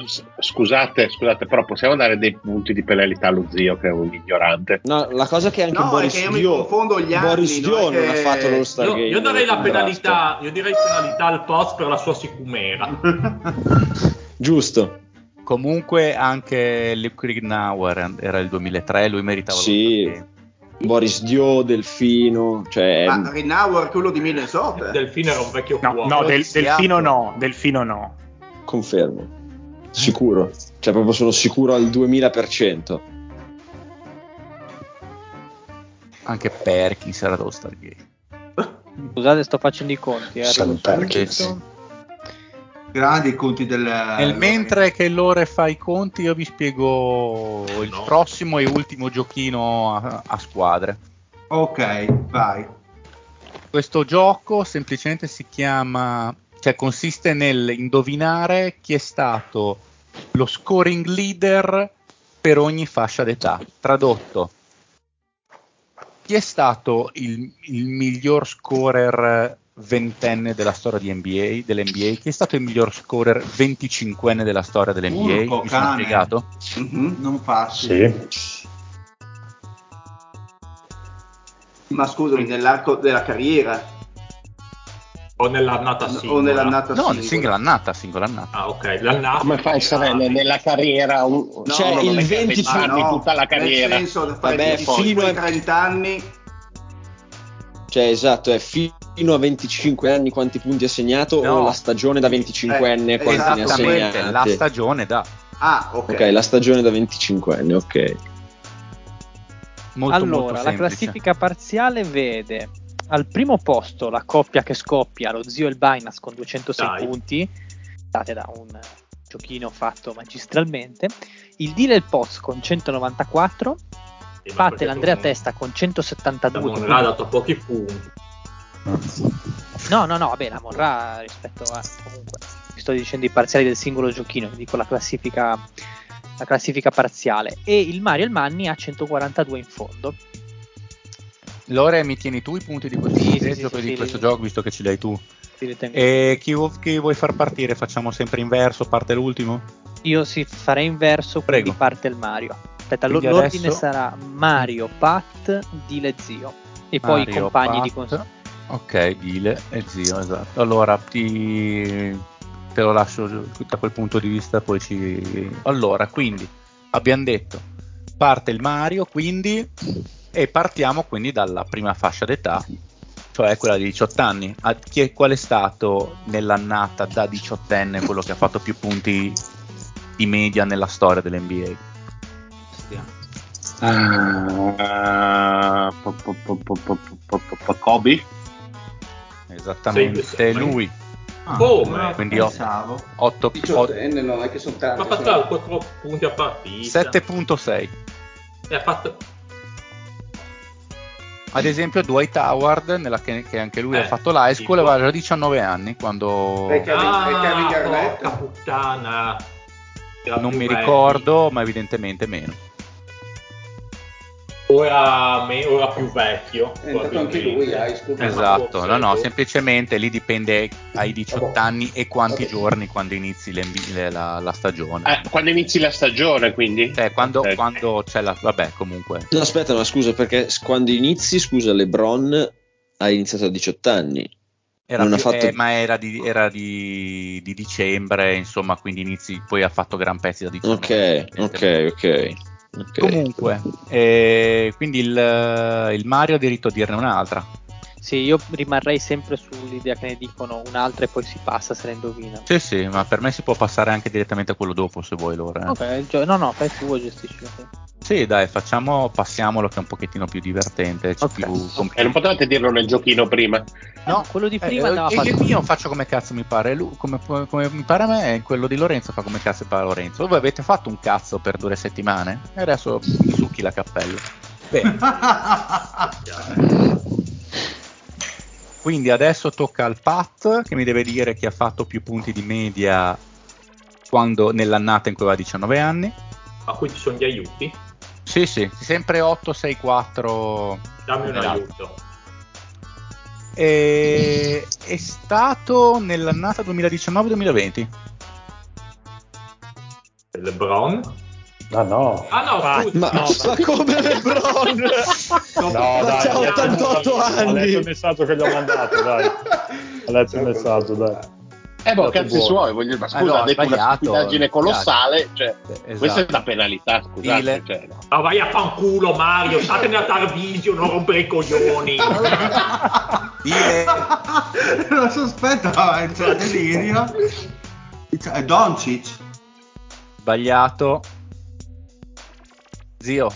F: s- scusate, scusate, però possiamo dare dei punti di penalità allo zio che è un ignorante.
H: no, la cosa è che anche
C: No, è
H: Boris
C: che io mi
H: Dio-
C: confondo gli anni,
H: Boris
C: no,
H: Dio
C: è che-
H: non ha fatto lo Star
D: Io,
H: Game.
D: io darei la
H: nel draft.
D: penalità, io direi penalità al post per la sua sicumera.
H: Giusto.
E: Comunque anche Lip Krignauer era il 2003, lui meritava lo
H: Sì.
E: Star Game.
H: Boris Dio, Delfino, cioè
C: Ma Rinauer, quello di Minnesota.
D: Delfino era un vecchio
I: No, no del- Delfino no, Delfino no.
H: confermo. Sicuro, cioè proprio sono sicuro al 2000%.
E: Anche Perkins era dello Stargate.
G: Scusate, sto facendo i conti. Eh,
E: Sam
G: arrivo subito.
E: Perkins.
B: Grandi i conti del...
E: Nel mentre che Lore fa i conti, io vi spiego il prossimo e ultimo giochino a, a squadre.
B: Ok, vai.
E: Questo gioco semplicemente si chiama, cioè consiste nel indovinare chi è stato lo scoring leader per ogni fascia d'età. Tradotto, chi è stato il, il miglior scorer ventenne della storia di NBA, dell'NBA? Chi è stato il miglior scorer venticinquenne della storia dell'NBA?
B: Urco,
E: Mi sono
B: cane.
E: spiegato?
B: Mhm, Non facile. Sì.
C: Ma scusami, nell'arco della carriera.
D: O nell'annata
C: O nell'annata
E: no,
C: singola.
E: nel singola annata, singola annata.
D: Ah, ok, l'annata.
F: Come fai a essere ne- nella carriera un,
H: Cioè,
F: uno
H: il
F: non è che ha
H: 20
F: vent'anni
H: no,
F: tutta la
H: nel
F: carriera?
H: senso, da fare
F: Vabbè,
H: di-
F: poi-
H: fino a-
C: 30 anni.
H: Cioè, esatto, è fino a 25 anni quanti punti ha segnato
E: No.
H: o la stagione da 25enne
E: Eh,
H: quanti ne ha
E: esattamente,
H: segnati?
E: la stagione da
C: Ah,
H: ok, la stagione da 25enne, ok.
E: molto molto
G: allora, la
E: semplice.
G: classifica parziale vede al primo posto la coppia che scoppia, lo zio e il Binance con 206
M: Dai.
G: punti, date da un giochino fatto magistralmente, il Dile e il Poz con 194, Patte l'Andrea Testa con 172
D: La Monra ha
G: punti.
D: dato pochi punti.
G: No, no, no, vabbè, la Morra rispetto a comunque vi sto dicendo i parziali del singolo giochino, vi dico la classifica la classifica parziale e il Mario e il Manni a 142 in fondo.
E: Lore, mi tieni tu i punti di questo, punteggio,
G: sì,
E: quindi
G: sì,
E: di questo
G: li-
E: gioco, visto che ci dai tu.
G: Sì, li tengo.
E: E chi, vu- chi vuoi far partire? Facciamo sempre inverso, parte l'ultimo?
G: Io sì, farei inverso, quindi
E: Prego.
G: parte il Mario. Aspetta,
E: Quindi
G: l'or- l'ordine
E: adesso- Mm.
G: sarà Mario, Pat, Dile Zio e poi i
E: Mario,
G: compagni di
E: Pat.
G: console.
E: Ok, Dile e zio, esatto. Allora, ti... te lo lascio giù- da quel punto di vista, poi ci... Allora, quindi, abbiamo detto, parte il Mario, quindi, e partiamo quindi dalla prima fascia d'età, cioè quella di 18 anni. A- chi è- qual è stato nell'annata da 18enne quello che ha fatto più punti di media nella storia dell'NBA?
F: Ah, po- po- po- po- po- po- po- po- Kobe?
E: Esattamente
F: Sei-
E: lui.
B: Ah,
D: Come?
E: Quindi ho-
B: Pensavo.
E: 8,
N: Eh, no, non è che sono tanti.
D: Ma ha fatto
N: sono-
D: 4 punti a partita.
E: 7.6.
D: E ha fatto...
E: Ad esempio Dwight Howard, nella che, che anche lui
D: Eh,
E: ha fatto l'high school, aveva già 19 anni quando...
N: Perché-
D: Ah,
N: Kevin Garnett.
D: porca puttana. Era
E: Non
D: Ah, più
E: mi
D: bello.
E: ricordo, ma evidentemente meno.
D: Ora, me- ora più vecchio.
N: È entrato anche lui, eh, high school.
E: Esatto, no, no, semplicemente lì dipende ai 18 anni e quanti giorni quando inizi l'NB- le- la, la stagione.
F: Eh, quando inizi la stagione, quindi?
E: Cioè, quando, quando c'è la... Vabbè, comunque...
H: No, aspetta, ma scusa, perché s- quando inizi, scusa, LeBron ha iniziato a 18 anni.
E: Era
H: non ha
E: più-
H: fatto...
E: eh, ma era, di, era di, di dicembre, insomma, quindi inizi, poi ha fatto gran pezzi da
H: Ok,
E: 19
H: ok, ok. ok.
E: Comunque, eh, quindi il, il Mario ha diritto a dirne un'altra.
G: Sì, io rimarrei sempre sull'idea che ne dicono un'altra e poi si passa se ne indovina.
E: Sì, sì, ma per me si può passare anche direttamente a quello dopo, se vuoi, Lore. eh.
G: Ok, gio- no, no, fai tu e gestisci.
E: Sì, dai, facciamo, passiamolo che è un pochettino più divertente. c'è più comp-
F: Eh, non potevate dirlo nel giochino prima?
G: No, quello di prima
E: Eh,
G: andava
E: eh, il
G: fatto.
E: mio faccio come cazzo mi pare, lui, come, come mi pare a me, e quello di Lorenzo fa come cazzo mi pare a Lorenzo. Voi avete fatto un cazzo per due settimane e adesso mi succhi la cappella. Bene. Quindi adesso tocca al Pat che mi deve dire chi ha fatto più punti di media quando, nell'annata in cui aveva 19 anni.
D: Ma qui ci sono gli aiuti.
E: Sì, sì, sempre 864.
D: Dammi un
E: Esatto.
D: aiuto.
E: E- è stato nell'annata 2019-2020.
D: LeBron?
J: Ma no.
D: Ah no, scusa.
J: Ma-
D: no,
J: ma come
H: LeBron?
J: No, dai,
H: c'ha
J: dai,
H: 88
J: Ho
H: anni.
J: letto il messaggio che gli ho mandato, dai. Ho letto il messaggio, dai.
F: Eh boh,
E: Dato
F: cazzi
E: buono.
F: suoi, voglio, ma
E: Eh
F: scusa,
E: no,
F: ha detto una
E: sbagliato,
F: stupidaggine colossale,
E: sbagliato.
F: cioè,
E: esatto.
F: questa è una penalità,
E: Ile.
F: scusate, cioè, no.
D: Ma vai a fanculo Mario, statene a Tarvisio, non rompere i coglioni.
B: Lo sospetto, è un delirio. È Doncic.
E: Sbagliato. Zio.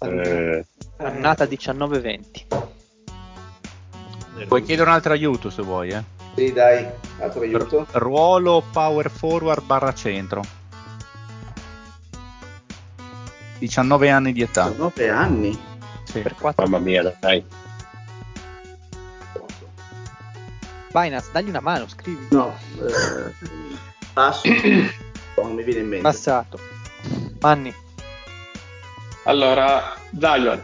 F: Eh.
G: Annata 19-20.
E: Puoi chiedere un altro aiuto se vuoi, eh.
N: Sì, dai, altro aiuto.
E: Ruolo power forward barra centro. 19 anni di età.
C: 9 anni?
E: Sì.
G: Per 4
F: Mamma mia, dai.
G: Binance, dagli una mano, scrivi.
C: No, eh, passo, non mi viene in mente.
G: Passato. Anni.
K: Allora, Zion,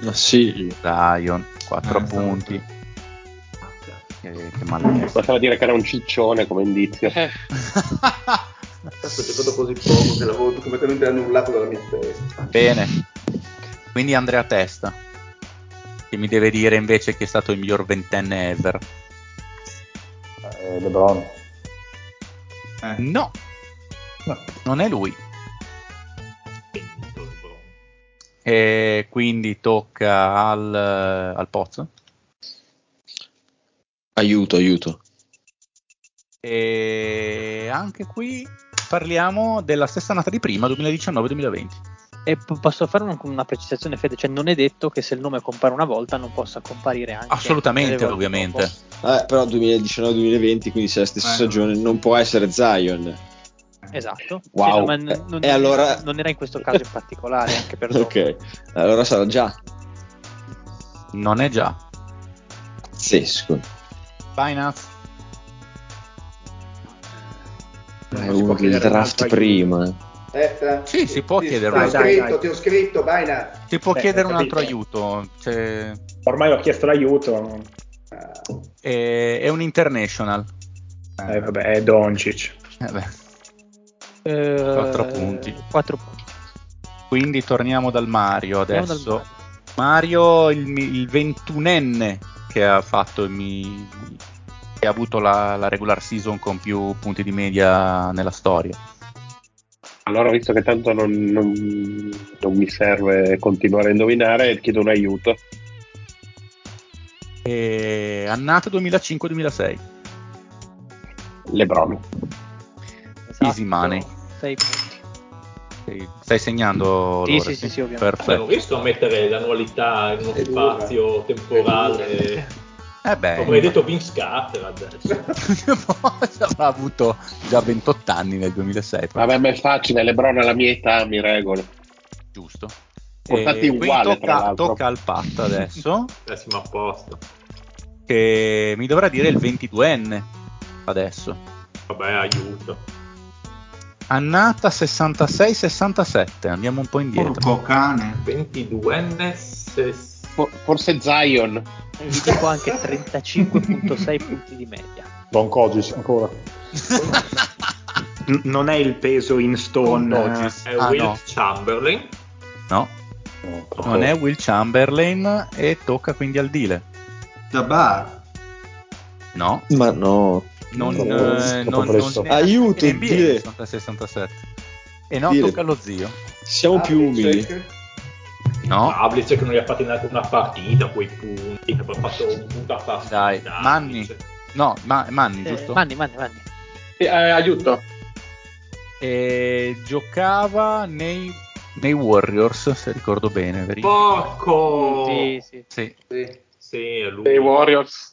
E: Ma sì. Zion, 4 punti. Eh, che Eh, male.
F: Bastava dire che era un ciccione come indizio.
N: Adesso ho giocato così poco che l'avevo completamente annullato dalla mia testa.
E: Bene. Quindi Andrea Testa. Che mi deve dire invece che è stato il miglior ventenne ever.
J: Eh, LeBron.
E: No. Non è lui. E quindi tocca al, al Pozzo.
H: Aiuto, aiuto.
E: E anche qui parliamo della stessa annata di prima, 2019-2020.
G: E p- posso fare una, una precisazione, Fede? Cioè, non è detto che se il nome compare una volta non possa comparire anche.
E: Assolutamente,
G: delle volte
E: ovviamente.
H: Eh, però 2019-2020, quindi se è la stessa
G: Eh.
H: stagione, non può essere Zion.
G: dopo. Esatto.
H: Wow.
G: Sì, no, ma n-
H: Eh,
G: non,
H: e allora-
G: non era in questo caso in particolare, anche per dopo.
H: Ok, allora sarà già.
E: Non è già.
H: Pazzesco.
E: Binance.
H: È uno del
E: Eh, chiedere
H: draft
E: un'altra-
H: prima.
N: Aspetta.
E: Sì, si può chiedere un
N: Ti ho
E: altro
N: scritto, ti ho scritto, Baina.
E: Si può
N: Beh,
E: chiedere
N: ho
E: un
N: capito.
E: altro aiuto.
I: Eh.
E: cioè,
J: Ormai ho chiesto l'aiuto.
E: è, è un international.
J: Eh, vabbè, è Doncic.
E: Eh beh,
G: Eh,
E: 4 punti.
G: quattro punti.
E: Quindi torniamo dal Mario
G: Torniamo
E: adesso. Mario, il, mi- il 21enne che ha fatto il mi- che ha avuto la, la regular season con più punti di media nella storia.
F: Allora, visto che tanto non, non- non mi serve continuare a indovinare, chiedo un aiuto.
E: E annata 2005-2006.
F: Lebron.
G: Esatto.
E: Easy money.
G: Sei punti.
E: Sì, Stai segnando?
G: Sì,
E: Lore,
G: sì, sì, sì, ovviamente.
E: Perfetto.
D: Avevo visto mettere l'annualità in uno spazio temporale.
E: Eh beh,
D: Avrei detto Vince Carter adesso.
E: ha avuto già 28 anni nel 2007.
F: Vabbè, ma è facile, Lebron alla mia età mi regolo.
E: Giusto.
F: Portati
E: E quindi
F: uguale, tra
E: Eh, tocca,
F: l'altro.
E: tocca al Pat adesso,
D: Pessimo a posto.
E: che mi dovrà dire il 22enne adesso.
D: Vabbè, aiuto.
E: Annata 66-67, andiamo un po' indietro.
B: Porco cane.
D: 22enne. se-
F: forse Zion.
G: Eh, Vi dico anche 35.6 punti di media.
J: Don Cogis ancora.
I: N- non è il peso in stone.
B: eh,
D: È Will Chamberlain.
E: eh, ah, No, non è Will Chamberlain e tocca quindi al Dile.
B: Jabbar.
E: No.
H: Ma no.
E: Non,
H: Troppo-
E: eh,
H: troppo
E: non,
H: presto.
E: non
H: Aiuto,
E: neanche in
H: dire.
E: NBA 66-67. E no,
H: Dire.
E: tocca allo zio.
H: Siamo
E: Ah,
H: più umili.
E: No.
D: Pavlicek non gli ha fatto neanche una partita quei punti. Che poi ha fatto un punto a fare.
E: Dai, Manni. No, ma- Manni,
D: Eh,
E: giusto?
G: Manni, Manni, Manni.
K: aiuto.
E: E giocava Ah, nei, nei Warriors, se ricordo bene. veri-
D: Porco!
G: Sì, sì.
E: Sì,
D: Sì, è lui.
K: Dei Warriors.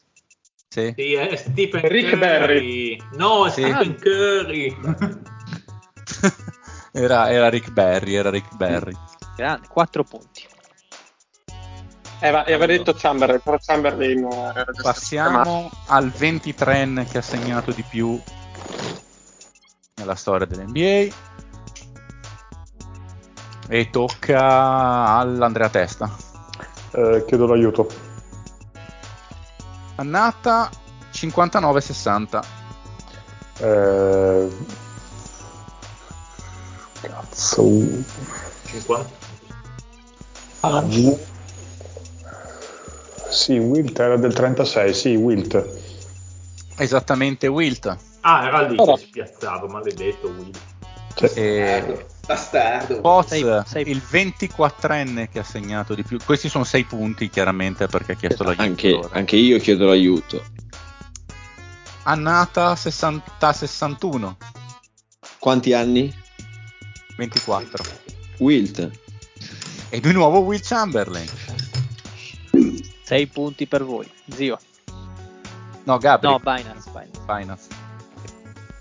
E: sì.
D: Sì, è Stephen
K: Rick
D: Curry.
K: Barry.
D: No, è
E: Sì.
D: Stephen Curry.
E: Era, era Rick Barry, era Rick Barry.
G: Grande, 4 punti.
K: Eh, ma- e avrei detto Chamberlain, però Chamberlain eh, era già stato
E: Passiamo al 23enne che ha segnato di più nella storia dell'NBA. E tocca all'Andrea Testa.
J: Eh, chiedo l'aiuto.
E: Annata 59-60.
J: Eh, Cazzo.
D: 50.
J: Sì, Wilt era del 36, sì, Wilt.
E: Esattamente Wilt.
D: Ah, era lì che spiazzavo, maledetto Will.
E: E...
N: Bastardo.
E: Poz, Eh, il 24enne che ha segnato di più. Questi sono 6 punti chiaramente perché ha chiesto l'aiuto.
H: Anche, anche io chiedo l'aiuto.
E: Annata 60, 61,
H: Quanti anni?
E: 24.
H: Wilt.
E: E di nuovo Will Chamberlain.
G: 6 punti per voi, zio.
E: No, Gabri.
G: No, Binance. Binance.
E: Binance.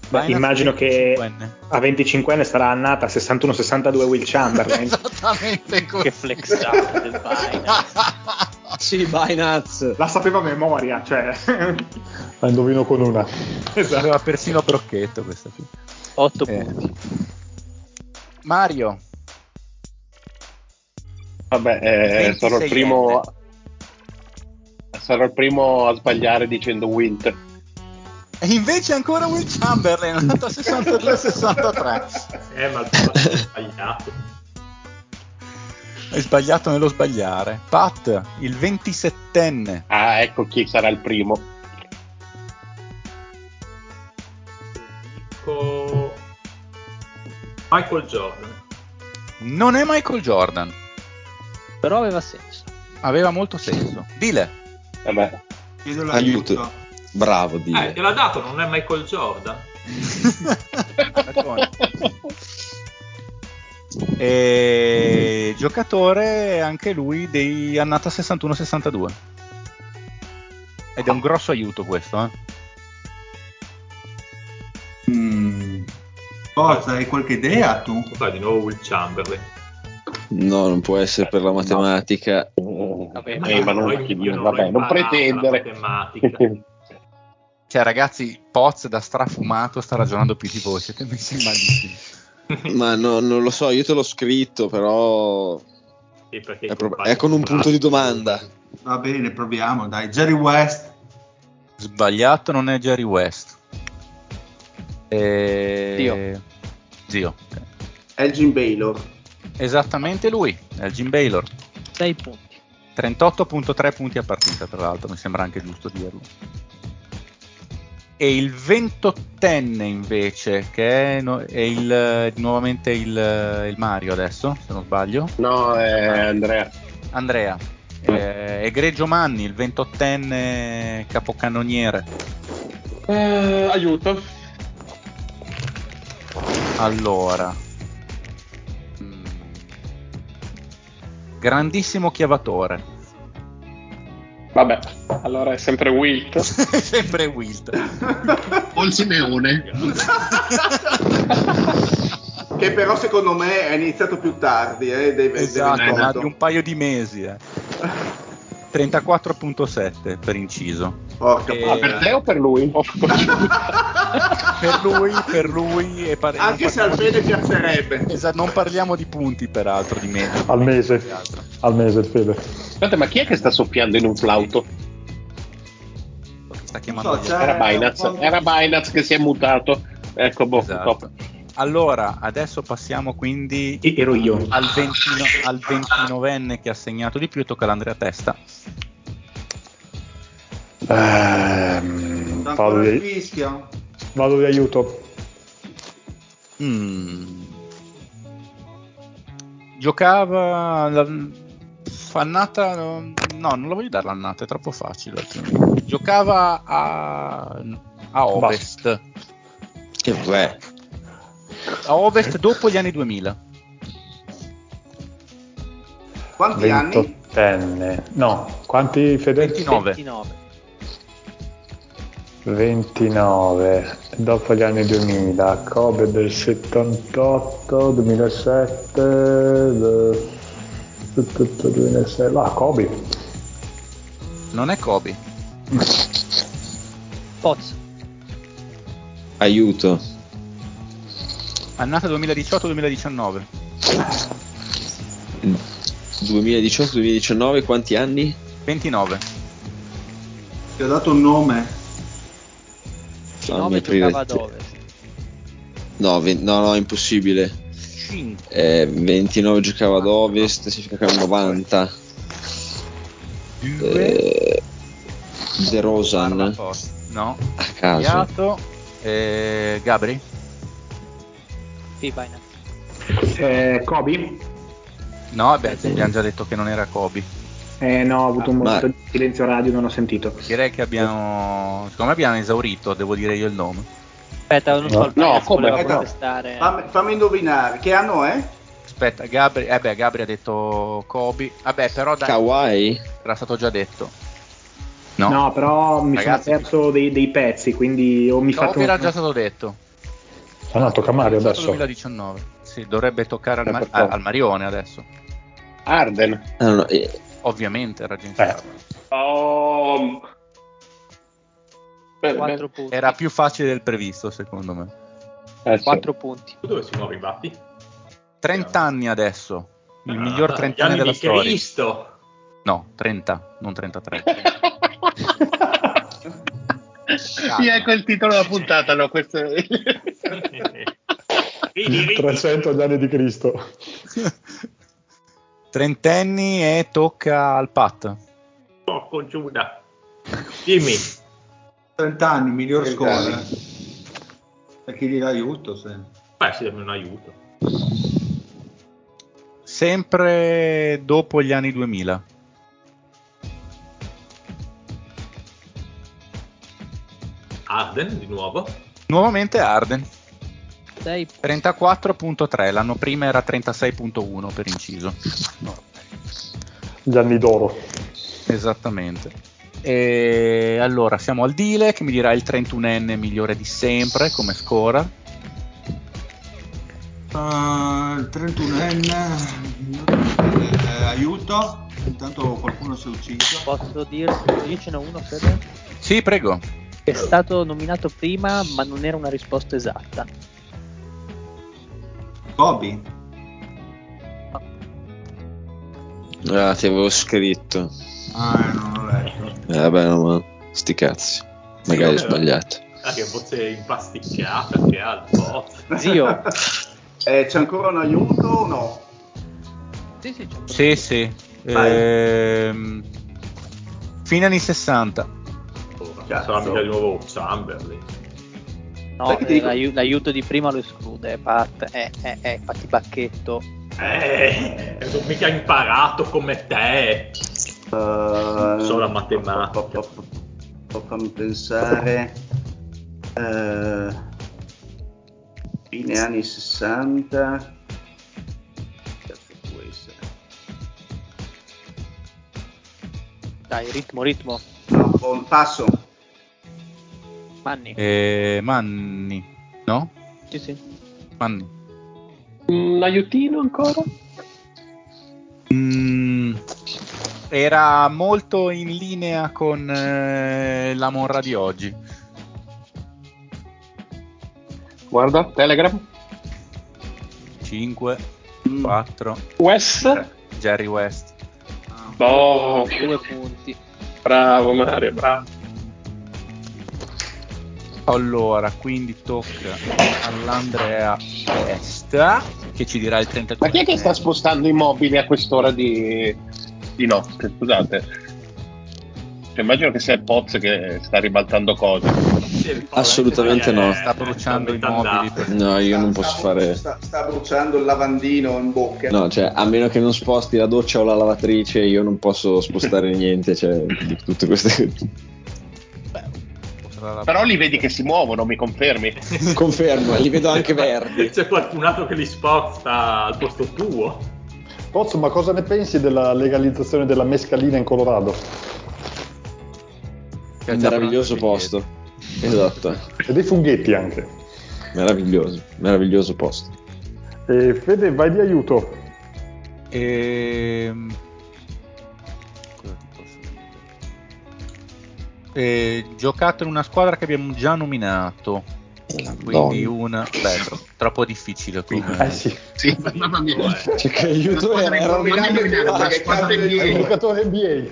I: Beh, immagino che a 25enne sarà annata 61-62 Will Chamberlain.
E: Esatto. Esattamente così.
G: Che flexato del Binance.
H: Sì, Binance.
I: La sapeva a memoria, cioè.
J: La indovino con una.
E: Esatto. Aveva persino Brocchetto questa qui.
G: 8
E: Eh.
G: punti.
E: Mario,
F: Vabbè, eh, sarò, il primo, sarò il primo a sbagliare dicendo Wilt.
E: e invece ancora Will Chamberlain, andato a 62-63.
D: Eh, ma il fatto è sbagliato.
E: Hai sbagliato nello sbagliare. Pat, il 27enne.
F: Ah, ecco chi sarà il primo.
D: Dico Michael Jordan.
E: Non è Michael Jordan,
G: Però aveva senso.
E: aveva molto senso. Dile,
F: Vabbè,
B: Chiedo l'aiuto.
H: Aiuto. Bravo,
D: Eh,
H: Dile.
D: te l'ha dato, non è Michael Jordan.
E: ragione. E giocatore anche lui dei annata 61-62. Ed è un grosso aiuto questo, eh.
H: Mm,
B: Forza, hai qualche idea tu?
D: Poi di nuovo Will Chamberlain.
H: No, non può essere per la matematica.
G: Vabbè,
F: Eh, ma non-
D: Poi
F: che
D: io
F: dire,
D: l'ho
F: vabbè, non
D: imparato,
F: pretendere.
D: la matematica.
E: Cioè, ragazzi, Poz da strafumato sta ragionando più di voi. Siete messi malissimo.
H: Ma no, non lo so, io te l'ho scritto, però
D: Sì, perché
H: è,
D: i
H: prob-
D: compagni
H: è con un punto di domanda.
B: Va bene, proviamo, dai. Jerry West.
E: Sbagliato non è Jerry West. E...
G: Zio.
E: Eh, Zio, ok.
C: Elgin Baylor.
E: Esattamente lui, Elgin Baylor.
G: 6 punti.
E: 38.3 punti a partita, tra l'altro, mi sembra anche giusto dirlo. E il 28enne invece, che è, no- è il, eh, nuovamente il, eh, il Mario adesso, se non sbaglio.
F: No, eh, Andrea.
E: Andrea, eh, Egregio Manni, il 28enne capocannoniere.
K: Eh, aiuto.
E: Allora, Mm. grandissimo chiavatore,
K: Vabbè, allora è sempre Wilt.
E: sempre Wilt.
C: Che però secondo me è iniziato più tardi. Eh, deve, deve
E: Esatto, ma
C: nato.
E: di un paio di mesi. eh. 34.7 per inciso.
C: Porca
E: Eh,
C: puttana.
F: Per te o per lui?
E: Per lui, per lui e pare-
C: Anche
E: non
C: se al
E: parliamo
C: bene piazzerebbe.
E: di- esatto, non parliamo di punti peraltro di meno.
J: Al mese. Al mese, Fede.
F: Aspetta, ma chi è che sta soffiando in un flauto?
E: Sta
B: Non
E: chiamando
B: so,
E: gli-
B: c'è-
F: Era
B: Eh,
F: Binance,
B: un po'.
F: era Binance che si è mutato. Ecco, boh,
E: Esatto.
F: top.
E: Allora, adesso passiamo quindi
I: E- ero io.
E: al, 29 al 29enne che ha segnato di più e tocca all'Andrea Testa.
J: Ehm, vado,
B: Ancora il
J: di,
B: fischio.
J: vado di aiuto.
E: Mm. Giocava la... annata no, non la voglio dare l'annata, è troppo facile. altrimenti. Giocava a, a Ovest,
H: Che vabbè.
E: a Ovest dopo gli anni 2000.
C: Quanti anni?
J: Ventottenne. No, quanti Fede?
E: 29.
G: 29.
J: 29. Dopo gli anni 2000, Kobe del 78, 2007, eh, tutto 2006. Ah, Kobe.
E: Non è Kobe.
G: Poz,
H: Aiuto.
E: Annata 2018-2019.
H: 2018-2019, quanti anni?
E: 29.
B: Ti ho dato un nome.
G: 29
H: Ah, aprire
G: giocava
H: il
G: ad
H: te-
G: ovest.
H: No, ve- no, no, impossibile.
E: 5.
H: Eh, 29 giocava ad ovest, significa che era 90.
E: 2.
H: Eh, Zerosan.
E: Forza. No.
H: caso.
E: Sbagliato. Eh, Gabri?
G: Sì, Binance.
I: Eh, Kobe?
E: No, beh, abbiamo già detto che non era Kobe.
I: Eh no, ho avuto un
E: Ah,
I: momento
E: ma-
I: di silenzio radio, non ho sentito.
E: Direi che abbiamo. Secondo me abbiamo esaurito, devo dire io il nome.
G: Aspetta, non
E: so, il No, Binance come? voleva
C: Aspetta,
G: protestare.
C: fammi, fammi indovinare, che anno è?
E: Aspetta, Gabri. Eh beh, Gabri ha detto Kobe. Vabbè, però dai.
H: Kawhi?
E: Era stato già detto.
I: No, però mi
E: Ragazzi,
I: sono perso dei, dei pezzi, quindi ho mi fatto...
E: Kobe era già stato detto.
J: Ah, no, tocca a Mario
E: Era stato
J: adesso.
E: 2019. Sì, dovrebbe toccare al,
J: Eh,
E: ma-
J: per forza.
E: al Marione adesso.
F: Arden.
E: Ovviamente era
J: Eh.
E: James Harden.
K: Oh. Bene, bene.
E: Era più facile del previsto, secondo me.
F: Eh,
J: Eh,
G: 4 punti.
D: Tu dove siamo arrivati?
E: 30 anni adesso. Il miglior
D: Ah,
E: 30
D: gli
E: anni
D: anni
E: della
D: di
E: storia.
D: Cristo.
E: No, 30, non 33.
F: Sì, ecco il titolo della puntata, no, questo è...
J: 300 gli anni di Cristo.
E: Trentenni e tocca al Pat.
D: Porco Giuda. Dimmi.
B: 30 anni, miglior scuola. Perché gli dà aiuto, se.
D: Beh, sì, dammi un aiuto.
E: Sempre dopo gli anni 2000.
D: Arden di nuovo.
E: Nuovamente Arden.
G: Sei
E: 34.3, l'anno prima era 36.1 per inciso.
J: Gli anni d'oro.
E: Esattamente. E allora siamo al Dile che mi dirà il 31enne migliore di sempre come scora.
B: Ah, il 31enne. eh, aiuto. Intanto qualcuno si è ucciso.
G: Posso dirti? Io ce n'ho uno, Fede.
E: Sì, prego.
G: È stato nominato prima, ma non era una risposta esatta.
B: Bobby.
H: Ah, ti avevo scritto.
B: Ah, non l'ho letto.
H: Eh, vabbè, no, ma sti cazzi. Magari ho
D: Sì, vabbè.
H: sbagliato.
D: Ah, che voce impasticciata che ha il bot.
G: Zio.
C: Eh, c'è ancora un aiuto o no?
G: Sì, sì, c'è.
E: Sì, sì. Ehm, fine anni 60.
D: Sarà mica di nuovo Chamberlain.
G: No,
D: Sai che ti
G: eh,
D: dico-
G: l'aiu- l'aiuto di prima lo esclude, Pat. Eh, eh, eh, fatti bacchetto.
D: Eh, non mica imparato come te.
C: Solo
D: la matematica.
C: Fammi pensare. Eh, fine anni 60. Cazzo può essere?
G: Dai, ritmo, ritmo.
C: No, buon passo.
G: Manni.
E: Eh, Manni, no?
G: Sì, sì.
E: Manni.
K: Un Mm, aiutino ancora?
E: Mm, era molto in linea con eh, la Monra di oggi.
F: Guarda, Telegram.
E: 5, Mm. 4.
F: West.
E: Jerry West.
F: Boh.
G: Due punti.
F: Bravo Mario, bravo.
E: Allora, quindi tocca all'Andrea Testa che ci dirà il 33.
F: Ma chi è che sta spostando i mobili a quest'ora di, di notte? Scusate. Cioè, immagino che sia il Poz che sta ribaltando cose.
H: Assolutamente no.
E: Eh, Sta bruciando i mobili. per-
H: No, io non posso fare.
C: Sta, sta bruciando il lavandino in bocca.
H: No, cioè, a meno che non sposti la doccia o la lavatrice, io non posso spostare niente. Cioè, di tutte queste.
F: Però li vedi che si muovono, mi confermi?
H: Confermo, li vedo anche verdi.
D: C'è qualcun altro che li sposta al posto tuo.
J: Pozzo, ma cosa ne pensi della legalizzazione della mescalina in Colorado?
H: Un meraviglioso posto. Esatto.
J: E dei funghetti anche.
H: Meraviglioso, meraviglioso posto.
J: E Fede, vai di aiuto.
E: Ehm, cosa ti posso dire? Eh, giocato in una squadra che abbiamo già nominato. Quindi una. Beh, tro- troppo difficile. Come...
J: Eh sì.
F: Sì, mamma mia.
H: Cioè, che aiuto era? Era un
J: È un giocatore NBA.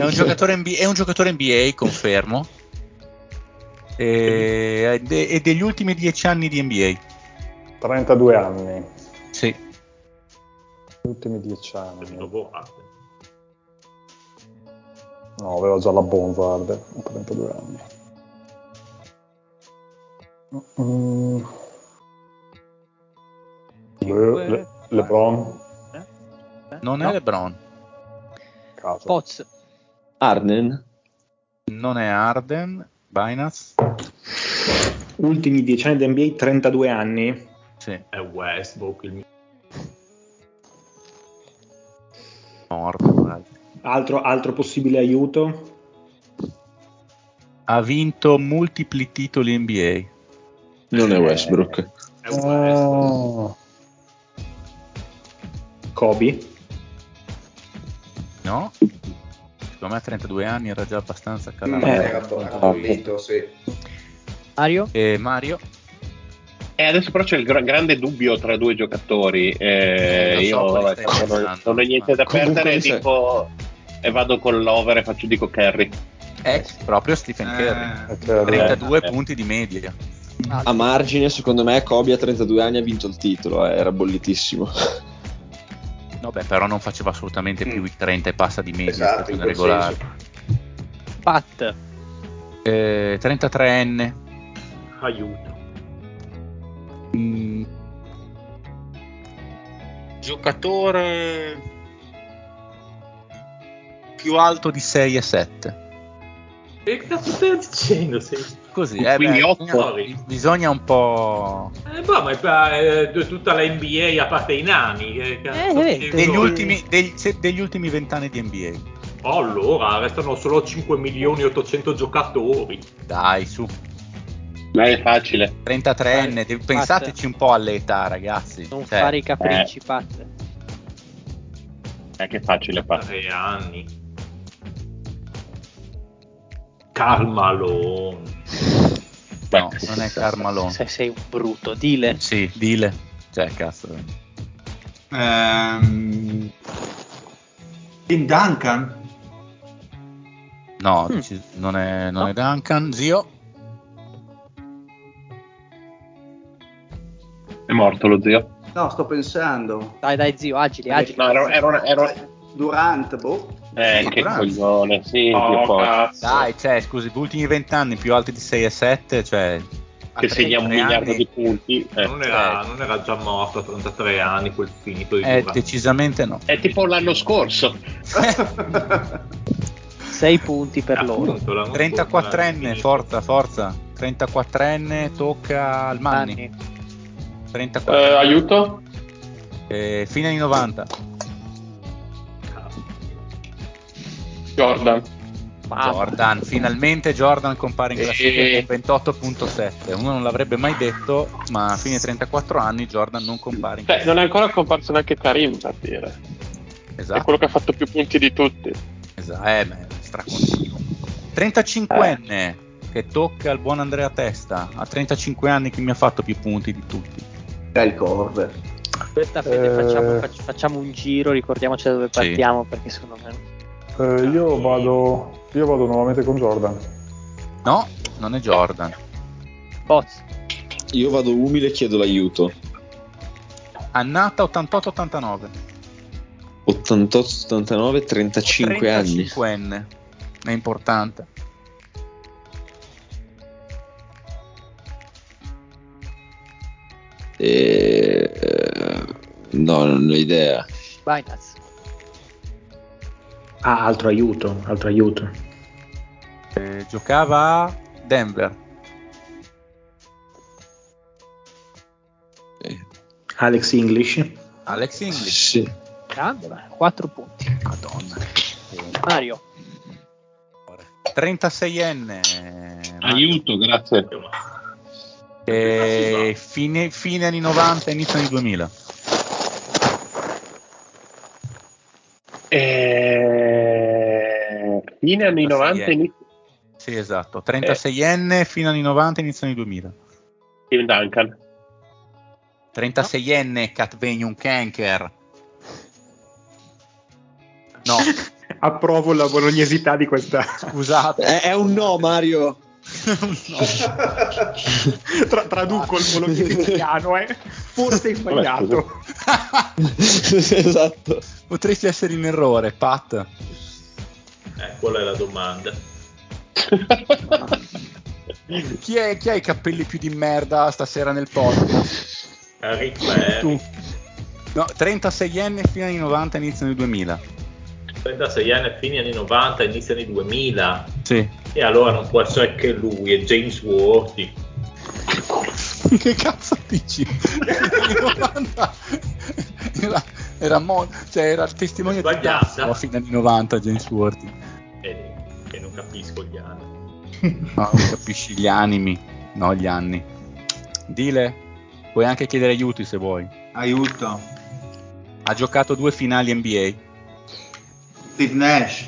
E: È un giocatore NBA, è un giocatore NBA confermo. E, è de- è degli ultimi dieci anni di NBA.
J: 32 anni.
E: Sì.
J: Ultimi 10 anni.
D: Boh, ah,
J: No, aveva già la bomba, Arden, a 32 anni. Mm. Le- Le- LeBron.
E: Non è LeBron.
G: Poz.
H: Arden.
E: Non è Arden. Binance.
I: Ultimi 10 anni di NBA, 32 anni.
E: Sì.
D: È Westbrook il mio.
E: Morto.
I: Altro, altro possibile aiuto?
E: Ha vinto multipli titoli NBA.
H: Non è Westbrook.
J: Eh,
I: Oh. Kobe.
E: No? Secondo me a 32 anni era già abbastanza calato.
J: Eh,
N: Era
H: Ah,
F: Ah,
N: bollito, sì.
G: Mario?
E: Mario?
F: Eh, adesso però c'è il gra- grande dubbio tra due giocatori. Eh,
E: lo so
F: io
E: quale
F: vabbè,
E: stai
F: insomma, non,
E: pensando,
F: non ho niente da
E: Comunque
F: perdere,
E: se-
F: dico- e vado con l'over e faccio dico Kerry.
E: Ex proprio Stephen Curry. 32
J: eh.
E: punti di media.
H: A margine, secondo me, Kobe a 32 anni ha vinto il titolo, eh, era bollitissimo.
E: Vabbè, però non faceva assolutamente più i 30 e passa di media
H: Esatto,
E: in
H: in
E: stagione
H: quel
E: regolare.
G: Pat.
E: Eh, 33enne.
D: Aiuto.
E: mm,
R: Giocatore
E: Più alto di 6 e 7.
D: Che cazzo stai dicendo? Sei...
E: Così, eh, beh,
D: Sorry.
E: bisogna- bisogna un po'...
D: Eh, boh, ma è pa- eh, tutta la NBA a parte i nani. Che
G: Eh,
D: cazzo di
E: Degli
D: rigore.
E: ultimi, degli- se- degli ultimi 20 anni di NBA.
D: Oh, allora, restano solo 5 milioni e 800 giocatori.
E: Dai, su.
F: Ma è facile.
E: 33enne, de- pensateci un po' all'età, ragazzi.
G: Eh, Non
E: Cioè,
G: fare i capricci, Pat.
F: È Eh, che è facile parte.
D: Tre anni. Carmalo.
E: eh, No, non è Carmalone.
G: Se sei un brutto, dile.
E: Sì, dile. Cioè, cazzo.
B: Ehm, Tim Duncan.
E: No, dici- non, è, non è Duncan, zio.
F: È morto lo zio.
C: No, sto pensando.
G: Dai, dai, zio, agili, agili.
F: No, era- era una- era-
C: Durant, boh.
F: Eh,
E: Sì,
F: che
E: bravo.
F: coglione, sì,
D: Oh,
C: Oh,
F: zio Poz.
E: Dai, cioè, scusi, gli ultimi 20 anni più alti di 6 e 7, cioè... a
F: Che segna un
E: 33
F: miliardo
E: anni
F: di punti. eh.
D: Non era, non era già morto a 33 anni quel finito di
E: È
D: Durant.
E: Eh, decisamente no.
F: È tipo l'anno scorso.
D: Eh,
G: 6 punti per loro.
E: 34enne, forza, forza. 34enne, tocca al Manni. 34.
K: Eh, aiuto?
E: Eh, fine anni 90.
K: Jordan. Eh.
E: Jordan, finalmente Jordan compare in classifica con 28.7. Uno non l'avrebbe mai detto, ma a fine 34 anni Jordan non compare in
K: Cioè, non è ancora comparso neanche Karim, per dire.
E: Esatto.
K: È quello che ha fatto più punti di tutti.
E: Esatto, eh, ma è stracontinuo. 35enne
I: Eh.
E: che tocca al buon Andrea Testa. A 35 anni chi mi ha fatto più punti di tutti?
C: Del Corver.
G: Aspetta, Fede, facciamo, fac- facciamo un giro, ricordiamoci da dove partiamo, perché secondo me...
J: Eh, io, vado, io vado nuovamente con Jordan.
E: No, non è Jordan.
G: Boz.
H: Io vado umile e chiedo l'aiuto.
E: Annata 88-89.
H: 88-89, 35 anni.
E: 35enne. È importante.
H: E... eh, No, non ho idea.
G: Binance.
I: Ah, altro aiuto, altro aiuto.
E: Eh, giocava a Denver.
I: Alex English.
E: Alex English.
G: Grande, 4 punti.
E: Madonna.
G: Mario.
E: 36enne.
F: Aiuto, grazie.
E: Eh, fine, fine anni 90, inizio anni 2000.
F: Eh, fine anni 90 inizio Eh.
E: Sì, esatto. 36enne, fine anni 90, inizio anni 2000.
F: Tim Duncan. Ah.
E: 36enne, Catvenium Kanker. No,
I: Approvo la bolognesità di questa.
E: Scusate.
H: È, è un no, Mario.
I: Tra- traduco il bolognese italiano, eh. Forse hai sbagliato.
H: esatto.
E: Potresti essere in errore, Pat.
D: Eh, quella è la domanda.
E: Chi, è- chi ha i capelli più di merda stasera nel podcast?
D: Ric Flair.
E: Tu. No, 36 yen fino anni 90, inizio nel 2000.
D: 36 anni, fine anni 90, inizio anni 2000.
E: Sì.
D: E allora non può essere che lui, è James Worthy.
E: che cazzo dici? era, era, mo- cioè, era il testimonio di
D: Sbagliata.
E: Massimo a fine anni 90 James Worthy.
D: E, e non capisco gli anni.
E: No, non capisci gli animi, no gli anni. Dile, puoi anche chiedere aiuti se vuoi.
B: Aiuto.
E: Ha giocato due finali NBA.
B: Steve Nash.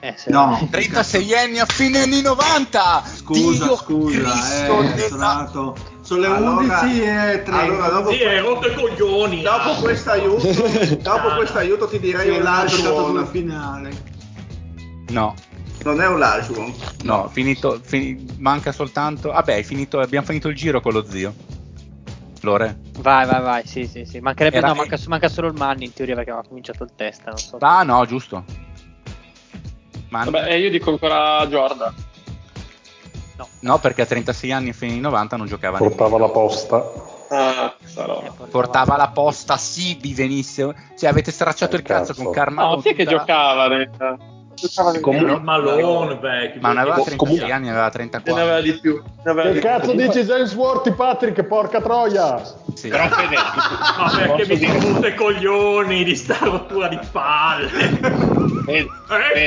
G: Eh,
E: No, 36 anni a fine anni 90.
B: Scusa,
E: Dio
B: scusa,
E: Cristo
B: eh,
E: della-
B: sono andato. Sono le
C: Allora-
B: 11 e 30.
C: allora, dopo- Sì, hai
D: rotto i coglioni.
C: Dopo questo aiuto, dopo questo aiuto ti direi
B: Sì,
C: un
B: ha
C: large
B: giocato
C: one.
B: due finale.
E: No,
C: Non è un large one.
E: no, finito, fini- manca soltanto. Vabbè, hai finito, abbiamo finito il giro con lo zio. Lore.
G: Vai, vai, vai. Sì, sì, sì. Mancherebbe,
E: Era-
G: no, manca, manca solo il Manni in teoria perché aveva cominciato il testa. Non so.
E: Ah, no, giusto. Ma
K: Vabbè, e io dico ancora Jordan.
E: no, perché a 36 anni a fine anni 90 non giocava neanche.
J: Portava la posta.
K: Ah, sarò.
E: portava la posta sì vi venisse cioè avete
J: Eh,
E: stracciato il cazzo con Karma
K: No, chi è che giocava? eh. Retta? Giocava di-
E: Comunque-
D: Malone, vecchio.
E: ma non aveva
K: Boh,
E: 36
K: comunque-
E: anni aveva
K: Ne
E: 34
K: aveva di più. Ne aveva
J: Che
K: di
J: cazzo
K: più.
J: dici James Worthy Patrick, porca troia!
E: Sì.
K: Però Fede,
D: Ma perché mi sono rotto i coglioni di sta rottura di palle? E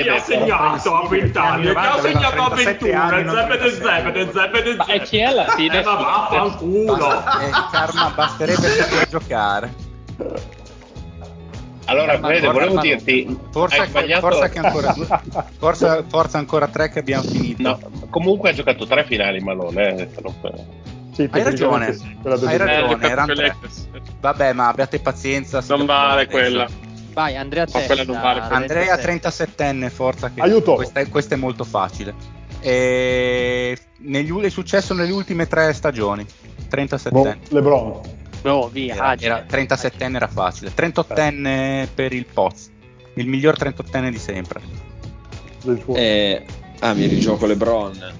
D: chi ha segnato a 20 anni? Chi ha segnato a 21? Zebede, zebede, zebede, zebede.
K: E chi è alla fine?
D: Eh, ma vaffanculo!
E: Basta- eh, Karma basterebbe saper giocare
F: Allora,
E: Ma
F: Fede,
E: guarda,
F: volevo
E: ma no.
F: dirti,
E: forza,
F: hai
E: che,
F: sbagliato.
E: forza che ancora due- forza, forza ancora tre che abbiamo finito
F: No, comunque ha giocato tre finali Malone. eh, però-
E: hai ragione hai ragione
F: Eh,
E: erano tre. vabbè ma abbiate pazienza non
K: vale quella.
G: Vai, Andrea
E: Ma
G: Testa.
E: quella non vale. Andrea 37enne, forza che Questa, è, questa è molto facile. E negli ul- è successo nelle ultime tre stagioni. 37enne.
J: Lebron.
G: No, via.
E: Era, era 37enne era facile. 38enne per il Poz. Il miglior 38enne di sempre.
H: Eh, ah, mi rigioco LeBron.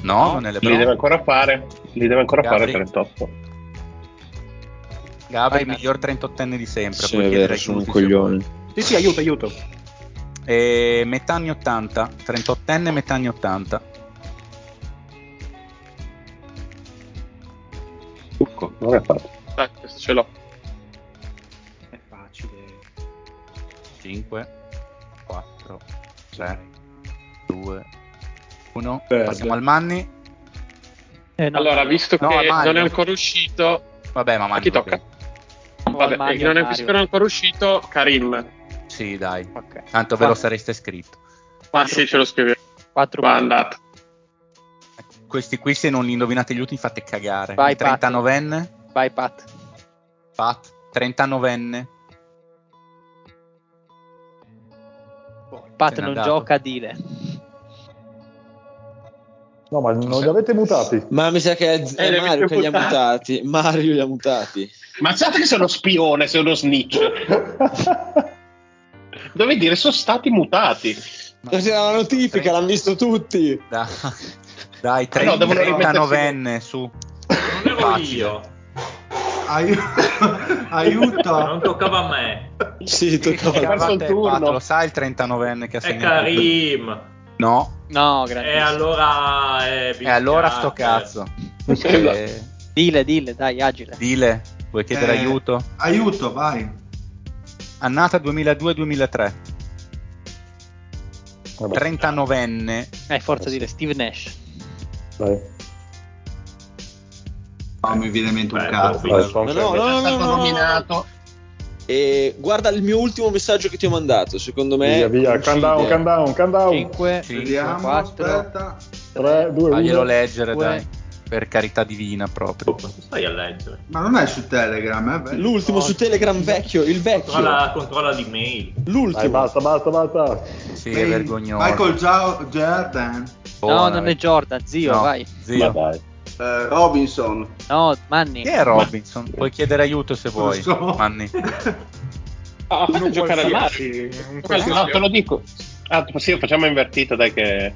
E: No, non è
F: Li deve
E: LeBron.
F: ancora fare. Li deve ancora
E: Gabri.
F: fare 38.
E: Gabri, il miglior 38enne di sempre.
H: Sì,
E: puoi
H: è
E: chiedere
H: vero, sono un
E: aiuti se vuoi.
H: coglione.
I: Sì, sì, aiuto, aiuto.
E: E metà anni 80. 38enne, metà anni 80.
F: Non è fatto.
K: Dai, questo ce l'ho.
E: È facile. 5, 4, 3, 2, 1. Passiamo al Manni.
K: allora, visto
E: Eh, No,
K: che
E: a Mario.
K: non è ancora uscito,
E: Vabbè, ma
K: a chi
E: Manni.
K: tocca? Vabbè,
E: Mario,
K: eh, non è
E: Mario.
K: visto che non è ancora uscito, Karim.
E: Sì, dai. Tanto ve lo sareste scritto.
K: Ma sì, ce lo scriviamo.
G: 4
K: andate.
E: Questi qui, se non indovinate gli ultimi, fate cagare.
G: Vai,
E: Il 39enne.
G: Vai, Pat.
E: Pat. 39enne.
G: Pat
E: Se n'è
G: non
E: andato.
G: gioca a dire.
J: No, ma non li avete mutati.
H: Ma mi sa che è, è
F: Eh, li
H: Mario
F: avete
H: che li ha mutati.
F: mutati.
H: Mario li ha mutati.
F: Ma pensate che sono spione, sono snitch. Dove dire, sono stati mutati.
H: Ma c'era la notifica, l'hanno visto tutti.
E: Da- Dai,
H: Ah, no, devono
E: 39enne, su.
D: Non ero io.
B: Aiuto.
D: Non toccava a me.
H: Sì,
E: toccava
D: Ha perso il turno.
E: Lo sai il 39enne che ha
D: È
E: segnato?
D: Karim.
E: No.
G: No,
D: E
G: grazie.
D: allora è
E: E allora sto cazzo. Eh,
G: Dile, dile, dai, agile.
E: Dile, vuoi chiedere
B: Eh,
E: aiuto?
B: Aiuto, vai.
E: Annata 2002-2003. 39enne.
G: Eh, forza dire Steve Nash.
B: Non mi viene in mente un
E: Beh,
B: cazzo.
F: eh,
E: no, no,
H: No,
F: certo.
H: no, no, no, no,
F: nominato.
H: E guarda il mio ultimo messaggio che ti ho mandato, secondo me.
J: Via, via,
H: uccide.
J: countdown, countdown, countdown.
G: 5,
B: Vediamo,
G: 4,
B: aspetta.
J: 3, 2, 1.
E: Faglielo leggere,
J: Eh, Due.
E: dai. Per carità divina, proprio.
D: Stai a leggere.
B: Ma non è su Telegram, eh? beh.
H: L'ultimo su Telegram vecchio, il vecchio.
D: Controlla, controlla l'email.
J: Dai,
H: L'ultimo.
J: basta, basta, basta.
E: Sì,
B: Beh,
E: è vergognoso.
B: Michael Gia- Jordan.
G: No, non è Jordan, zio,
E: No,
G: vai.
E: Zio.
C: Eh, Robinson.
G: No, Manni.
E: Chi è Robinson? Puoi chiedere aiuto se vuoi,
C: so.
E: Manni.
D: Eh,
K: Ah, ha fatto giocare al Mario.
I: Sì, un
K: Quello-
I: qualsiasi-
F: No, te lo dico. Ah, sì, facciamo invertita, dai che...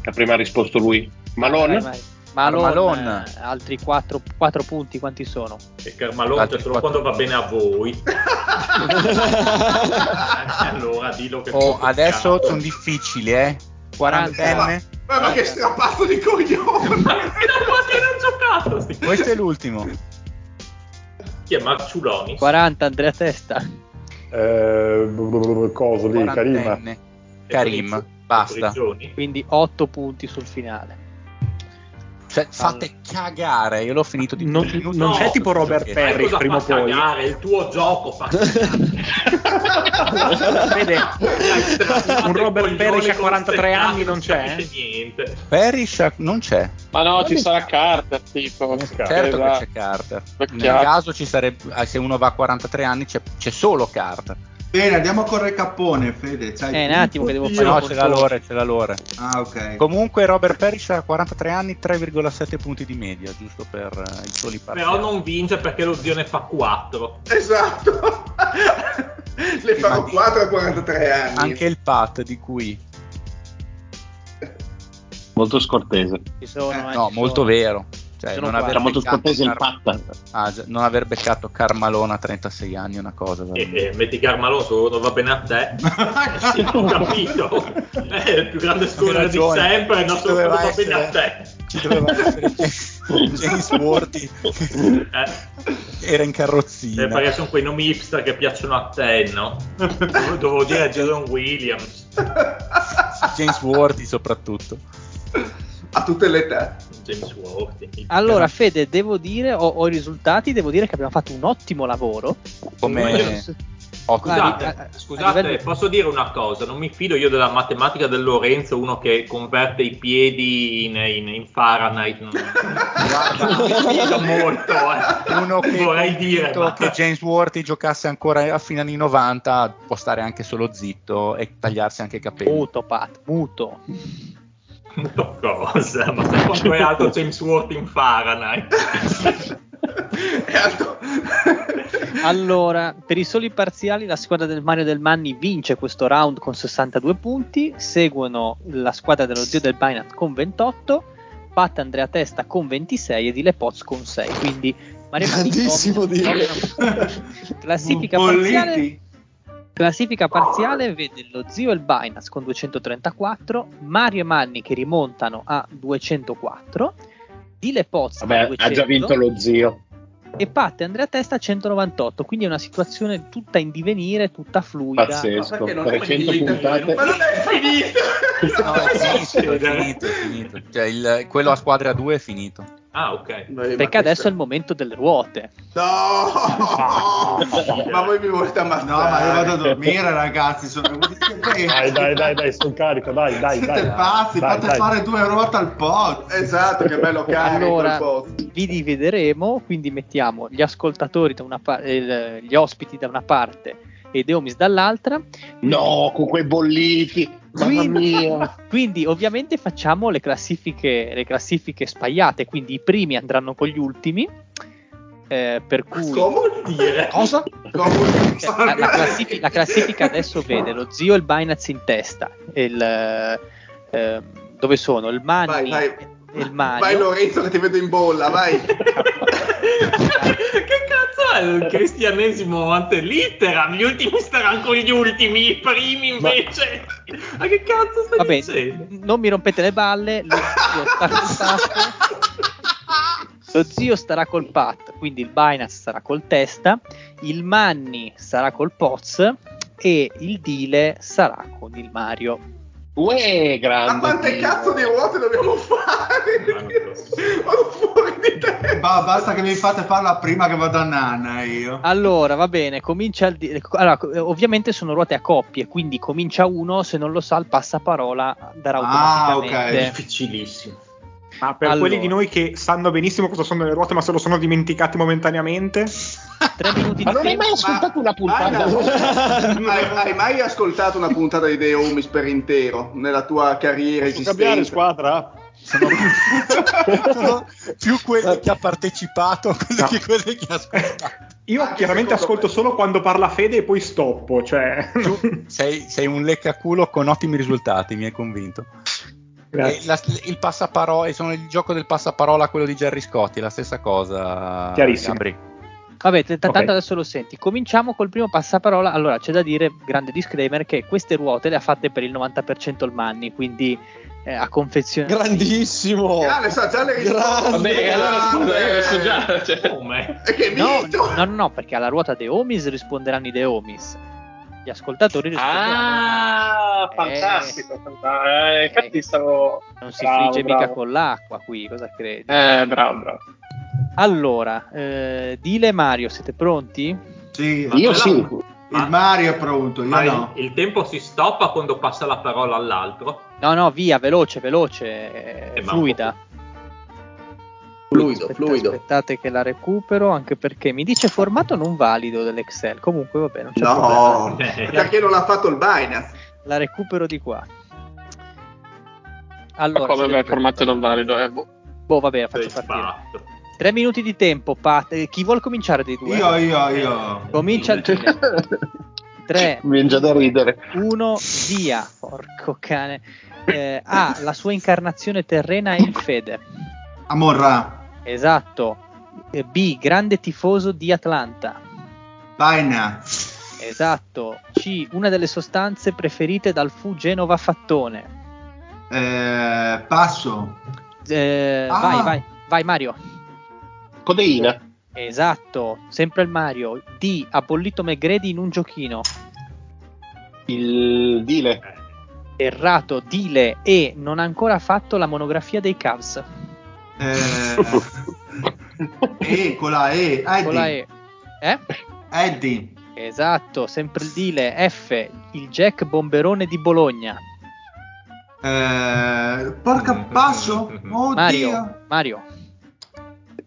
F: che prima ha risposto lui. Malone?
G: Vai, vai. Malone, eh, altri 4, punti, quanti sono?
D: E Carmalotto è solo quando va bene a voi. eh, allora dillo che
E: Oh, adesso sono difficili, eh? 40enne?
D: Eh,
C: Ma, ma che strappato di coglione!
D: Ma che non giocato! sti-
E: Questo è l'ultimo.
D: Chi è Marciuloni?
G: 40 Andrea Testa.
J: Eh, b- b- b- coso lì, Karim.
G: Quarantenne.
E: Karim, basta.
G: Quindi 8 punti sul finale.
E: Cioè, fate cagare, io l'ho finito di
J: Non- non c'è tipo Robert
E: Eh,
D: Sai
J: Perry,
D: cosa
J: prima
D: fa
J: o poi.
D: cagare? Il tuo gioco fa
J: Vede, un Robert Perry che ha 43 anni non eh?
D: c'è
K: eh?
D: niente.
E: Parrish ha- non c'è.
K: Ma no, ci sarà Carter, tipo.
E: Certo
K: Esatto.
E: che c'è Carter. Nel
K: chiaro.
E: caso ci sarebbe, ah, se uno va a 43 anni c'è, c'è solo Carter.
B: Bene, andiamo col recappone, Fede. c'hai
E: Eh,
B: il
E: un attimo
B: punto?
E: che devo fare- No, ce l'ha Lore, ce l'ha Lore.
B: Ah, ok.
E: Comunque Robert Parrish ha 43 anni, 3,7 punti di media, giusto per eh, i soli parziali.
D: Però non vince perché lo zio ne fa 4.
C: Esatto. Le farò 4 a 43 anni.
E: Anche il Pat di cui
F: Molto scortese.
E: no, molto vero. Cioè,
F: eh, Sono
E: non
F: qua.
E: aver
F: Era molto
E: beccato
F: scortese il
E: Car-
F: patta.
E: Ah, già, non aver beccato Carmalone a 36 anni è una cosa
C: Eh,
D: E,
E: veramente.
D: e metti Carmalo solo, va bene a te. sì, ho capito. È il più grande scorrere di
Q: ragione.
D: sempre, non
Q: Ci
D: solo
Q: doveva
D: va bene
Q: essere.
D: a te.
E: Ci doveva essere James Morty. Era in carrozzina.
D: Eh, perché sono quei nomi hipster che piacciono a te, no? Dovevo- Dovevo dire Jason Williams.
E: James Worthy soprattutto.
C: A tutte le età.
D: James Worthy.
G: Allora, Fede, devo dire, ho, ho i risultati, devo dire che abbiamo fatto un ottimo lavoro.
D: Come- Scusate,
G: Guardi, a- a-
D: scusate,
G: a livello-
D: posso dire una cosa? Non mi fido io della matematica del Lorenzo, uno che converte i piedi in, in- in Fahrenheit. Non, non mi fido molto, eh.
E: Uno che
D: vorrei
E: convinto
D: dire, ma-
E: che James Worthy giocasse ancora a fine anni 90 può stare anche solo zitto e tagliarsi anche i capelli.
G: Muto, Pat, muto.
D: cosa? Ma sai quanto è alto James Worthy in Fahrenheit?
G: Allora, per i soli parziali, la squadra del Mario del Manni vince questo round con 62 punti. Seguono la squadra dello zio del Binance con 28, Pat Andrea Testa con 26 e Dile Poz con 6. Quindi Mario Manni
Q: Grandissimo
G: domina-
Q: dire.
G: domina- Classifica
Q: Bolliti.
G: parziale. Classifica parziale vede lo zio e il Binance con 234, Mario e Manni che rimontano a 204, Dile Poz a
F: Vabbè, ha già
G: 200
F: vinto lo zio.
G: e Pat e Andrea Testa 198, quindi è una situazione tutta in divenire, tutta fluida.
F: Pazzesco. 300 puntate.
E: No, è finito, è finito, è finito. Cioè, il- quello a squadre a due è finito.
D: Ah, ok.
G: Perché adesso è il momento delle ruote.
C: No! ma voi mi volete ammazzare?
B: No, Ah, ma io vado a dormire, ragazzi. Sono...
J: Dai, dai, dai, dai, sono carico, dai, dai,
B: Siete
J: dai.
B: pazzi,
J: Dai,
B: fate
J: dai.
B: fare due ruote al pod.
C: Esatto, che bello carico
G: Allora,
C: il pod.
G: vi divideremo, quindi mettiamo gli ascoltatori da una parte, gli ospiti da una parte e Deomis dall'altra.
F: No, con quei bolliti. Mamma
G: Quindi,
F: mia.
G: quindi ovviamente facciamo le classifiche, le classifiche spaiate, quindi i primi andranno con gli ultimi. eh, per cui
C: vuol dire?
G: Cosa?
C: Cioè,
G: la, la classi- la classifica adesso vede lo zio e il Binance in testa. e il, eh, dove sono? Il Mani
C: Vai, vai.
G: e il Mario.
C: Vai Lorenzo che ti vedo in bolla, vai.
D: che cazzo è il cristianesimo ante litteram? Gli ultimi staranno con gli ultimi, i primi invece. Ma, che cazzo stai
G: Vabbè,
D: dicendo?
G: non mi rompete le balle. Lo zio sta col tasto. Lo zio starà col Pat, quindi il Binance sarà col testa, il Manni sarà col Poz e il Dile sarà con il Mario.
F: Uè,
C: Ma
F: grande.
C: quante
F: Dio.
C: cazzo di ruote dobbiamo fare? Sono fuori di testa.
B: Ba- basta che mi fate farla prima che vado a nanna io.
G: Allora, va bene, comincia il di- allora, co- eh, ovviamente sono ruote a coppie, quindi comincia uno, se non lo sa il passaparola darà
B: Ah, ok.
G: automaticamente.
D: Difficilissimo.
I: Ma per
G: Allora.
I: quelli di noi che sanno benissimo cosa sono le ruote, ma se lo sono dimenticati momentaneamente,
G: Tre minuti
F: Ma
G: di
F: non hai
G: tempo.
F: mai ascoltato una
H: Ah,
F: puntata?
C: hai, hai mai ascoltato una puntata di The Homies per intero nella tua carriera
F: cambiare
C: esistente?
F: squadra?
Q: Sono più quelli che ha partecipato a quelli che quelli che ha ascoltato.
I: io Ah, chiaramente
C: secondo
I: ascolto solo quando parla Fede e poi stoppo. Cioè,
E: Sei, sei un leccaculo con ottimi risultati, mi hai convinto. Eh, la- il passaparola, sono il gioco del passaparola, quello di Jerry Scotti, la stessa cosa.
I: Chiarissimo.
E: Gabri.
G: Vabbè, t- t- tanto
E: Ok.
G: adesso lo senti. Cominciamo col primo passaparola. Allora, c'è da dire, grande disclaimer, che queste ruote le ha fatte per il 90% il Manni, quindi eh, ha confezionato...
Q: Grandissimo!
C: Grande, sa già le risposte.
G: Grande.
K: Vabbè, allora scusa, io adesso già. Cioè,
G: No, no, no, no, perché alla ruota De Omis risponderanno i De Omis. Gli ascoltatori risponderanno. Eh,
K: Ah, fantastico. fantastico. Eh, infatti stavo.
G: non si
K: bravo,
G: frigge mica
K: bravo.
G: con l'acqua qui, cosa credi?
K: Eh, bravo, bravo.
G: Allora, eh, Dile e Mario, siete pronti?
B: Sì,
L: Io sì.
B: Il Mario è pronto, io
L: Ma
D: Cioè,
B: no.
L: il, il tempo si stoppa quando passa la parola all'altro.
G: No, no, via, veloce, veloce, eh,
L: Eh, ma-
G: fluida.
C: Fluido, fluido.
G: Aspettate che la recupero, anche perché mi dice formato non valido dell'Excel. Comunque, vabbè, non c'è
C: No,
G: problema.
C: perché non l'ha fatto il Binance?
G: La recupero di qua.
K: Ma
G: Allora,
K: come beh,
G: siete
K: il formato non valido? Eh, boh.
G: Boh, vabbè, la faccio partire. Tre minuti di tempo, Pat. eh, Chi vuol cominciare dei due?
B: Io, io, io.
G: Comincia il Gine. Tre,
F: Viene già da ridere.
G: uno, via. Porco cane. Eh, ha la sua incarnazione terrena è il Fede.
B: Amorra,
G: Esatto. Eh, B, grande tifoso di Atlanta.
B: Baina,
G: Esatto. C, una delle sostanze preferite dal Fu Genova Fattone.
B: eh, passo.
G: Eh,
B: Ah.
G: Vai, vai, vai Mario.
F: Codeina.
G: Esatto, sempre il Mario. D, ha bollito Megredi in un giochino.
F: Il Dile.
G: Errato, Dile e non ha ancora fatto la monografia dei Cavs.
B: Eh, e con la E,
S: Ah,
B: Eddie.
G: Con la E. Eh?
B: Eddie.
G: Esatto, sempre il Dile. F, il Jack Bomberone di Bologna.
B: Eh, porca passo. Oddio.
G: Mario, Mario.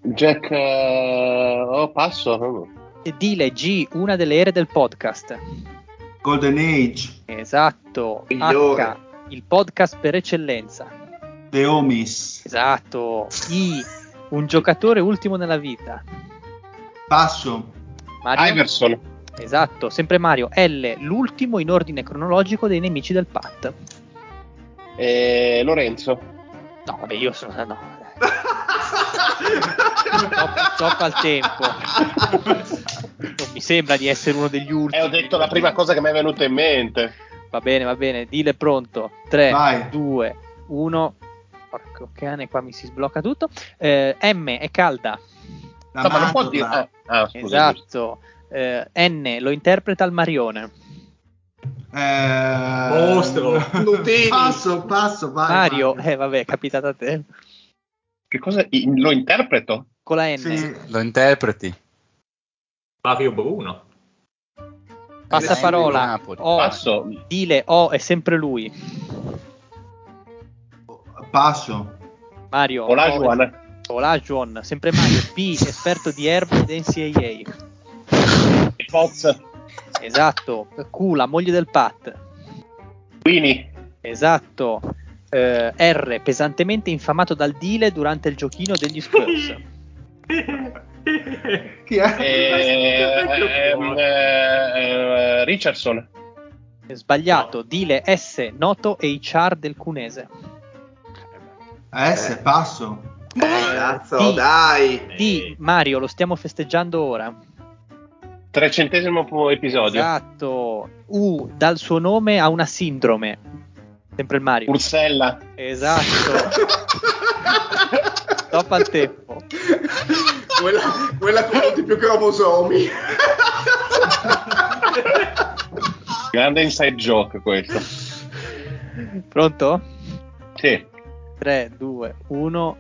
F: Jack. eh, oh, passo.
G: E Dile G, una delle ere del podcast.
B: Golden Age,
G: Esatto. H,
B: Migliore.
G: il podcast per eccellenza.
B: The Omis,
G: Esatto. I, un giocatore ultimo nella vita.
B: passo.
G: Mario.
F: Iverson.
G: Esatto, sempre Mario. L, l'ultimo in ordine cronologico dei nemici del Pat.
F: Eh, Lorenzo.
G: No, vabbè, io sono. No. Troppo- troppo al tempo. Non mi sembra di essere uno degli ultimi.
F: Eh, ho detto la prima cosa che mi è venuta in mente.
G: Va bene, va bene. Dile pronto. 3,
F: Vai.
G: 2, 1. Porco cane, qua mi si sblocca tutto. Eh, M è calda.
B: La
F: No, ma non può
B: Mantova.
F: dire. Ah, ah, scusa, giusto.
G: Esatto. Eh, N lo interpreta il Marione.
B: Eh,
G: Mostro.
B: Nutini. Passo, passo, vai.
G: Mario,
B: vai.
G: eh vabbè, è capitata a te.
F: Che cosa? i- Lo interpreto?
G: Con la N.
B: Sì.
E: Lo interpreti.
L: Mario Bruno.
E: N
G: Passaparola.
E: di Napoli.
G: O,
F: Passo.
G: Dile O è sempre lui.
B: Passo.
G: Mario.
F: Olajuwon.
G: O- Olajuwon, sempre Mario. P, esperto di erbe ed NCAA.
F: Fox.
G: Esatto. Q, la moglie del Pat.
F: Quini.
G: Esatto. Eh, R, pesantemente infamato dal Dile durante il giochino degli Spurs.
B: Chi è?
F: Eh, ehm, eh, Richardson.
G: Sbagliato. Dile S, noto HR del Cunese.
B: S, Eh, passo.
C: Cazzo,
G: Sì.
C: Oh, dai.
G: D, Mario, lo stiamo festeggiando ora.
F: Trecentesimo pu- episodio.
G: Esatto. U, dal suo nome ha una sindrome. Sempre il Mario.
F: Ursella.
G: Esatto. Dopo al tempo.
C: Quella, quella con tutti più cromosomi.
F: Grande inside joke questo.
G: Pronto?
F: Sì.
G: 3, 2, 1.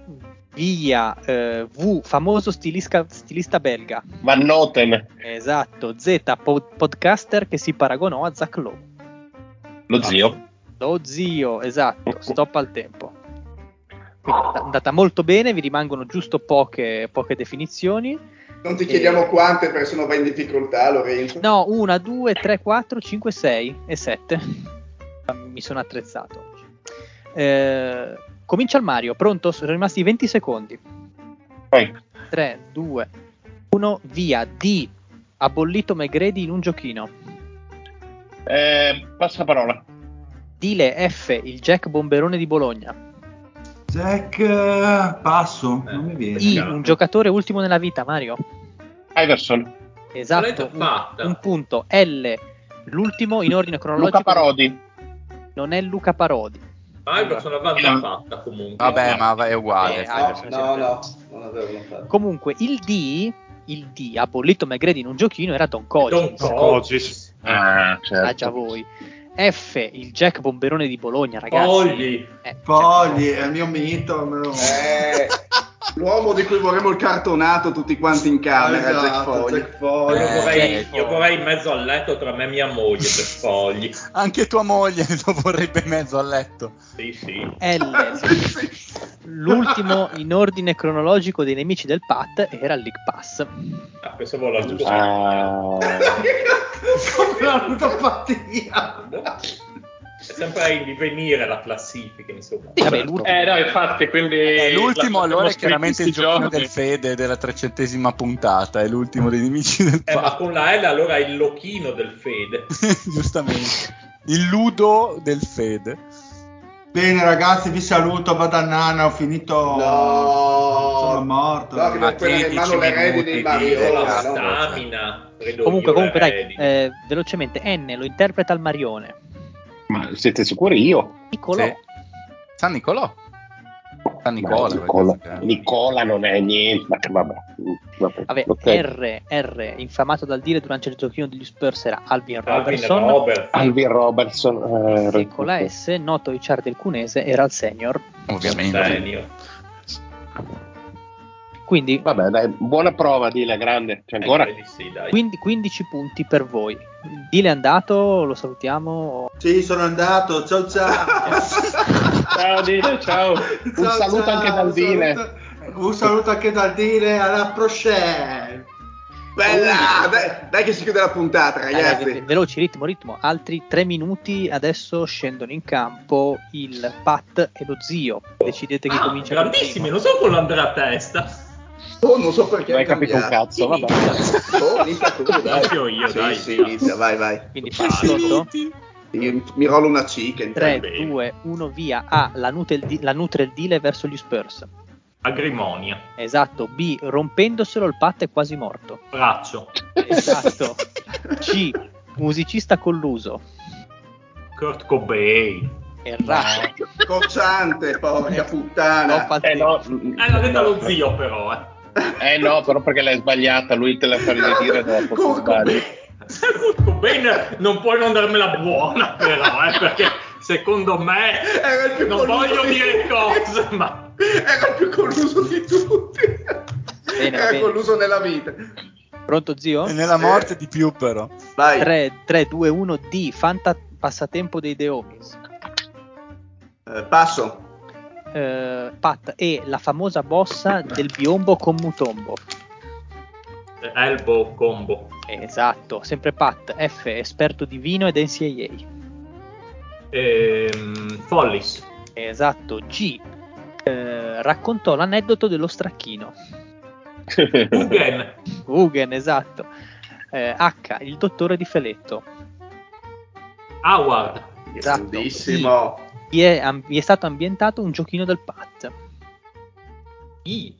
G: Via. eh, v, famoso stilisca- stilista belga.
F: Van Noten.
G: Esatto. Z, po- podcaster che si paragonò a Zach Lowe.
F: Lo zio.
G: Lo zio, esatto. Stop al tempo. È andata- andata molto bene, vi rimangono giusto poche, poche definizioni.
C: Non ti chiediamo quante, perché sennò vai in difficoltà, Lorenzo.
G: No, 1, 2, 3, 4, 5, 6 e 7. Mi sono attrezzato. oggi. Eh, comincia il Mario, pronto? Sono rimasti 20 secondi.
F: Vai.
G: 3, 2, 1, via. D. Ha bollito Megredi in un giochino.
F: Eh, passa parola.
G: Dile F, il Jack Bomberone di Bologna.
B: Jack, eh, passo, non mi viene.
G: I, un giocatore ultimo nella vita, Mario.
F: Iverson.
G: Esatto, un, un punto. L, l'ultimo in ordine cronologico.
F: Luca Parodi.
G: Non è Luca Parodi.
D: Ma Iverson l'aveva già fatta comunque.
E: Vabbè, ma è uguale.
G: Eh, Iverson,
N: No, no, non avevo notato.
G: Comunque, il D, il D ha bollito McGrady in un giochino, era Don
D: Don
G: Collins.
E: Eh,
D: Cogis.
F: Ah, certo.
G: Ah, già voi. F, il Jack Bomberone di Bologna, ragazzi.
D: Fogli.
G: Eh,
B: Fogli, è il mio mito. me lo-
C: Eh, l'uomo di cui vorremmo il cartonato tutti quanti in
D: Ah,
C: camera,
B: Esatto,
C: Jack Fogli. Eh,
B: Jack Fogli.
D: Io vorrei,
E: certo.
D: io vorrei in mezzo al letto tra me e mia moglie per fogli.
E: Anche tua moglie lo vorrebbe in mezzo a letto.
D: Sì, sì.
G: L, l'ultimo in ordine cronologico dei nemici del Pat era il League Pass.
D: Ah, questo vola giù.
E: Eh.
F: Ah,
C: cioè,
B: Come la ludopatia.
D: È sempre in divenire la classifica, insomma.
G: Sì, vabbè, l'ultimo-
K: Eh no, infatti, quindi...
D: Eh,
E: E l'ultimo
K: la-
E: allora è
K: abbiamo
E: chiaramente il
K: scritti
E: giochino
K: sti
E: del Fede della trecentesima puntata, è l'ultimo dei nemici del
D: Eh, ma
E: Pat,
D: con la L allora è il lochino del Fede.
E: giustamente. Il ludo del Fede.
B: Bene ragazzi, vi saluto, vado a Nana, ho finito...
C: No.
B: Sono morto.
C: No, che
E: Ma
C: per quella in mano
E: 10
C: l'erede dei
E: minuti
N: Eh,
D: Io
C: Mariola.
D: la
C: no?
N: cioè.
D: stamina. credo
G: Comunque,
D: io,
G: comunque,
D: eh,
G: dai,
D: di-
G: eh, velocemente. N lo interpreta al Marione.
F: ma siete sicuri io?
G: Niccolò.
E: Sì. San Nicolò. San
F: Ma
E: Nicola.
F: Nicola,
E: perché-
F: Nicola non è niente, ma che vabbè. vabbè,
G: Vabbè,
F: ok.
G: R, R, infamato dal dire durante il giochino degli Spurs era Alvin
D: Alvin
G: Robertson.
D: Robert.
F: Alvin Robertson. eh,
G: E con la S, noto Richard del Cunese, era il senior.
E: Ovviamente.
D: Genio.
G: Quindi,
F: Vabbè, dai, buona prova, Dile, grande. C'è ancora?
D: Eh, direi di sì, dai.
G: quindi 15 punti per voi. Dile è andato, lo salutiamo.
B: Sì, sono andato, ciao ciao.
K: Ciao Dino, ciao.
F: Un saluto anche dal
B: un saluto-
F: Dile.
B: Un saluto anche dal Dile, alla prochaine.
C: Bella! Dai, dai che si chiude la puntata,
G: Dai, dai, ve-
C: ragazzi.
G: veloci, ritmo, ritmo. Altri 3 minuti, adesso scendono in campo il Pat e lo zio. Decidete chi
D: Ah,
G: comincia. col
D: grandissimi,
G: primo.
D: non so con l'Andrea a testa.
C: Oh, non so perché
F: Non hai
C: è
F: capito un
C: cambiato.
F: cazzo, vabbè.
C: Oh, inizia tu, dai.
D: Inizio io,
C: Sì,
D: dai.
C: sì, inizia, vai, vai.
G: Quindi Pat
C: Io mi rollo una cica. intanto.
G: 3,
D: bene.
G: 2, 1, via. A, la nutre il, di- la nutre il Dile verso gli Spurs.
D: Agrimonia.
G: Esatto. B, rompendoselo il Pat è quasi morto.
D: Braccio.
G: Esatto. C, musicista colluso.
D: Kurt Cobain.
G: Errato.
C: Cocciante, porca
G: No,
C: puttana.
G: Pat-
F: Eh no,
D: Eh, l'ha detta lo zio però, eh.
F: eh no, però perché l'hai sbagliata, lui te la fa rivedere dopo. se sbagli.
D: Kurt Cobain non puoi non darmela buona però, eh, perché secondo me
C: Era il più
D: non
C: colluso
D: voglio
C: di
D: dire
C: tutti.
D: cose, ma...
C: Era il più colluso di tutti.
G: Bene, va
C: Era
G: bene.
C: colluso nella vita.
G: Pronto, zio?
E: E nella morte di più però.
C: Vai.
G: 3, 3, 2, 1, D, Fanta passatempo dei Deomis.
C: Eh, passo.
G: Eh, Pat e la famosa bossa del biombo con Mutombo.
D: Eh, Elbow combo.
G: Esatto, sempre Pat, F, esperto di vino ed NCAA.
D: Ehm, Follis.
G: Esatto, G, eh, raccontò l'aneddoto dello stracchino.
D: Mugen.
G: Hugen, esatto. Eh, H, il dottore di Feletto.
D: Howard.
G: Esatto.
C: Grandissimo.
G: Vi è, am- vi è stato ambientato un giochino del Pat.
D: I.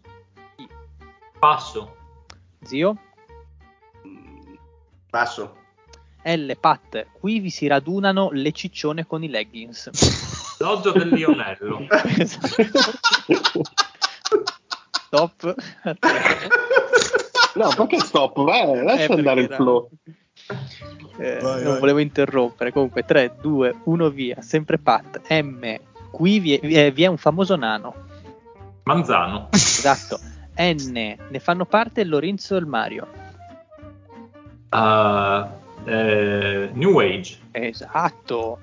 D: Passo.
G: Zio?
C: Passo.
G: L, Pat, qui vi si radunano le ciccione con i leggings.
D: L'oggio del Lionello.
G: Top.
F: No, perché stop? Vai, lascia andare il flow.
G: Eh,
E: Vai,
G: non
E: vai.
G: volevo interrompere. Comunque, 3, 2, 1, via. Sempre Pat. M. Qui vi è, vi è- vi è un famoso nano.
D: Manzano.
G: Esatto. N. Ne fanno parte Lorenzo e il Mario.
D: Ah, eh, New Age.
G: Esatto.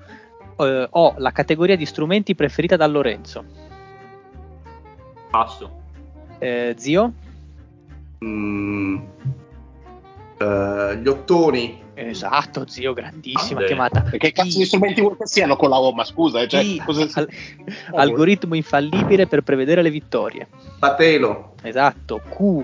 G: Eh, o. La categoria di strumenti preferita da Lorenzo.
D: Passo.
G: Eh, zio?
C: Mm. Eh, gli ottoni.
G: Esatto, zio. Grandissima
D: Ah, beh.
G: chiamata.
F: E Che cazzo di
G: I-
F: strumenti vuoi che siano con la O? Ma scusa, eh, cioè,
G: I-
F: cosa-
G: al- algoritmo infallibile per prevedere le vittorie.
C: Patelo.
G: Esatto, Q.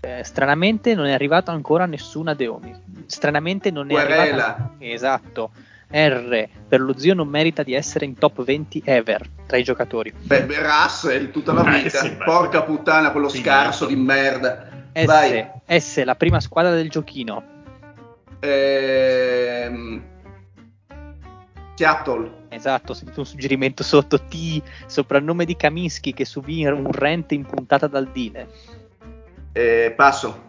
G: eh, stranamente non è arrivata ancora nessuna Deomi. Stranamente non è
C: Querela.
G: arrivata. Esatto. R. Per lo zio non merita di essere in top 20 ever. tra i giocatori.
C: Beh, beh, Russell tutta la
G: Eh,
C: vita,
G: sì, beh.
C: porca puttana, quello scarso di merda.
G: Eh,
C: Vai.
G: S, S, la prima squadra del giochino.
C: Ehm, Seattle.
G: Esatto, ho sentito un suggerimento sotto T, soprannome di Kaminsky che subì un rente in puntata dal Dile.
C: eh, passo.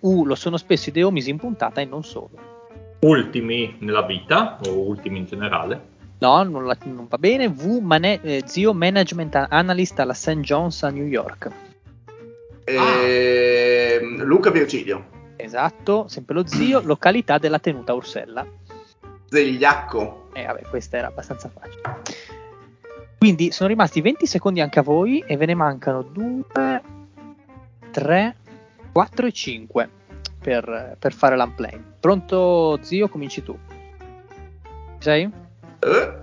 G: U, lo sono spesso i Deomis in puntata e non solo.
L: Ultimi nella vita, o ultimi in generale.
G: No, non, la- non va bene. V, mane- eh, zio management analyst alla St. John's a New York.
C: Ehm, Luca Virgilio.
G: Esatto, sempre lo zio, località della tenuta Ursella.
C: Zegliacco.
G: Eh vabbè, questa era abbastanza facile. Quindi sono rimasti 20 secondi anche a voi e ve ne mancano 2, 3, 4 e 5 per, per fare l'unplay. Pronto zio, cominci tu. Ci Sei? Eh?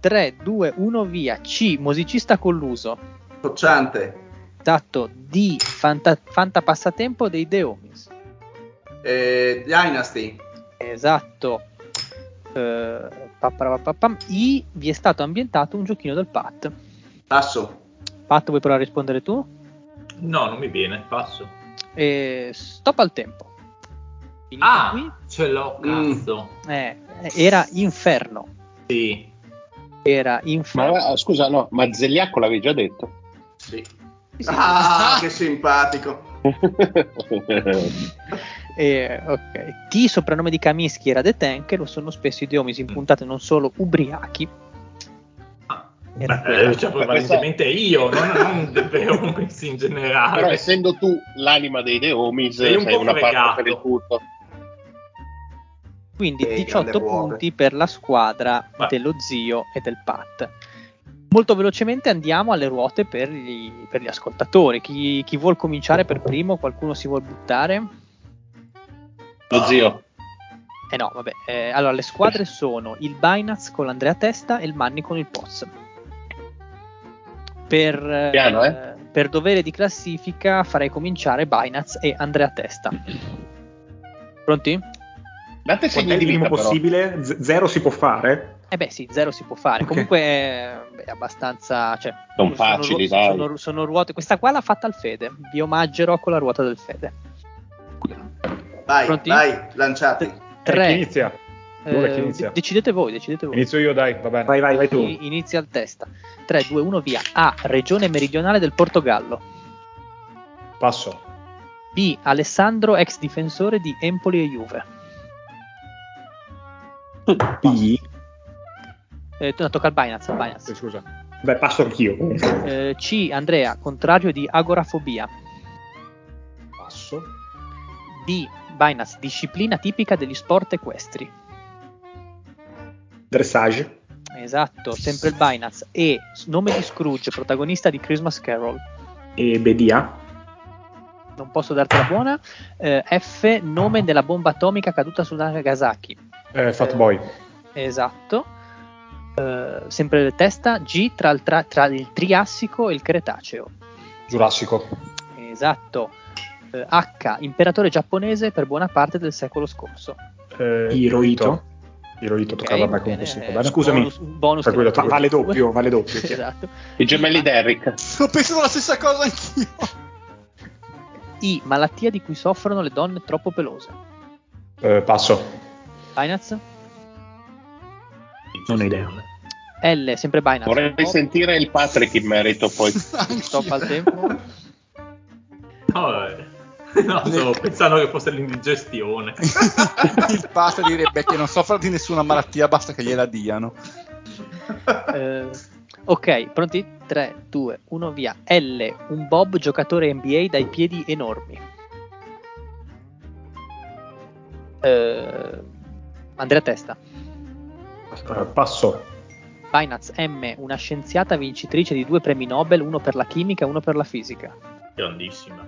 G: 3, 2, 1, via. C, musicista colluso.
C: Cocciante.
G: Esatto, D, fanta, fantapassatempo dei Deomis.
C: Eh, Dynasty.
G: Esatto. Eh, paparapapapam. I, vi è stato ambientato un giochino del Pat.
C: Passo.
G: Pat, vuoi provare a rispondere tu?
L: No, non mi viene, passo.
G: Eh, stop al tempo.
L: ah, ce l'ho, cazzo.
G: Eh, era Inferno.
L: Sì.
G: Era Inferno.
F: Ma ah, scusa, no, ma Zegliacco l'avevi già detto.
C: Sì. Ah, che simpatico.
G: Eh, ok. T, soprannome di Kaminsky, era The Tank. Lo sono spesso i Deomis in puntate non solo ubriachi.
F: Eh,
L: Beh, cioè, prevalentemente io, non, non The Beomis in generale.
F: Però essendo tu l'anima dei Deomis,
L: Sei
F: sei,
L: un po'
F: una
L: fregato.
F: parte per il tutto.
G: Quindi
F: Eh,
G: 18
F: grande uomo.
G: punti per la squadra dello zio e del Pat. Molto velocemente andiamo alle ruote per gli, per gli ascoltatori. Chi, chi vuol cominciare per primo? Qualcuno si vuol buttare?
F: Lo zio.
G: Eh no, vabbè. eh, allora, le squadre sono il Binance con l'Andrea Testa e il Manni con il Poz. Per, eh,
F: Piano, eh?
G: per dovere di classifica farei cominciare Binance e Andrea Testa. Pronti?
F: Date
I: Quant'è il minimo possibile? Z- zero si può fare?
G: Eh beh sì, zero si può fare. Comunque eh, beh, è abbastanza... Cioè,
F: Sono facili,
G: sono,
F: dai.
G: sono- sono ruote... Questa qua l'ha fatta il Fede. Vi omaggerò con la ruota del Fede.
C: Vai,
G: Pronti?
C: vai, lanciati.
G: Tre.
J: Chi inizia? Allora, chi
G: Eh,
J: inizia?
G: de- decidete voi, decidete voi.
J: Inizio io, dai, va bene.
I: Vai, vai, vai
G: I- Inizia il testa. 3, 2, 1, via. A. Regione meridionale del Portogallo.
J: Passo.
G: B. Alessandro, ex difensore di Empoli e Juve.
I: P.
G: Eh, no, tocca al Binance. al Binance.
J: Eh, Scusa.
I: Beh, passo anch'io.
G: Eh, C. Andrea, contrario di agorafobia.
J: Passo.
G: D. Binance, disciplina tipica degli sport equestri.
I: Dressage.
G: Esatto, sempre il Binance. E. Nome di Scrooge, protagonista di Christmas Carol.
I: E Bedia.
G: Non posso dartela buona. Eh, F. Nome della bomba atomica caduta su Nagasaki.
J: Eh, Fat Boy.
G: Esatto. Eh, sempre testa G tra il, tra- tra il Triassico e il Cretaceo.
J: Giurassico.
G: Esatto. Eh, H. Imperatore giapponese per buona parte del secolo scorso.
J: Eh,
I: Hirohito.
J: Hirohito toccava a me con questo. va bene?
I: Scusami.
G: eh, bonus- bonus
I: Per quello,
G: che-
I: va- vale doppio, vale doppio. sì.
G: Esatto.
F: I gemelli Derrick.
Q: Ho pensato la stessa cosa anch'io.
G: I. Malattia di cui soffrono le donne troppo pelose.
J: Eh, passo.
G: Binance?
I: Non ho idea.
G: L. Sempre Binance.
F: Vorrei
G: Stop-
F: sentire il Patrick in merito poi.
G: Stop al tempo.
L: No, eh. No, stavo pensando che fosse l'indigestione.
Q: Il pasta direbbe che non soffre di nessuna malattia, basta che gliela diano.
G: Eh, ok, pronti? 3, 2, 1, via. L. Un Bob giocatore NBA dai piedi enormi. Eh, Andrea Testa.
J: Eh, passo.
G: Binance M. Una scienziata vincitrice di due premi Nobel, uno per la chimica e uno per la fisica.
L: Grandissima.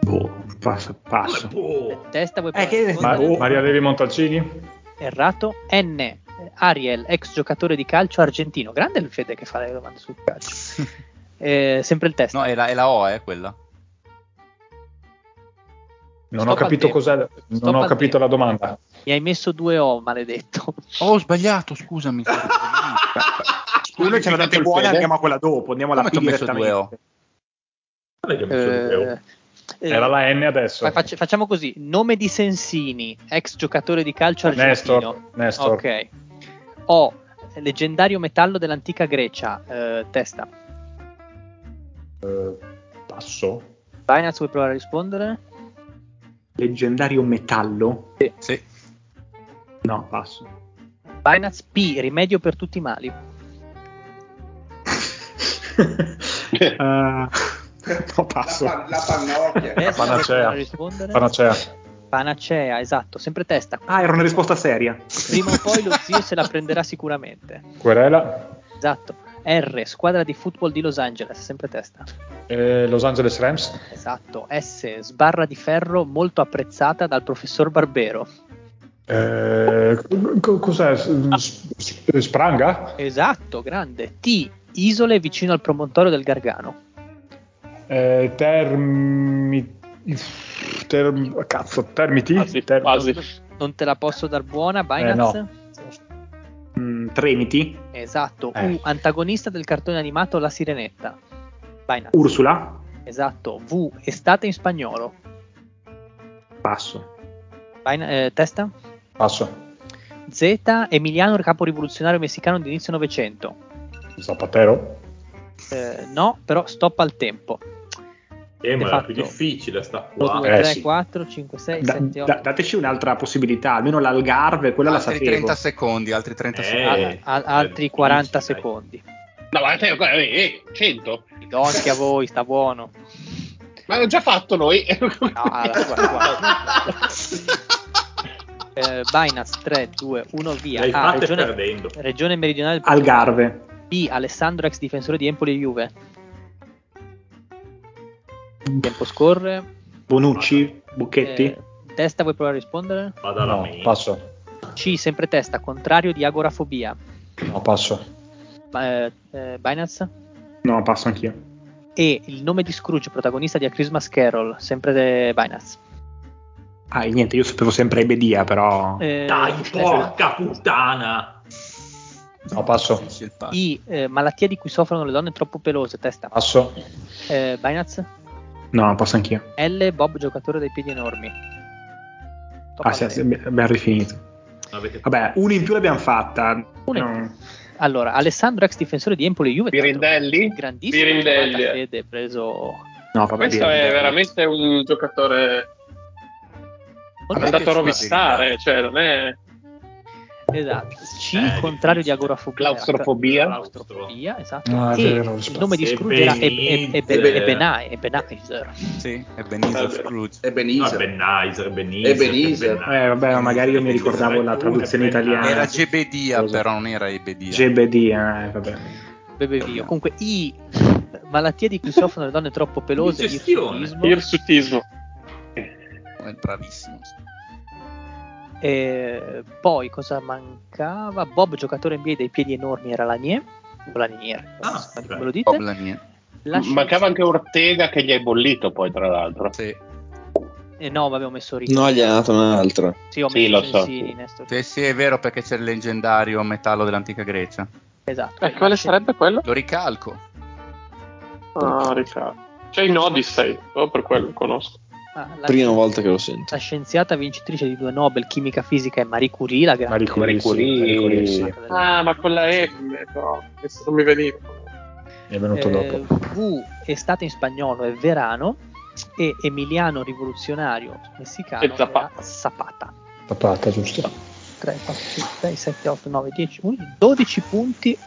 I: Boh, passo. passo.
G: boh. Testa vuoi
J: Eh, Ma-
G: rispondere?
J: Maria Levi Montalcini?
G: Errato. N. eh, Ariel, ex giocatore di calcio argentino. Grande il Fede che fa le domande sul calcio. Eh, sempre il test.
E: No, è la, è la O, eh, quella.
J: Non
G: Stop
J: ho capito
G: al tempo.
J: cos'è, non
G: Stop
J: ho
G: al
J: capito la domanda.
G: Mi hai messo due O, maledetto.
E: Oh, ho sbagliato, scusami.
J: Ah,
I: Uno ce l'ha dato buona,
G: Fede.
I: andiamo a quella dopo, andiamo alla
G: Come ti ho
I: P
G: messo oh?
I: direttamente.
G: Eh, eh,
J: oh? Era la N adesso.
G: fa- facci- facciamo così: nome di Sensini, ex giocatore di calcio argentino.
J: Nestor, Nestor.
G: Ok. O leggendario metallo dell'antica Grecia, eh, testa.
I: Eh, passo.
G: Binance vuoi provare a rispondere?
I: Leggendario metallo?
G: Sì.
I: No, passo.
G: Binance P, rimedio per tutti i mali.
I: Eh, no, passo.
N: La pannocchia.
G: Testa, vuoi provare a
I: panacea.
G: rispondere?
I: Panacea.
G: Panacea, esatto, sempre testa.
I: Ah, era una risposta seria.
G: Prima o poi lo zio se la prenderà sicuramente.
J: Querela,
G: Esatto. R, squadra di football di Los Angeles, sempre testa.
J: eh, Los Angeles Rams,
G: Esatto. S, sbarra di ferro molto apprezzata dal professor Barbero.
J: eh, co- cos'è?
I: Ah.
J: S- s- Spranga?
G: Esatto, grande. T, isole vicino al promontorio del Gargano.
J: Eh, termi... term- cazzo, termiti? Ter-
G: Non te la posso dar buona, Binance?
J: Eh, no.
I: Mm, Tremiti?
G: Esatto.
I: Eh.
G: U, antagonista del cartone animato La Sirenetta. Binance.
I: Ursula?
G: Esatto. V, estate in spagnolo.
I: Passo.
G: Bina- eh, testa?
J: Passo.
G: Z, Emiliano, il capo rivoluzionario messicano di inizio Novecento.
J: Zapatero?
G: Eh, no, però stop al tempo.
D: Eh, ma
G: fatto.
D: è più difficile sta
G: 1,
D: qua.
G: 2, 3, 4, 5, 6,
I: eh, Da-
G: 7,
I: da-
G: 8.
I: dateci un'altra possibilità, almeno l'algarve, quella la
E: altri
I: sapevo.
E: 30 secondi, altri
D: Eh.
E: 30
I: eh,
E: secondi.
G: altri 40 Ah, secondi.
F: No, ma te- eh, eh, 100?
G: Donchi a voi, sta buono.
F: Ma l'ho già fatto noi.
G: No, allora, ah, guarda, guarda. Eh, Binance 3, 2, 1, via.
D: L'hai
G: A,
D: fatta e
G: regione,
D: perdendo.
G: regione meridionale del
I: Algarve.
G: B, Alessandro, ex difensore di Empoli e Juve. Tempo scorre.
I: Bonucci? Bucchetti?
G: Eh, testa, vuoi provare a rispondere?
D: Vado alla
J: No,
D: main.
J: passo.
G: C, sempre testa, contrario di agorafobia.
J: No, passo.
G: Eh, eh, Binance?
I: No, passo anch'io.
G: E il nome di Scrooge, protagonista di A Christmas Carol, sempre de Binance.
I: Ah, e niente, io sapevo sempre Ebedia, però...
G: Eh,
D: Dai,
G: testa.
D: porca puttana.
J: No, passo.
G: I, eh, malattia di cui soffrono le donne troppo pelose, testa.
J: Passo.
G: Eh, Binance?
I: No, passo anch'io.
G: L, Bob, giocatore dai piedi enormi. Top
I: Ah,
G: al
I: sì, sì,
G: tempo.
I: abbiamo rifinito. Vabbè, una in più l'abbiamo fatta.
G: Una in
I: No.
G: Allora, Alessandro, ex difensore di Empoli e Juve. tra l'altro,
F: Pirindelli?
G: Grandissimo.
F: Pirindelli.
G: guarda,
F: eh.
G: Fede, preso...
I: No, vabbè,
F: Questo
I: Pirindelli.
F: è veramente un giocatore
G: Molto
F: andato a
G: piaciuto.
F: rovistare, cioè non è...
G: Esatto. C,
F: Eh,
G: contrario di agorafobia.
F: Claustrofobia.
G: Claustrofobia, esatto.
J: Ah, è
G: E
J: vero,
G: il
J: risposta.
G: nome di
D: E
G: Scrooge era Eb- Eb-
D: Benite.
G: Eb- Ebenai- Ebenizer.
E: Sì, Ebenezer Scrooge.
L: Ah,
D: No,
C: Ebenezer.
D: Benizer, Benizer.
C: Ebenezer.
I: Eh, vabbè, ma magari io mi ricordavo la traduzione italiana.
E: Era Gebedia, però non era Ebedia.
I: Gebedia, eh, vabbè.
G: Bebevio. Comunque, I, malattie di cui soffrono le donne troppo pelose.
D: Digestione.
G: irsutismo.
F: Irsutismo.
E: È bravissimo.
G: E poi cosa mancava? Bob, giocatore NBA dei piedi enormi, era Lanier. O Lanier,
D: Ah,
G: come
D: beh.
G: lo dite?
E: Bob Lanier.
G: La sci-
F: Mancava anche Ortega che gli hai bollito poi, tra l'altro.
E: Sì.
G: eh, no, vabbè, ho messo Rick.
H: No, gli ha dato un'altra.
G: sì, ho
F: sì,
G: messo
F: lo so.
G: Sensini, Nestor.
E: Sì, sì, è vero perché c'è il leggendario metallo dell'antica Grecia.
G: Esatto.
F: Eh, quale sarebbe quello?
E: Lo ricalco.
F: Ah, Riccardo. C'è in Odyssey, proprio per quello che conosco.
G: Ah, la,
H: Prima volta che lo sento.
G: la scienziata vincitrice di due Nobel, chimica fisica e Marie Curie, la grande.
J: Marie Curie,
F: Marie Curie.
J: sì, Marie Curie, sì.
F: Ah, ma quella è... No, questo non mi veniva.
J: è venuto
G: Eh,
J: dopo.
G: V, estate in spagnolo e verano. E Emiliano rivoluzionario messicano
F: E Zapata.
G: era Zapata.
J: Tapata, giusto.
G: 3, 4, 5, 6, 7, 8, 9, 10, 11, 12 punti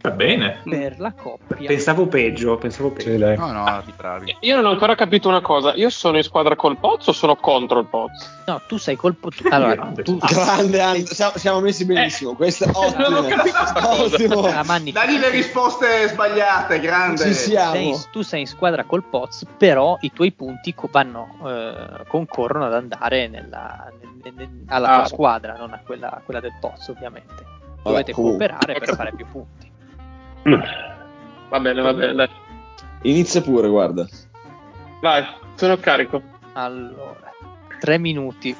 D: Va bene.
G: per la coppia.
I: Pensavo peggio, pensavo peggio.
J: Sì, lei.
E: No, no, di bravi.
F: Io non ho ancora capito una cosa, io sono in squadra col Pozzo o sono contro il Pozzo?
G: No, tu sei colpo. Tu, allora,
D: Grande.
G: tu
H: Grande, Andrea, siamo, siamo messi benissimo. Questa è
F: non ho capito
H: ottima.
F: cosa.
H: Ottimo.
G: la manni
C: Dagli le risposte sbagliate, grande.
H: Ci siamo.
G: sei, tu sei in squadra col Poz, però i tuoi punti co- vanno, eh, concorrono ad andare nella, nel- nel- alla tua
F: Ah.
G: squadra, non a quella, a quella del Poz, ovviamente. Dovete
H: comunque.
G: cooperare per fare più punti.
F: Va bene, va bene, dai.
H: Inizia pure, guarda.
F: Vai, sono carico.
G: Allora, 3 minuti.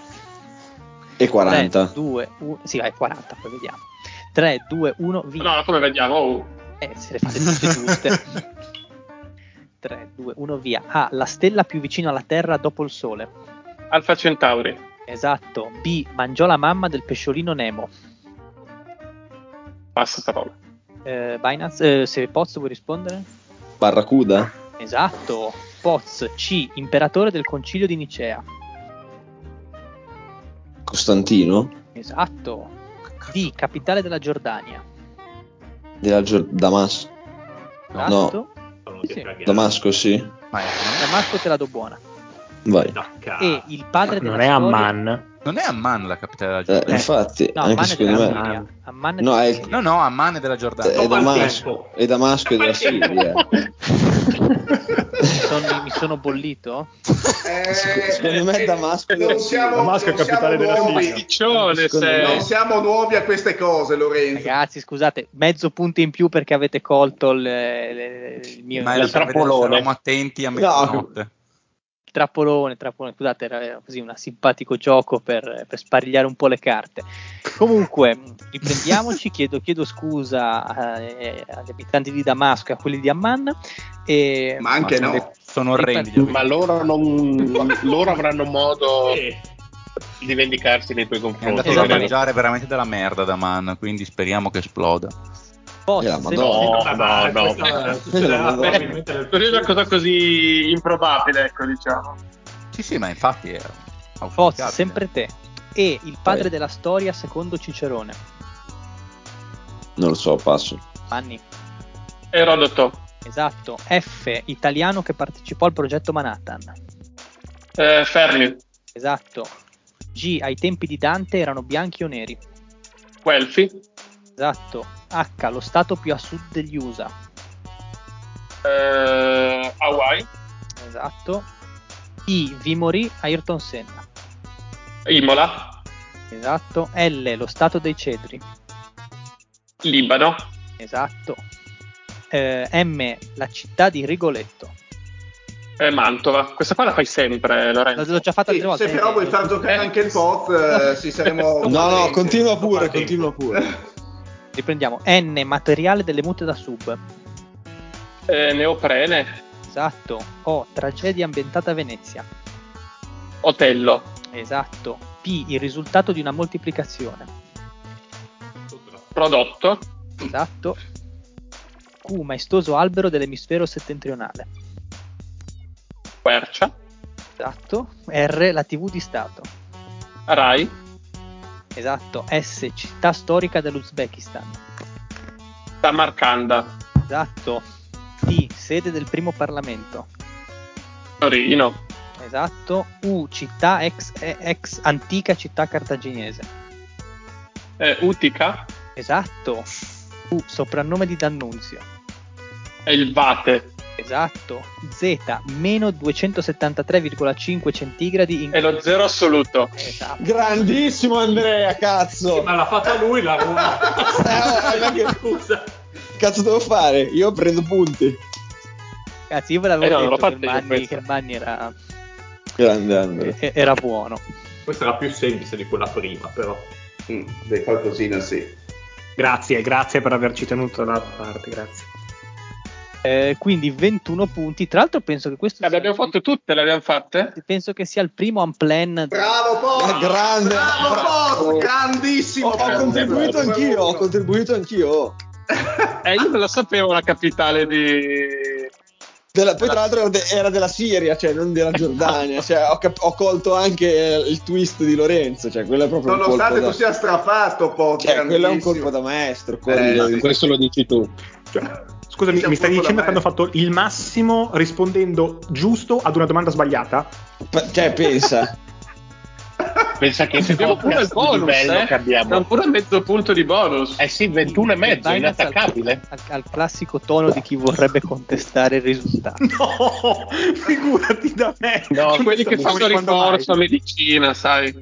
H: E 40.
G: Eh, 2, 1, sì, vai 40, poi vediamo. 3, 2, 1, via.
K: No, come vediamo? Oh.
G: Eh, se le fate tutte giuste. 3, 2, 1, via. A, la stella più vicina alla Terra dopo il Sole.
K: Alfa Centauri.
G: Esatto. B, mangiò la mamma del pesciolino Nemo.
K: Passa parola.
G: Eh, Binance, eh, se Poz vuoi rispondere?
H: Barracuda?
G: Esatto. Poz, C, imperatore del concilio di Nicea.
H: Costantino?
G: Esatto. D, capitale della Giordania.
H: Della Gior- Damasco?
G: Esatto.
H: No. Sì, sì. Damasco, sì.
G: Damasco te la do buona.
H: Vai.
G: E il padre della
I: Non è
G: storia-
I: Amman.
E: Non è Amman la capitale della
H: Eh,
E: Giordania.
H: infatti,
G: No,
H: anche
G: Amman è
H: secondo
G: della
H: me...
G: Siria. Amman è
H: No,
G: Eh, della
H: è-
G: Siria.
E: No, no, Amman è della Giordania.
H: È Damasco, è Damasco e della Siria.
G: Sono- mi sono bollito?
H: Secondo me Damasco
C: Eh, non siamo,
I: Damasco è
C: non
I: capitale
C: siamo
I: della
C: nuovi.
I: Siria.
K: Ciccione,
C: Non siamo nuovi a queste cose, Lorenzo.
G: Ragazzi, scusate, mezzo punto in più perché avete colto il, il- il mio
E: Ma è
G: il
E: per vedere se eravamo attenti a mezzanotte.
G: trappolone, trappolone. Scusate, era così un simpatico gioco per, per sparigliare un po' le carte. Comunque, riprendiamoci. chiedo, chiedo scusa a- eh, agli abitanti di Damasco e a quelli di Amman. E,
C: Ma anche
E: sono-
C: no.
E: Sono orrendi.
F: Ma loro, non- loro avranno modo di vendicarsi nei tuoi
E: È
F: confronti.
E: andato
G: Esatto.
E: a
F: credo.
E: mangiare veramente della merda da man, quindi speriamo che esploda.
G: Poz,
H: Eh, la
G: Boh, se-
F: No,
G: se-
F: no, no.
K: Così è una cosa così improbabile, ecco, diciamo.
E: Sì, sì, ma infatti era.
G: Poz,
E: auspicabile.
G: Boh, sempre te. E il padre
H: Vai.
G: della storia secondo Cicerone.
H: Non lo so, passo.
G: Manni.
K: Eh, Erodoto.
G: Esatto. F, italiano che partecipò al progetto Manhattan.
K: Eh, Fermi.
G: Esatto. G, ai tempi di Dante erano bianchi o neri.
K: Guelfi.
G: Esatto. H, lo stato più a sud degli USA.
K: Eh, Hawaii.
G: Esatto. I, vi morì Ayrton Senna.
K: Imola.
G: Esatto. L, lo stato dei cedri.
K: Libano.
G: Esatto. Eh, M, la città di Rigoletto.
K: Eh, Mantova. Questa qua la fai sempre, Lorenzo.
G: L'ho l'ho già fatta
C: Sì,
G: tre volte.
C: se però vuoi far giocare anche il pot, eh, sì, saremo.
H: No, no,
C: contenti.
H: continua pure, continua pure.
G: Riprendiamo. N, materiale delle mute da sub.
K: Eh, neoprene.
G: Esatto. O, tragedia ambientata a Venezia.
K: Otello.
G: Esatto. P, il risultato di una moltiplicazione.
K: Prodotto.
G: Esatto. Q, maestoso albero dell'emisfero settentrionale.
K: Quercia.
G: Esatto. R, la TV di Stato.
K: Rai.
G: Esatto. S, città storica dell'Uzbekistan.
K: Samarcanda.
G: Esatto. T, sede del primo Parlamento.
K: Torino.
G: Esatto. U, città ex, eh, ex antica città cartaginese.
K: Eh, Utica.
G: Esatto. U, soprannome di D'Annunzio.
K: Elvate.
G: Esatto. Z, meno 273,5 centigradi in...
K: È lo zero assoluto.
G: Esatto.
H: Grandissimo Andrea, cazzo!
L: Ma l'ha fatta lui la
H: Eh, ma che
L: Scusa.
H: cazzo devo fare? Io prendo punti.
G: Ragazzi, io ve l'avevo
K: Eh no, non l'ho
G: detto
K: fatta
G: che
K: io
G: Manni,
K: questa.
G: che Manni era,
H: Grande Andrea.
G: e- era buono.
L: Questa era più semplice di quella prima, però.
C: Mm, Dai, qualcosina, sì.
I: Grazie, grazie per averci tenuto da parte, grazie.
G: Eh, quindi 21 punti. Tra l'altro penso che questo
K: Eh, le
G: sia,
K: abbiamo fatte tutte, le abbiamo fatte?
G: penso che sia il primo unplan
C: Bravo pot!
H: Grande.
C: Bravo pot! Grandissimo!
H: Ho, ho contribuito anch'io, ho contribuito anch'io.
K: Eh, io non la sapevo la capitale di...
H: Della- poi tra l'altro era, de- era della Siria, cioè non della Giordania. Cioè, ho, cap- ho colto anche eh, il twist di Lorenzo, cioè quello è proprio un colpo
C: Nonostante
H: da-
C: tu sia strafatto, pot.
H: cioè, quello è un
C: grandissimo.
H: colpo da maestro.
C: Eh,
H: quello-
C: sì.
F: Questo lo dici tu.
I: Scusami,
C: Sei
I: mi stai
C: un po'
I: dicendo
C: da
I: che hanno
C: me.
I: fatto il massimo rispondendo giusto ad una domanda sbagliata?
H: P- cioè, pensa.
F: Pensa che
K: Abbiamo pure
F: podcast
K: il
F: di
K: bonus,
F: livello
K: eh?
F: che abbiamo.
K: Abbiamo pure mezzo punto di bonus.
F: Eh sì, 21 e mezzo,
G: Binance
F: inattaccabile.
G: Al, al- al classico tono di chi vorrebbe contestare il risultato.
I: No, figurati da me.
F: No,
K: Quelli che
I: Quando
K: fanno
I: mai?
K: ricorso a medicina, sai.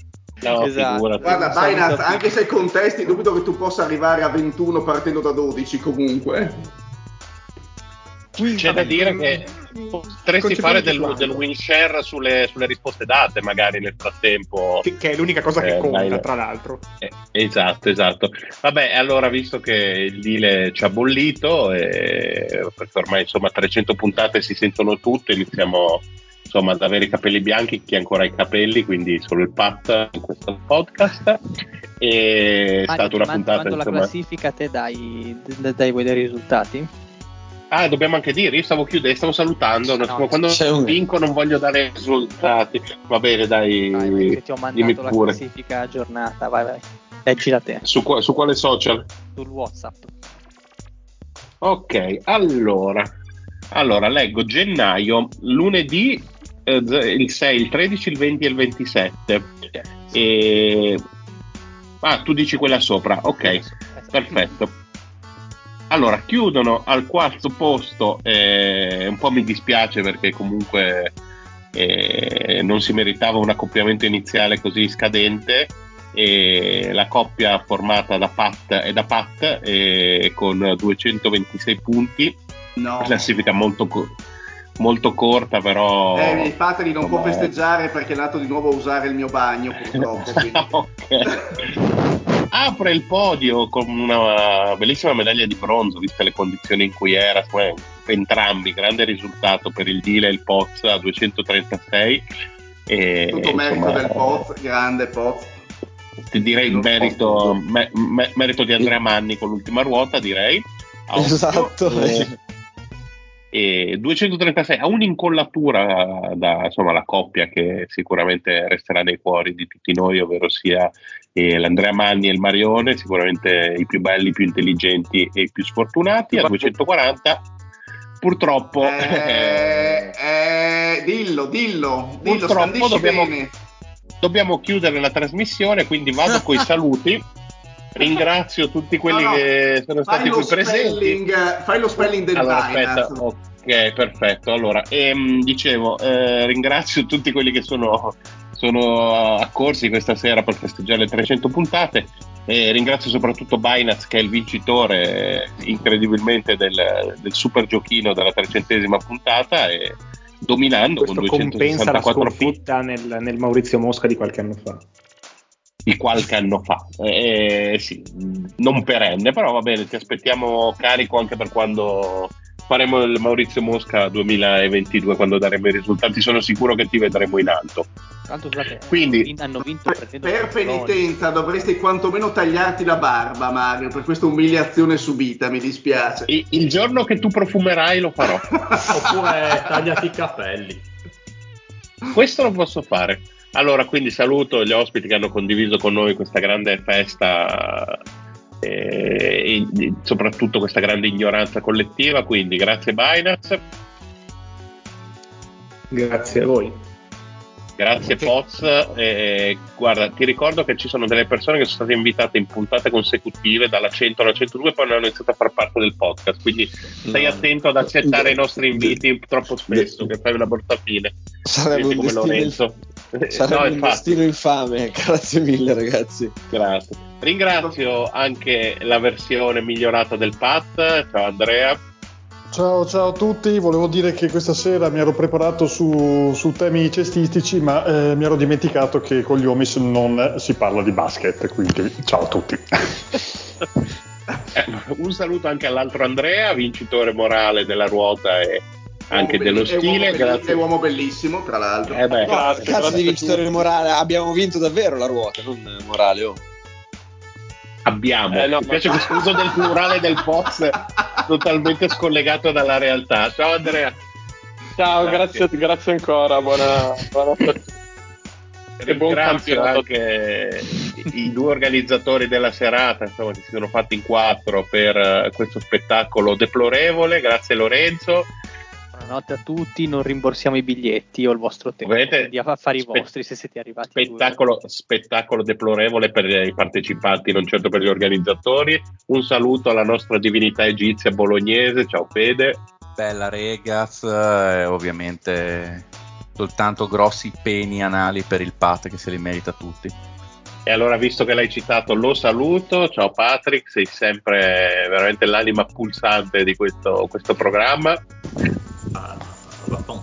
F: No,
G: Esatto.
F: figurati.
C: Guarda,
G: Sono
C: Binance,
G: d'accordo.
C: anche se contesti, dubito che tu possa arrivare a 21 partendo da 12 comunque.
F: C'è da dire che Potresti fare del, del win share sulle, sulle risposte date, magari nel frattempo.
I: Che, che è l'unica cosa che
F: Eh,
I: conta,
F: dai,
I: tra l'altro.
F: eh, esatto, esatto. Vabbè, allora visto che il Dile ci ha bollito, eh, perché ormai insomma 300 puntate si sentono tutte, iniziamo insomma ad avere i capelli bianchi, chi ancora ha i capelli, quindi solo il pat in questo podcast. E è
G: Ma-
F: stata una
G: ma-
F: puntata
G: Quando la
F: insomma.
G: classifica te dai, d- dai, voi dei risultati?
F: Ah, dobbiamo anche dire, io stavo chiudendo, stavo salutando, un attimo, quando vinco non voglio dare risultati. Va bene, dai,
G: Ti ho
F: dimmi
G: mandato la
F: pure.
G: classifica aggiornata, vai vai, leggila te,
F: Su, qua- su quale social?
G: sul Whatsapp.
F: Ok, allora, allora leggo gennaio, lunedì eh, z- il 6, il 13, il 20 e il 27. E... Ah, tu dici quella sopra, ok, perfetto. Allora, chiudono al quarto posto, eh, un po' mi dispiace perché comunque eh, non si meritava un accoppiamento iniziale così scadente, e la coppia formata da Pat e da Pat eh, con 226 punti, classifica molto, co- molto corta però...
C: Eh, mi fateli non può
F: Vabbè.
C: festeggiare perché è nato di nuovo a usare il mio bagno purtroppo. quindi.
F: apre il podio con una bellissima medaglia di bronzo, viste le condizioni in cui era, cioè, entrambi, grande risultato per il Dile e il Poz a 236. E,
C: Tutto merito
F: insomma,
H: eh.
C: del Poz, grande Poz.
F: Ti direi il merito, me- me- merito di Andrea Manni con l'ultima ruota, direi. A occhio.
H: Esatto.
F: E- e 236 ha un'incollatura da insomma, la coppia che sicuramente resterà nei cuori di tutti noi, ovvero sia eh, l'Andrea Manni e il Marione, sicuramente i più belli, i più intelligenti e i più sfortunati. A 240 purtroppo
C: Eh, eh, dillo, dillo, dillo,
F: Purtroppo
C: scandisci
F: dobbiamo-
C: bene.
F: dobbiamo chiudere la trasmissione, quindi vado con i saluti. Ringrazio tutti quelli
C: No, no,
F: che sono
C: Fai
F: stati
C: lo,
F: qui presenti.
C: spelling, fai lo spelling del
F: Allora,
C: Binance.
F: aspetta, ok, perfetto. Allora, ehm, dicevo, eh, ringrazio tutti quelli che sono, sono accorsi questa sera per festeggiare le 300 puntate. E ringrazio soprattutto Binance che è il vincitore eh, incredibilmente del, del super giochino della 300esima puntata e dominando
I: Questo
F: con
I: compensa la
F: 264 punti
I: sconfitta nel, nel Maurizio Mosca di qualche anno fa.
F: di qualche anno fa. Eh, eh, sì, non perenne, però va bene, ti aspettiamo carico anche per quando faremo il Maurizio Mosca 2022, quando daremo i risultati. Sono sicuro che ti vedremo in alto.
G: Tanto scusate,
F: Quindi,
G: hanno vinto prendendo
C: Per
G: Barcellona.
C: penitenza dovresti quantomeno tagliarti la barba, Mario, per questa umiliazione subita, mi dispiace.
F: Il giorno che tu profumerai lo farò.
L: Oppure tagliati i capelli.
F: Questo lo posso fare. Allora, quindi saluto gli ospiti che hanno condiviso con noi questa grande festa eh, e, e soprattutto questa grande ignoranza collettiva. Quindi grazie Binance,
I: Grazie a voi.
F: grazie Poz. eh, guarda, ti ricordo che ci sono delle persone che sono state invitate in puntate consecutive dalla 100 alla 102 poi non hanno iniziato a far parte del podcast. Quindi stai
H: No.
F: attento ad accettare i nostri inviti troppo spesso, che fai una brutta fine.
H: Sarebbe un
F: Vedi come
H: destino,
F: Lorenzo.
H: sarebbe
F: No,
H: un
F: infatti.
H: destino infame. Grazie mille, ragazzi.
F: Grazie. Ringrazio anche la versione migliorata del Pat. Ciao Andrea.
J: Ciao ciao a tutti, volevo dire che questa sera mi ero preparato su, su temi cestistici, ma eh, mi ero dimenticato che con gli omis non si parla di basket, quindi ciao a tutti.
F: Eh, Un saluto anche all'altro Andrea, vincitore morale della ruota e anche dello
C: È uomo
F: stile.
C: belli-
F: Grazie.
C: È uomo bellissimo, tra l'altro.
F: Eh
H: No,
F: beh. Grazie,
H: cazzo
F: grazie
H: di
F: a
H: vincitore morale, abbiamo vinto davvero la ruota, non morale. Oh.
F: Abbiamo. Diciamo.
K: Eh,
F: Mi piace questo uso del plurale del Poz totalmente scollegato dalla realtà. Ciao Andrea.
K: Ciao, grazie, grazie ancora, buona, buona
F: E
K: buon
F: ringrazio
K: campionato.
F: anche i due organizzatori della serata insomma, che si sono fatti in quattro per eh, questo spettacolo deplorevole. Grazie Lorenzo.
G: Buonanotte a tutti, non rimborsiamo i biglietti o il vostro tempo. Quindi a fare i
F: spe-
G: vostri se siete arrivati.
F: Spettacolo, spettacolo deplorevole per i partecipanti, non certo per gli organizzatori. Un saluto alla nostra divinità egizia bolognese. Ciao Fede.
E: Bella Regaz, eh, ovviamente soltanto grossi peni anali per il Pat che se li merita tutti.
F: E allora, visto che l'hai citato, lo saluto. Ciao Patrick, sei sempre veramente l'anima pulsante di questo, questo programma.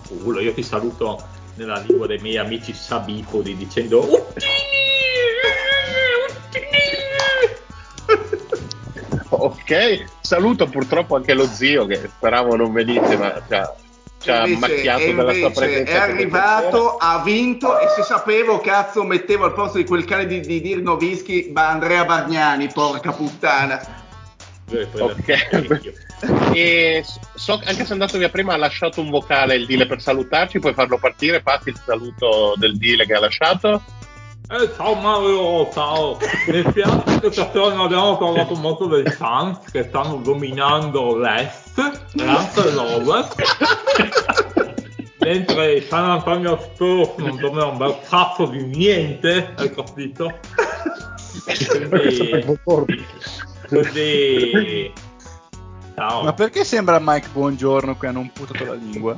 D: culo. Ah, Io ti saluto nella lingua dei miei amici sabifodi dicendo "Uh, eh,
F: Ok, saluto purtroppo anche lo zio che speravo non venisse, ma ci ha, ci ha
C: Invece-
F: macchiato
C: e
F: della sua
C: invece
F: presenza.
C: È arrivato, ha vinto e se sapevo, cazzo, mettevo al posto di quel cane di, di Dirnovischi ma Andrea Bargnani, porca puttana.
F: Ok. e so- so che anche se è andato via prima ha lasciato un vocale il deal per salutarci, puoi farlo partire, passi il saluto del deal che ha lasciato.
D: Eh, ciao Mario, ciao! Mi piace che stasera non abbiamo parlato molto dei Suns che stanno dominando l'Est, grazie all'Ovest. Mentre i San Antonio Spurs non dominano un bel cazzo di niente, hai capito? Quindi, quindi
E: Ma perché sembra Mike Buongiorno che hanno un putato la lingua?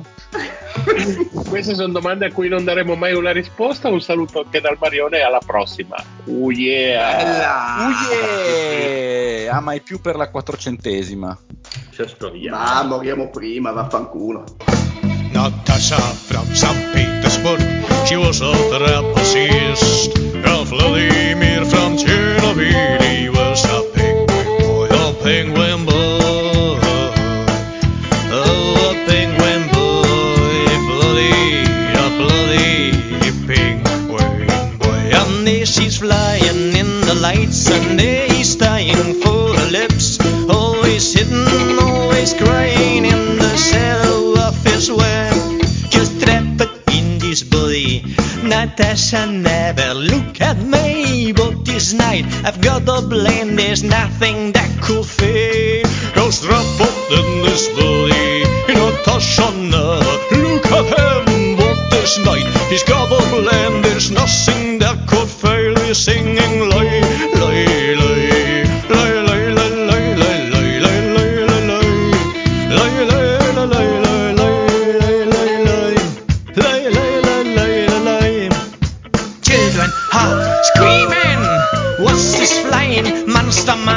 F: Queste sono domande a cui non daremo mai una risposta. Un saluto anche dal Marione e alla prossima.
E: Oh
F: Uh yeah!
E: Uye! Ah, mai più per la quattrocentesima.
D: C'è storia.
C: Ma moriamo prima, vaffanculo.
S: Natasha from St. Petersburg. She was a trapezist. While Vladimir from Chernobyl. He was a penguin boy, a penguin boy. Oh, a penguin boy. Bloody, a bloody penguin boy. And there she's flying in the lights. And there he's dying for her lips. Always hidden, always crying in the shadow of his web. Just trapped in this body. Natasha never look at me, but this night I've got a blame. There's nothing that could fail. Cause trapped in this body, Natasha never look at him, but this night he's got a blame. There's nothing that could fail. He's singing lie, lie, lie, lie, lie, lie, lie, lie, lie, lie, lie, lie, lie. Children are screaming. What's this flying monster man? Oh,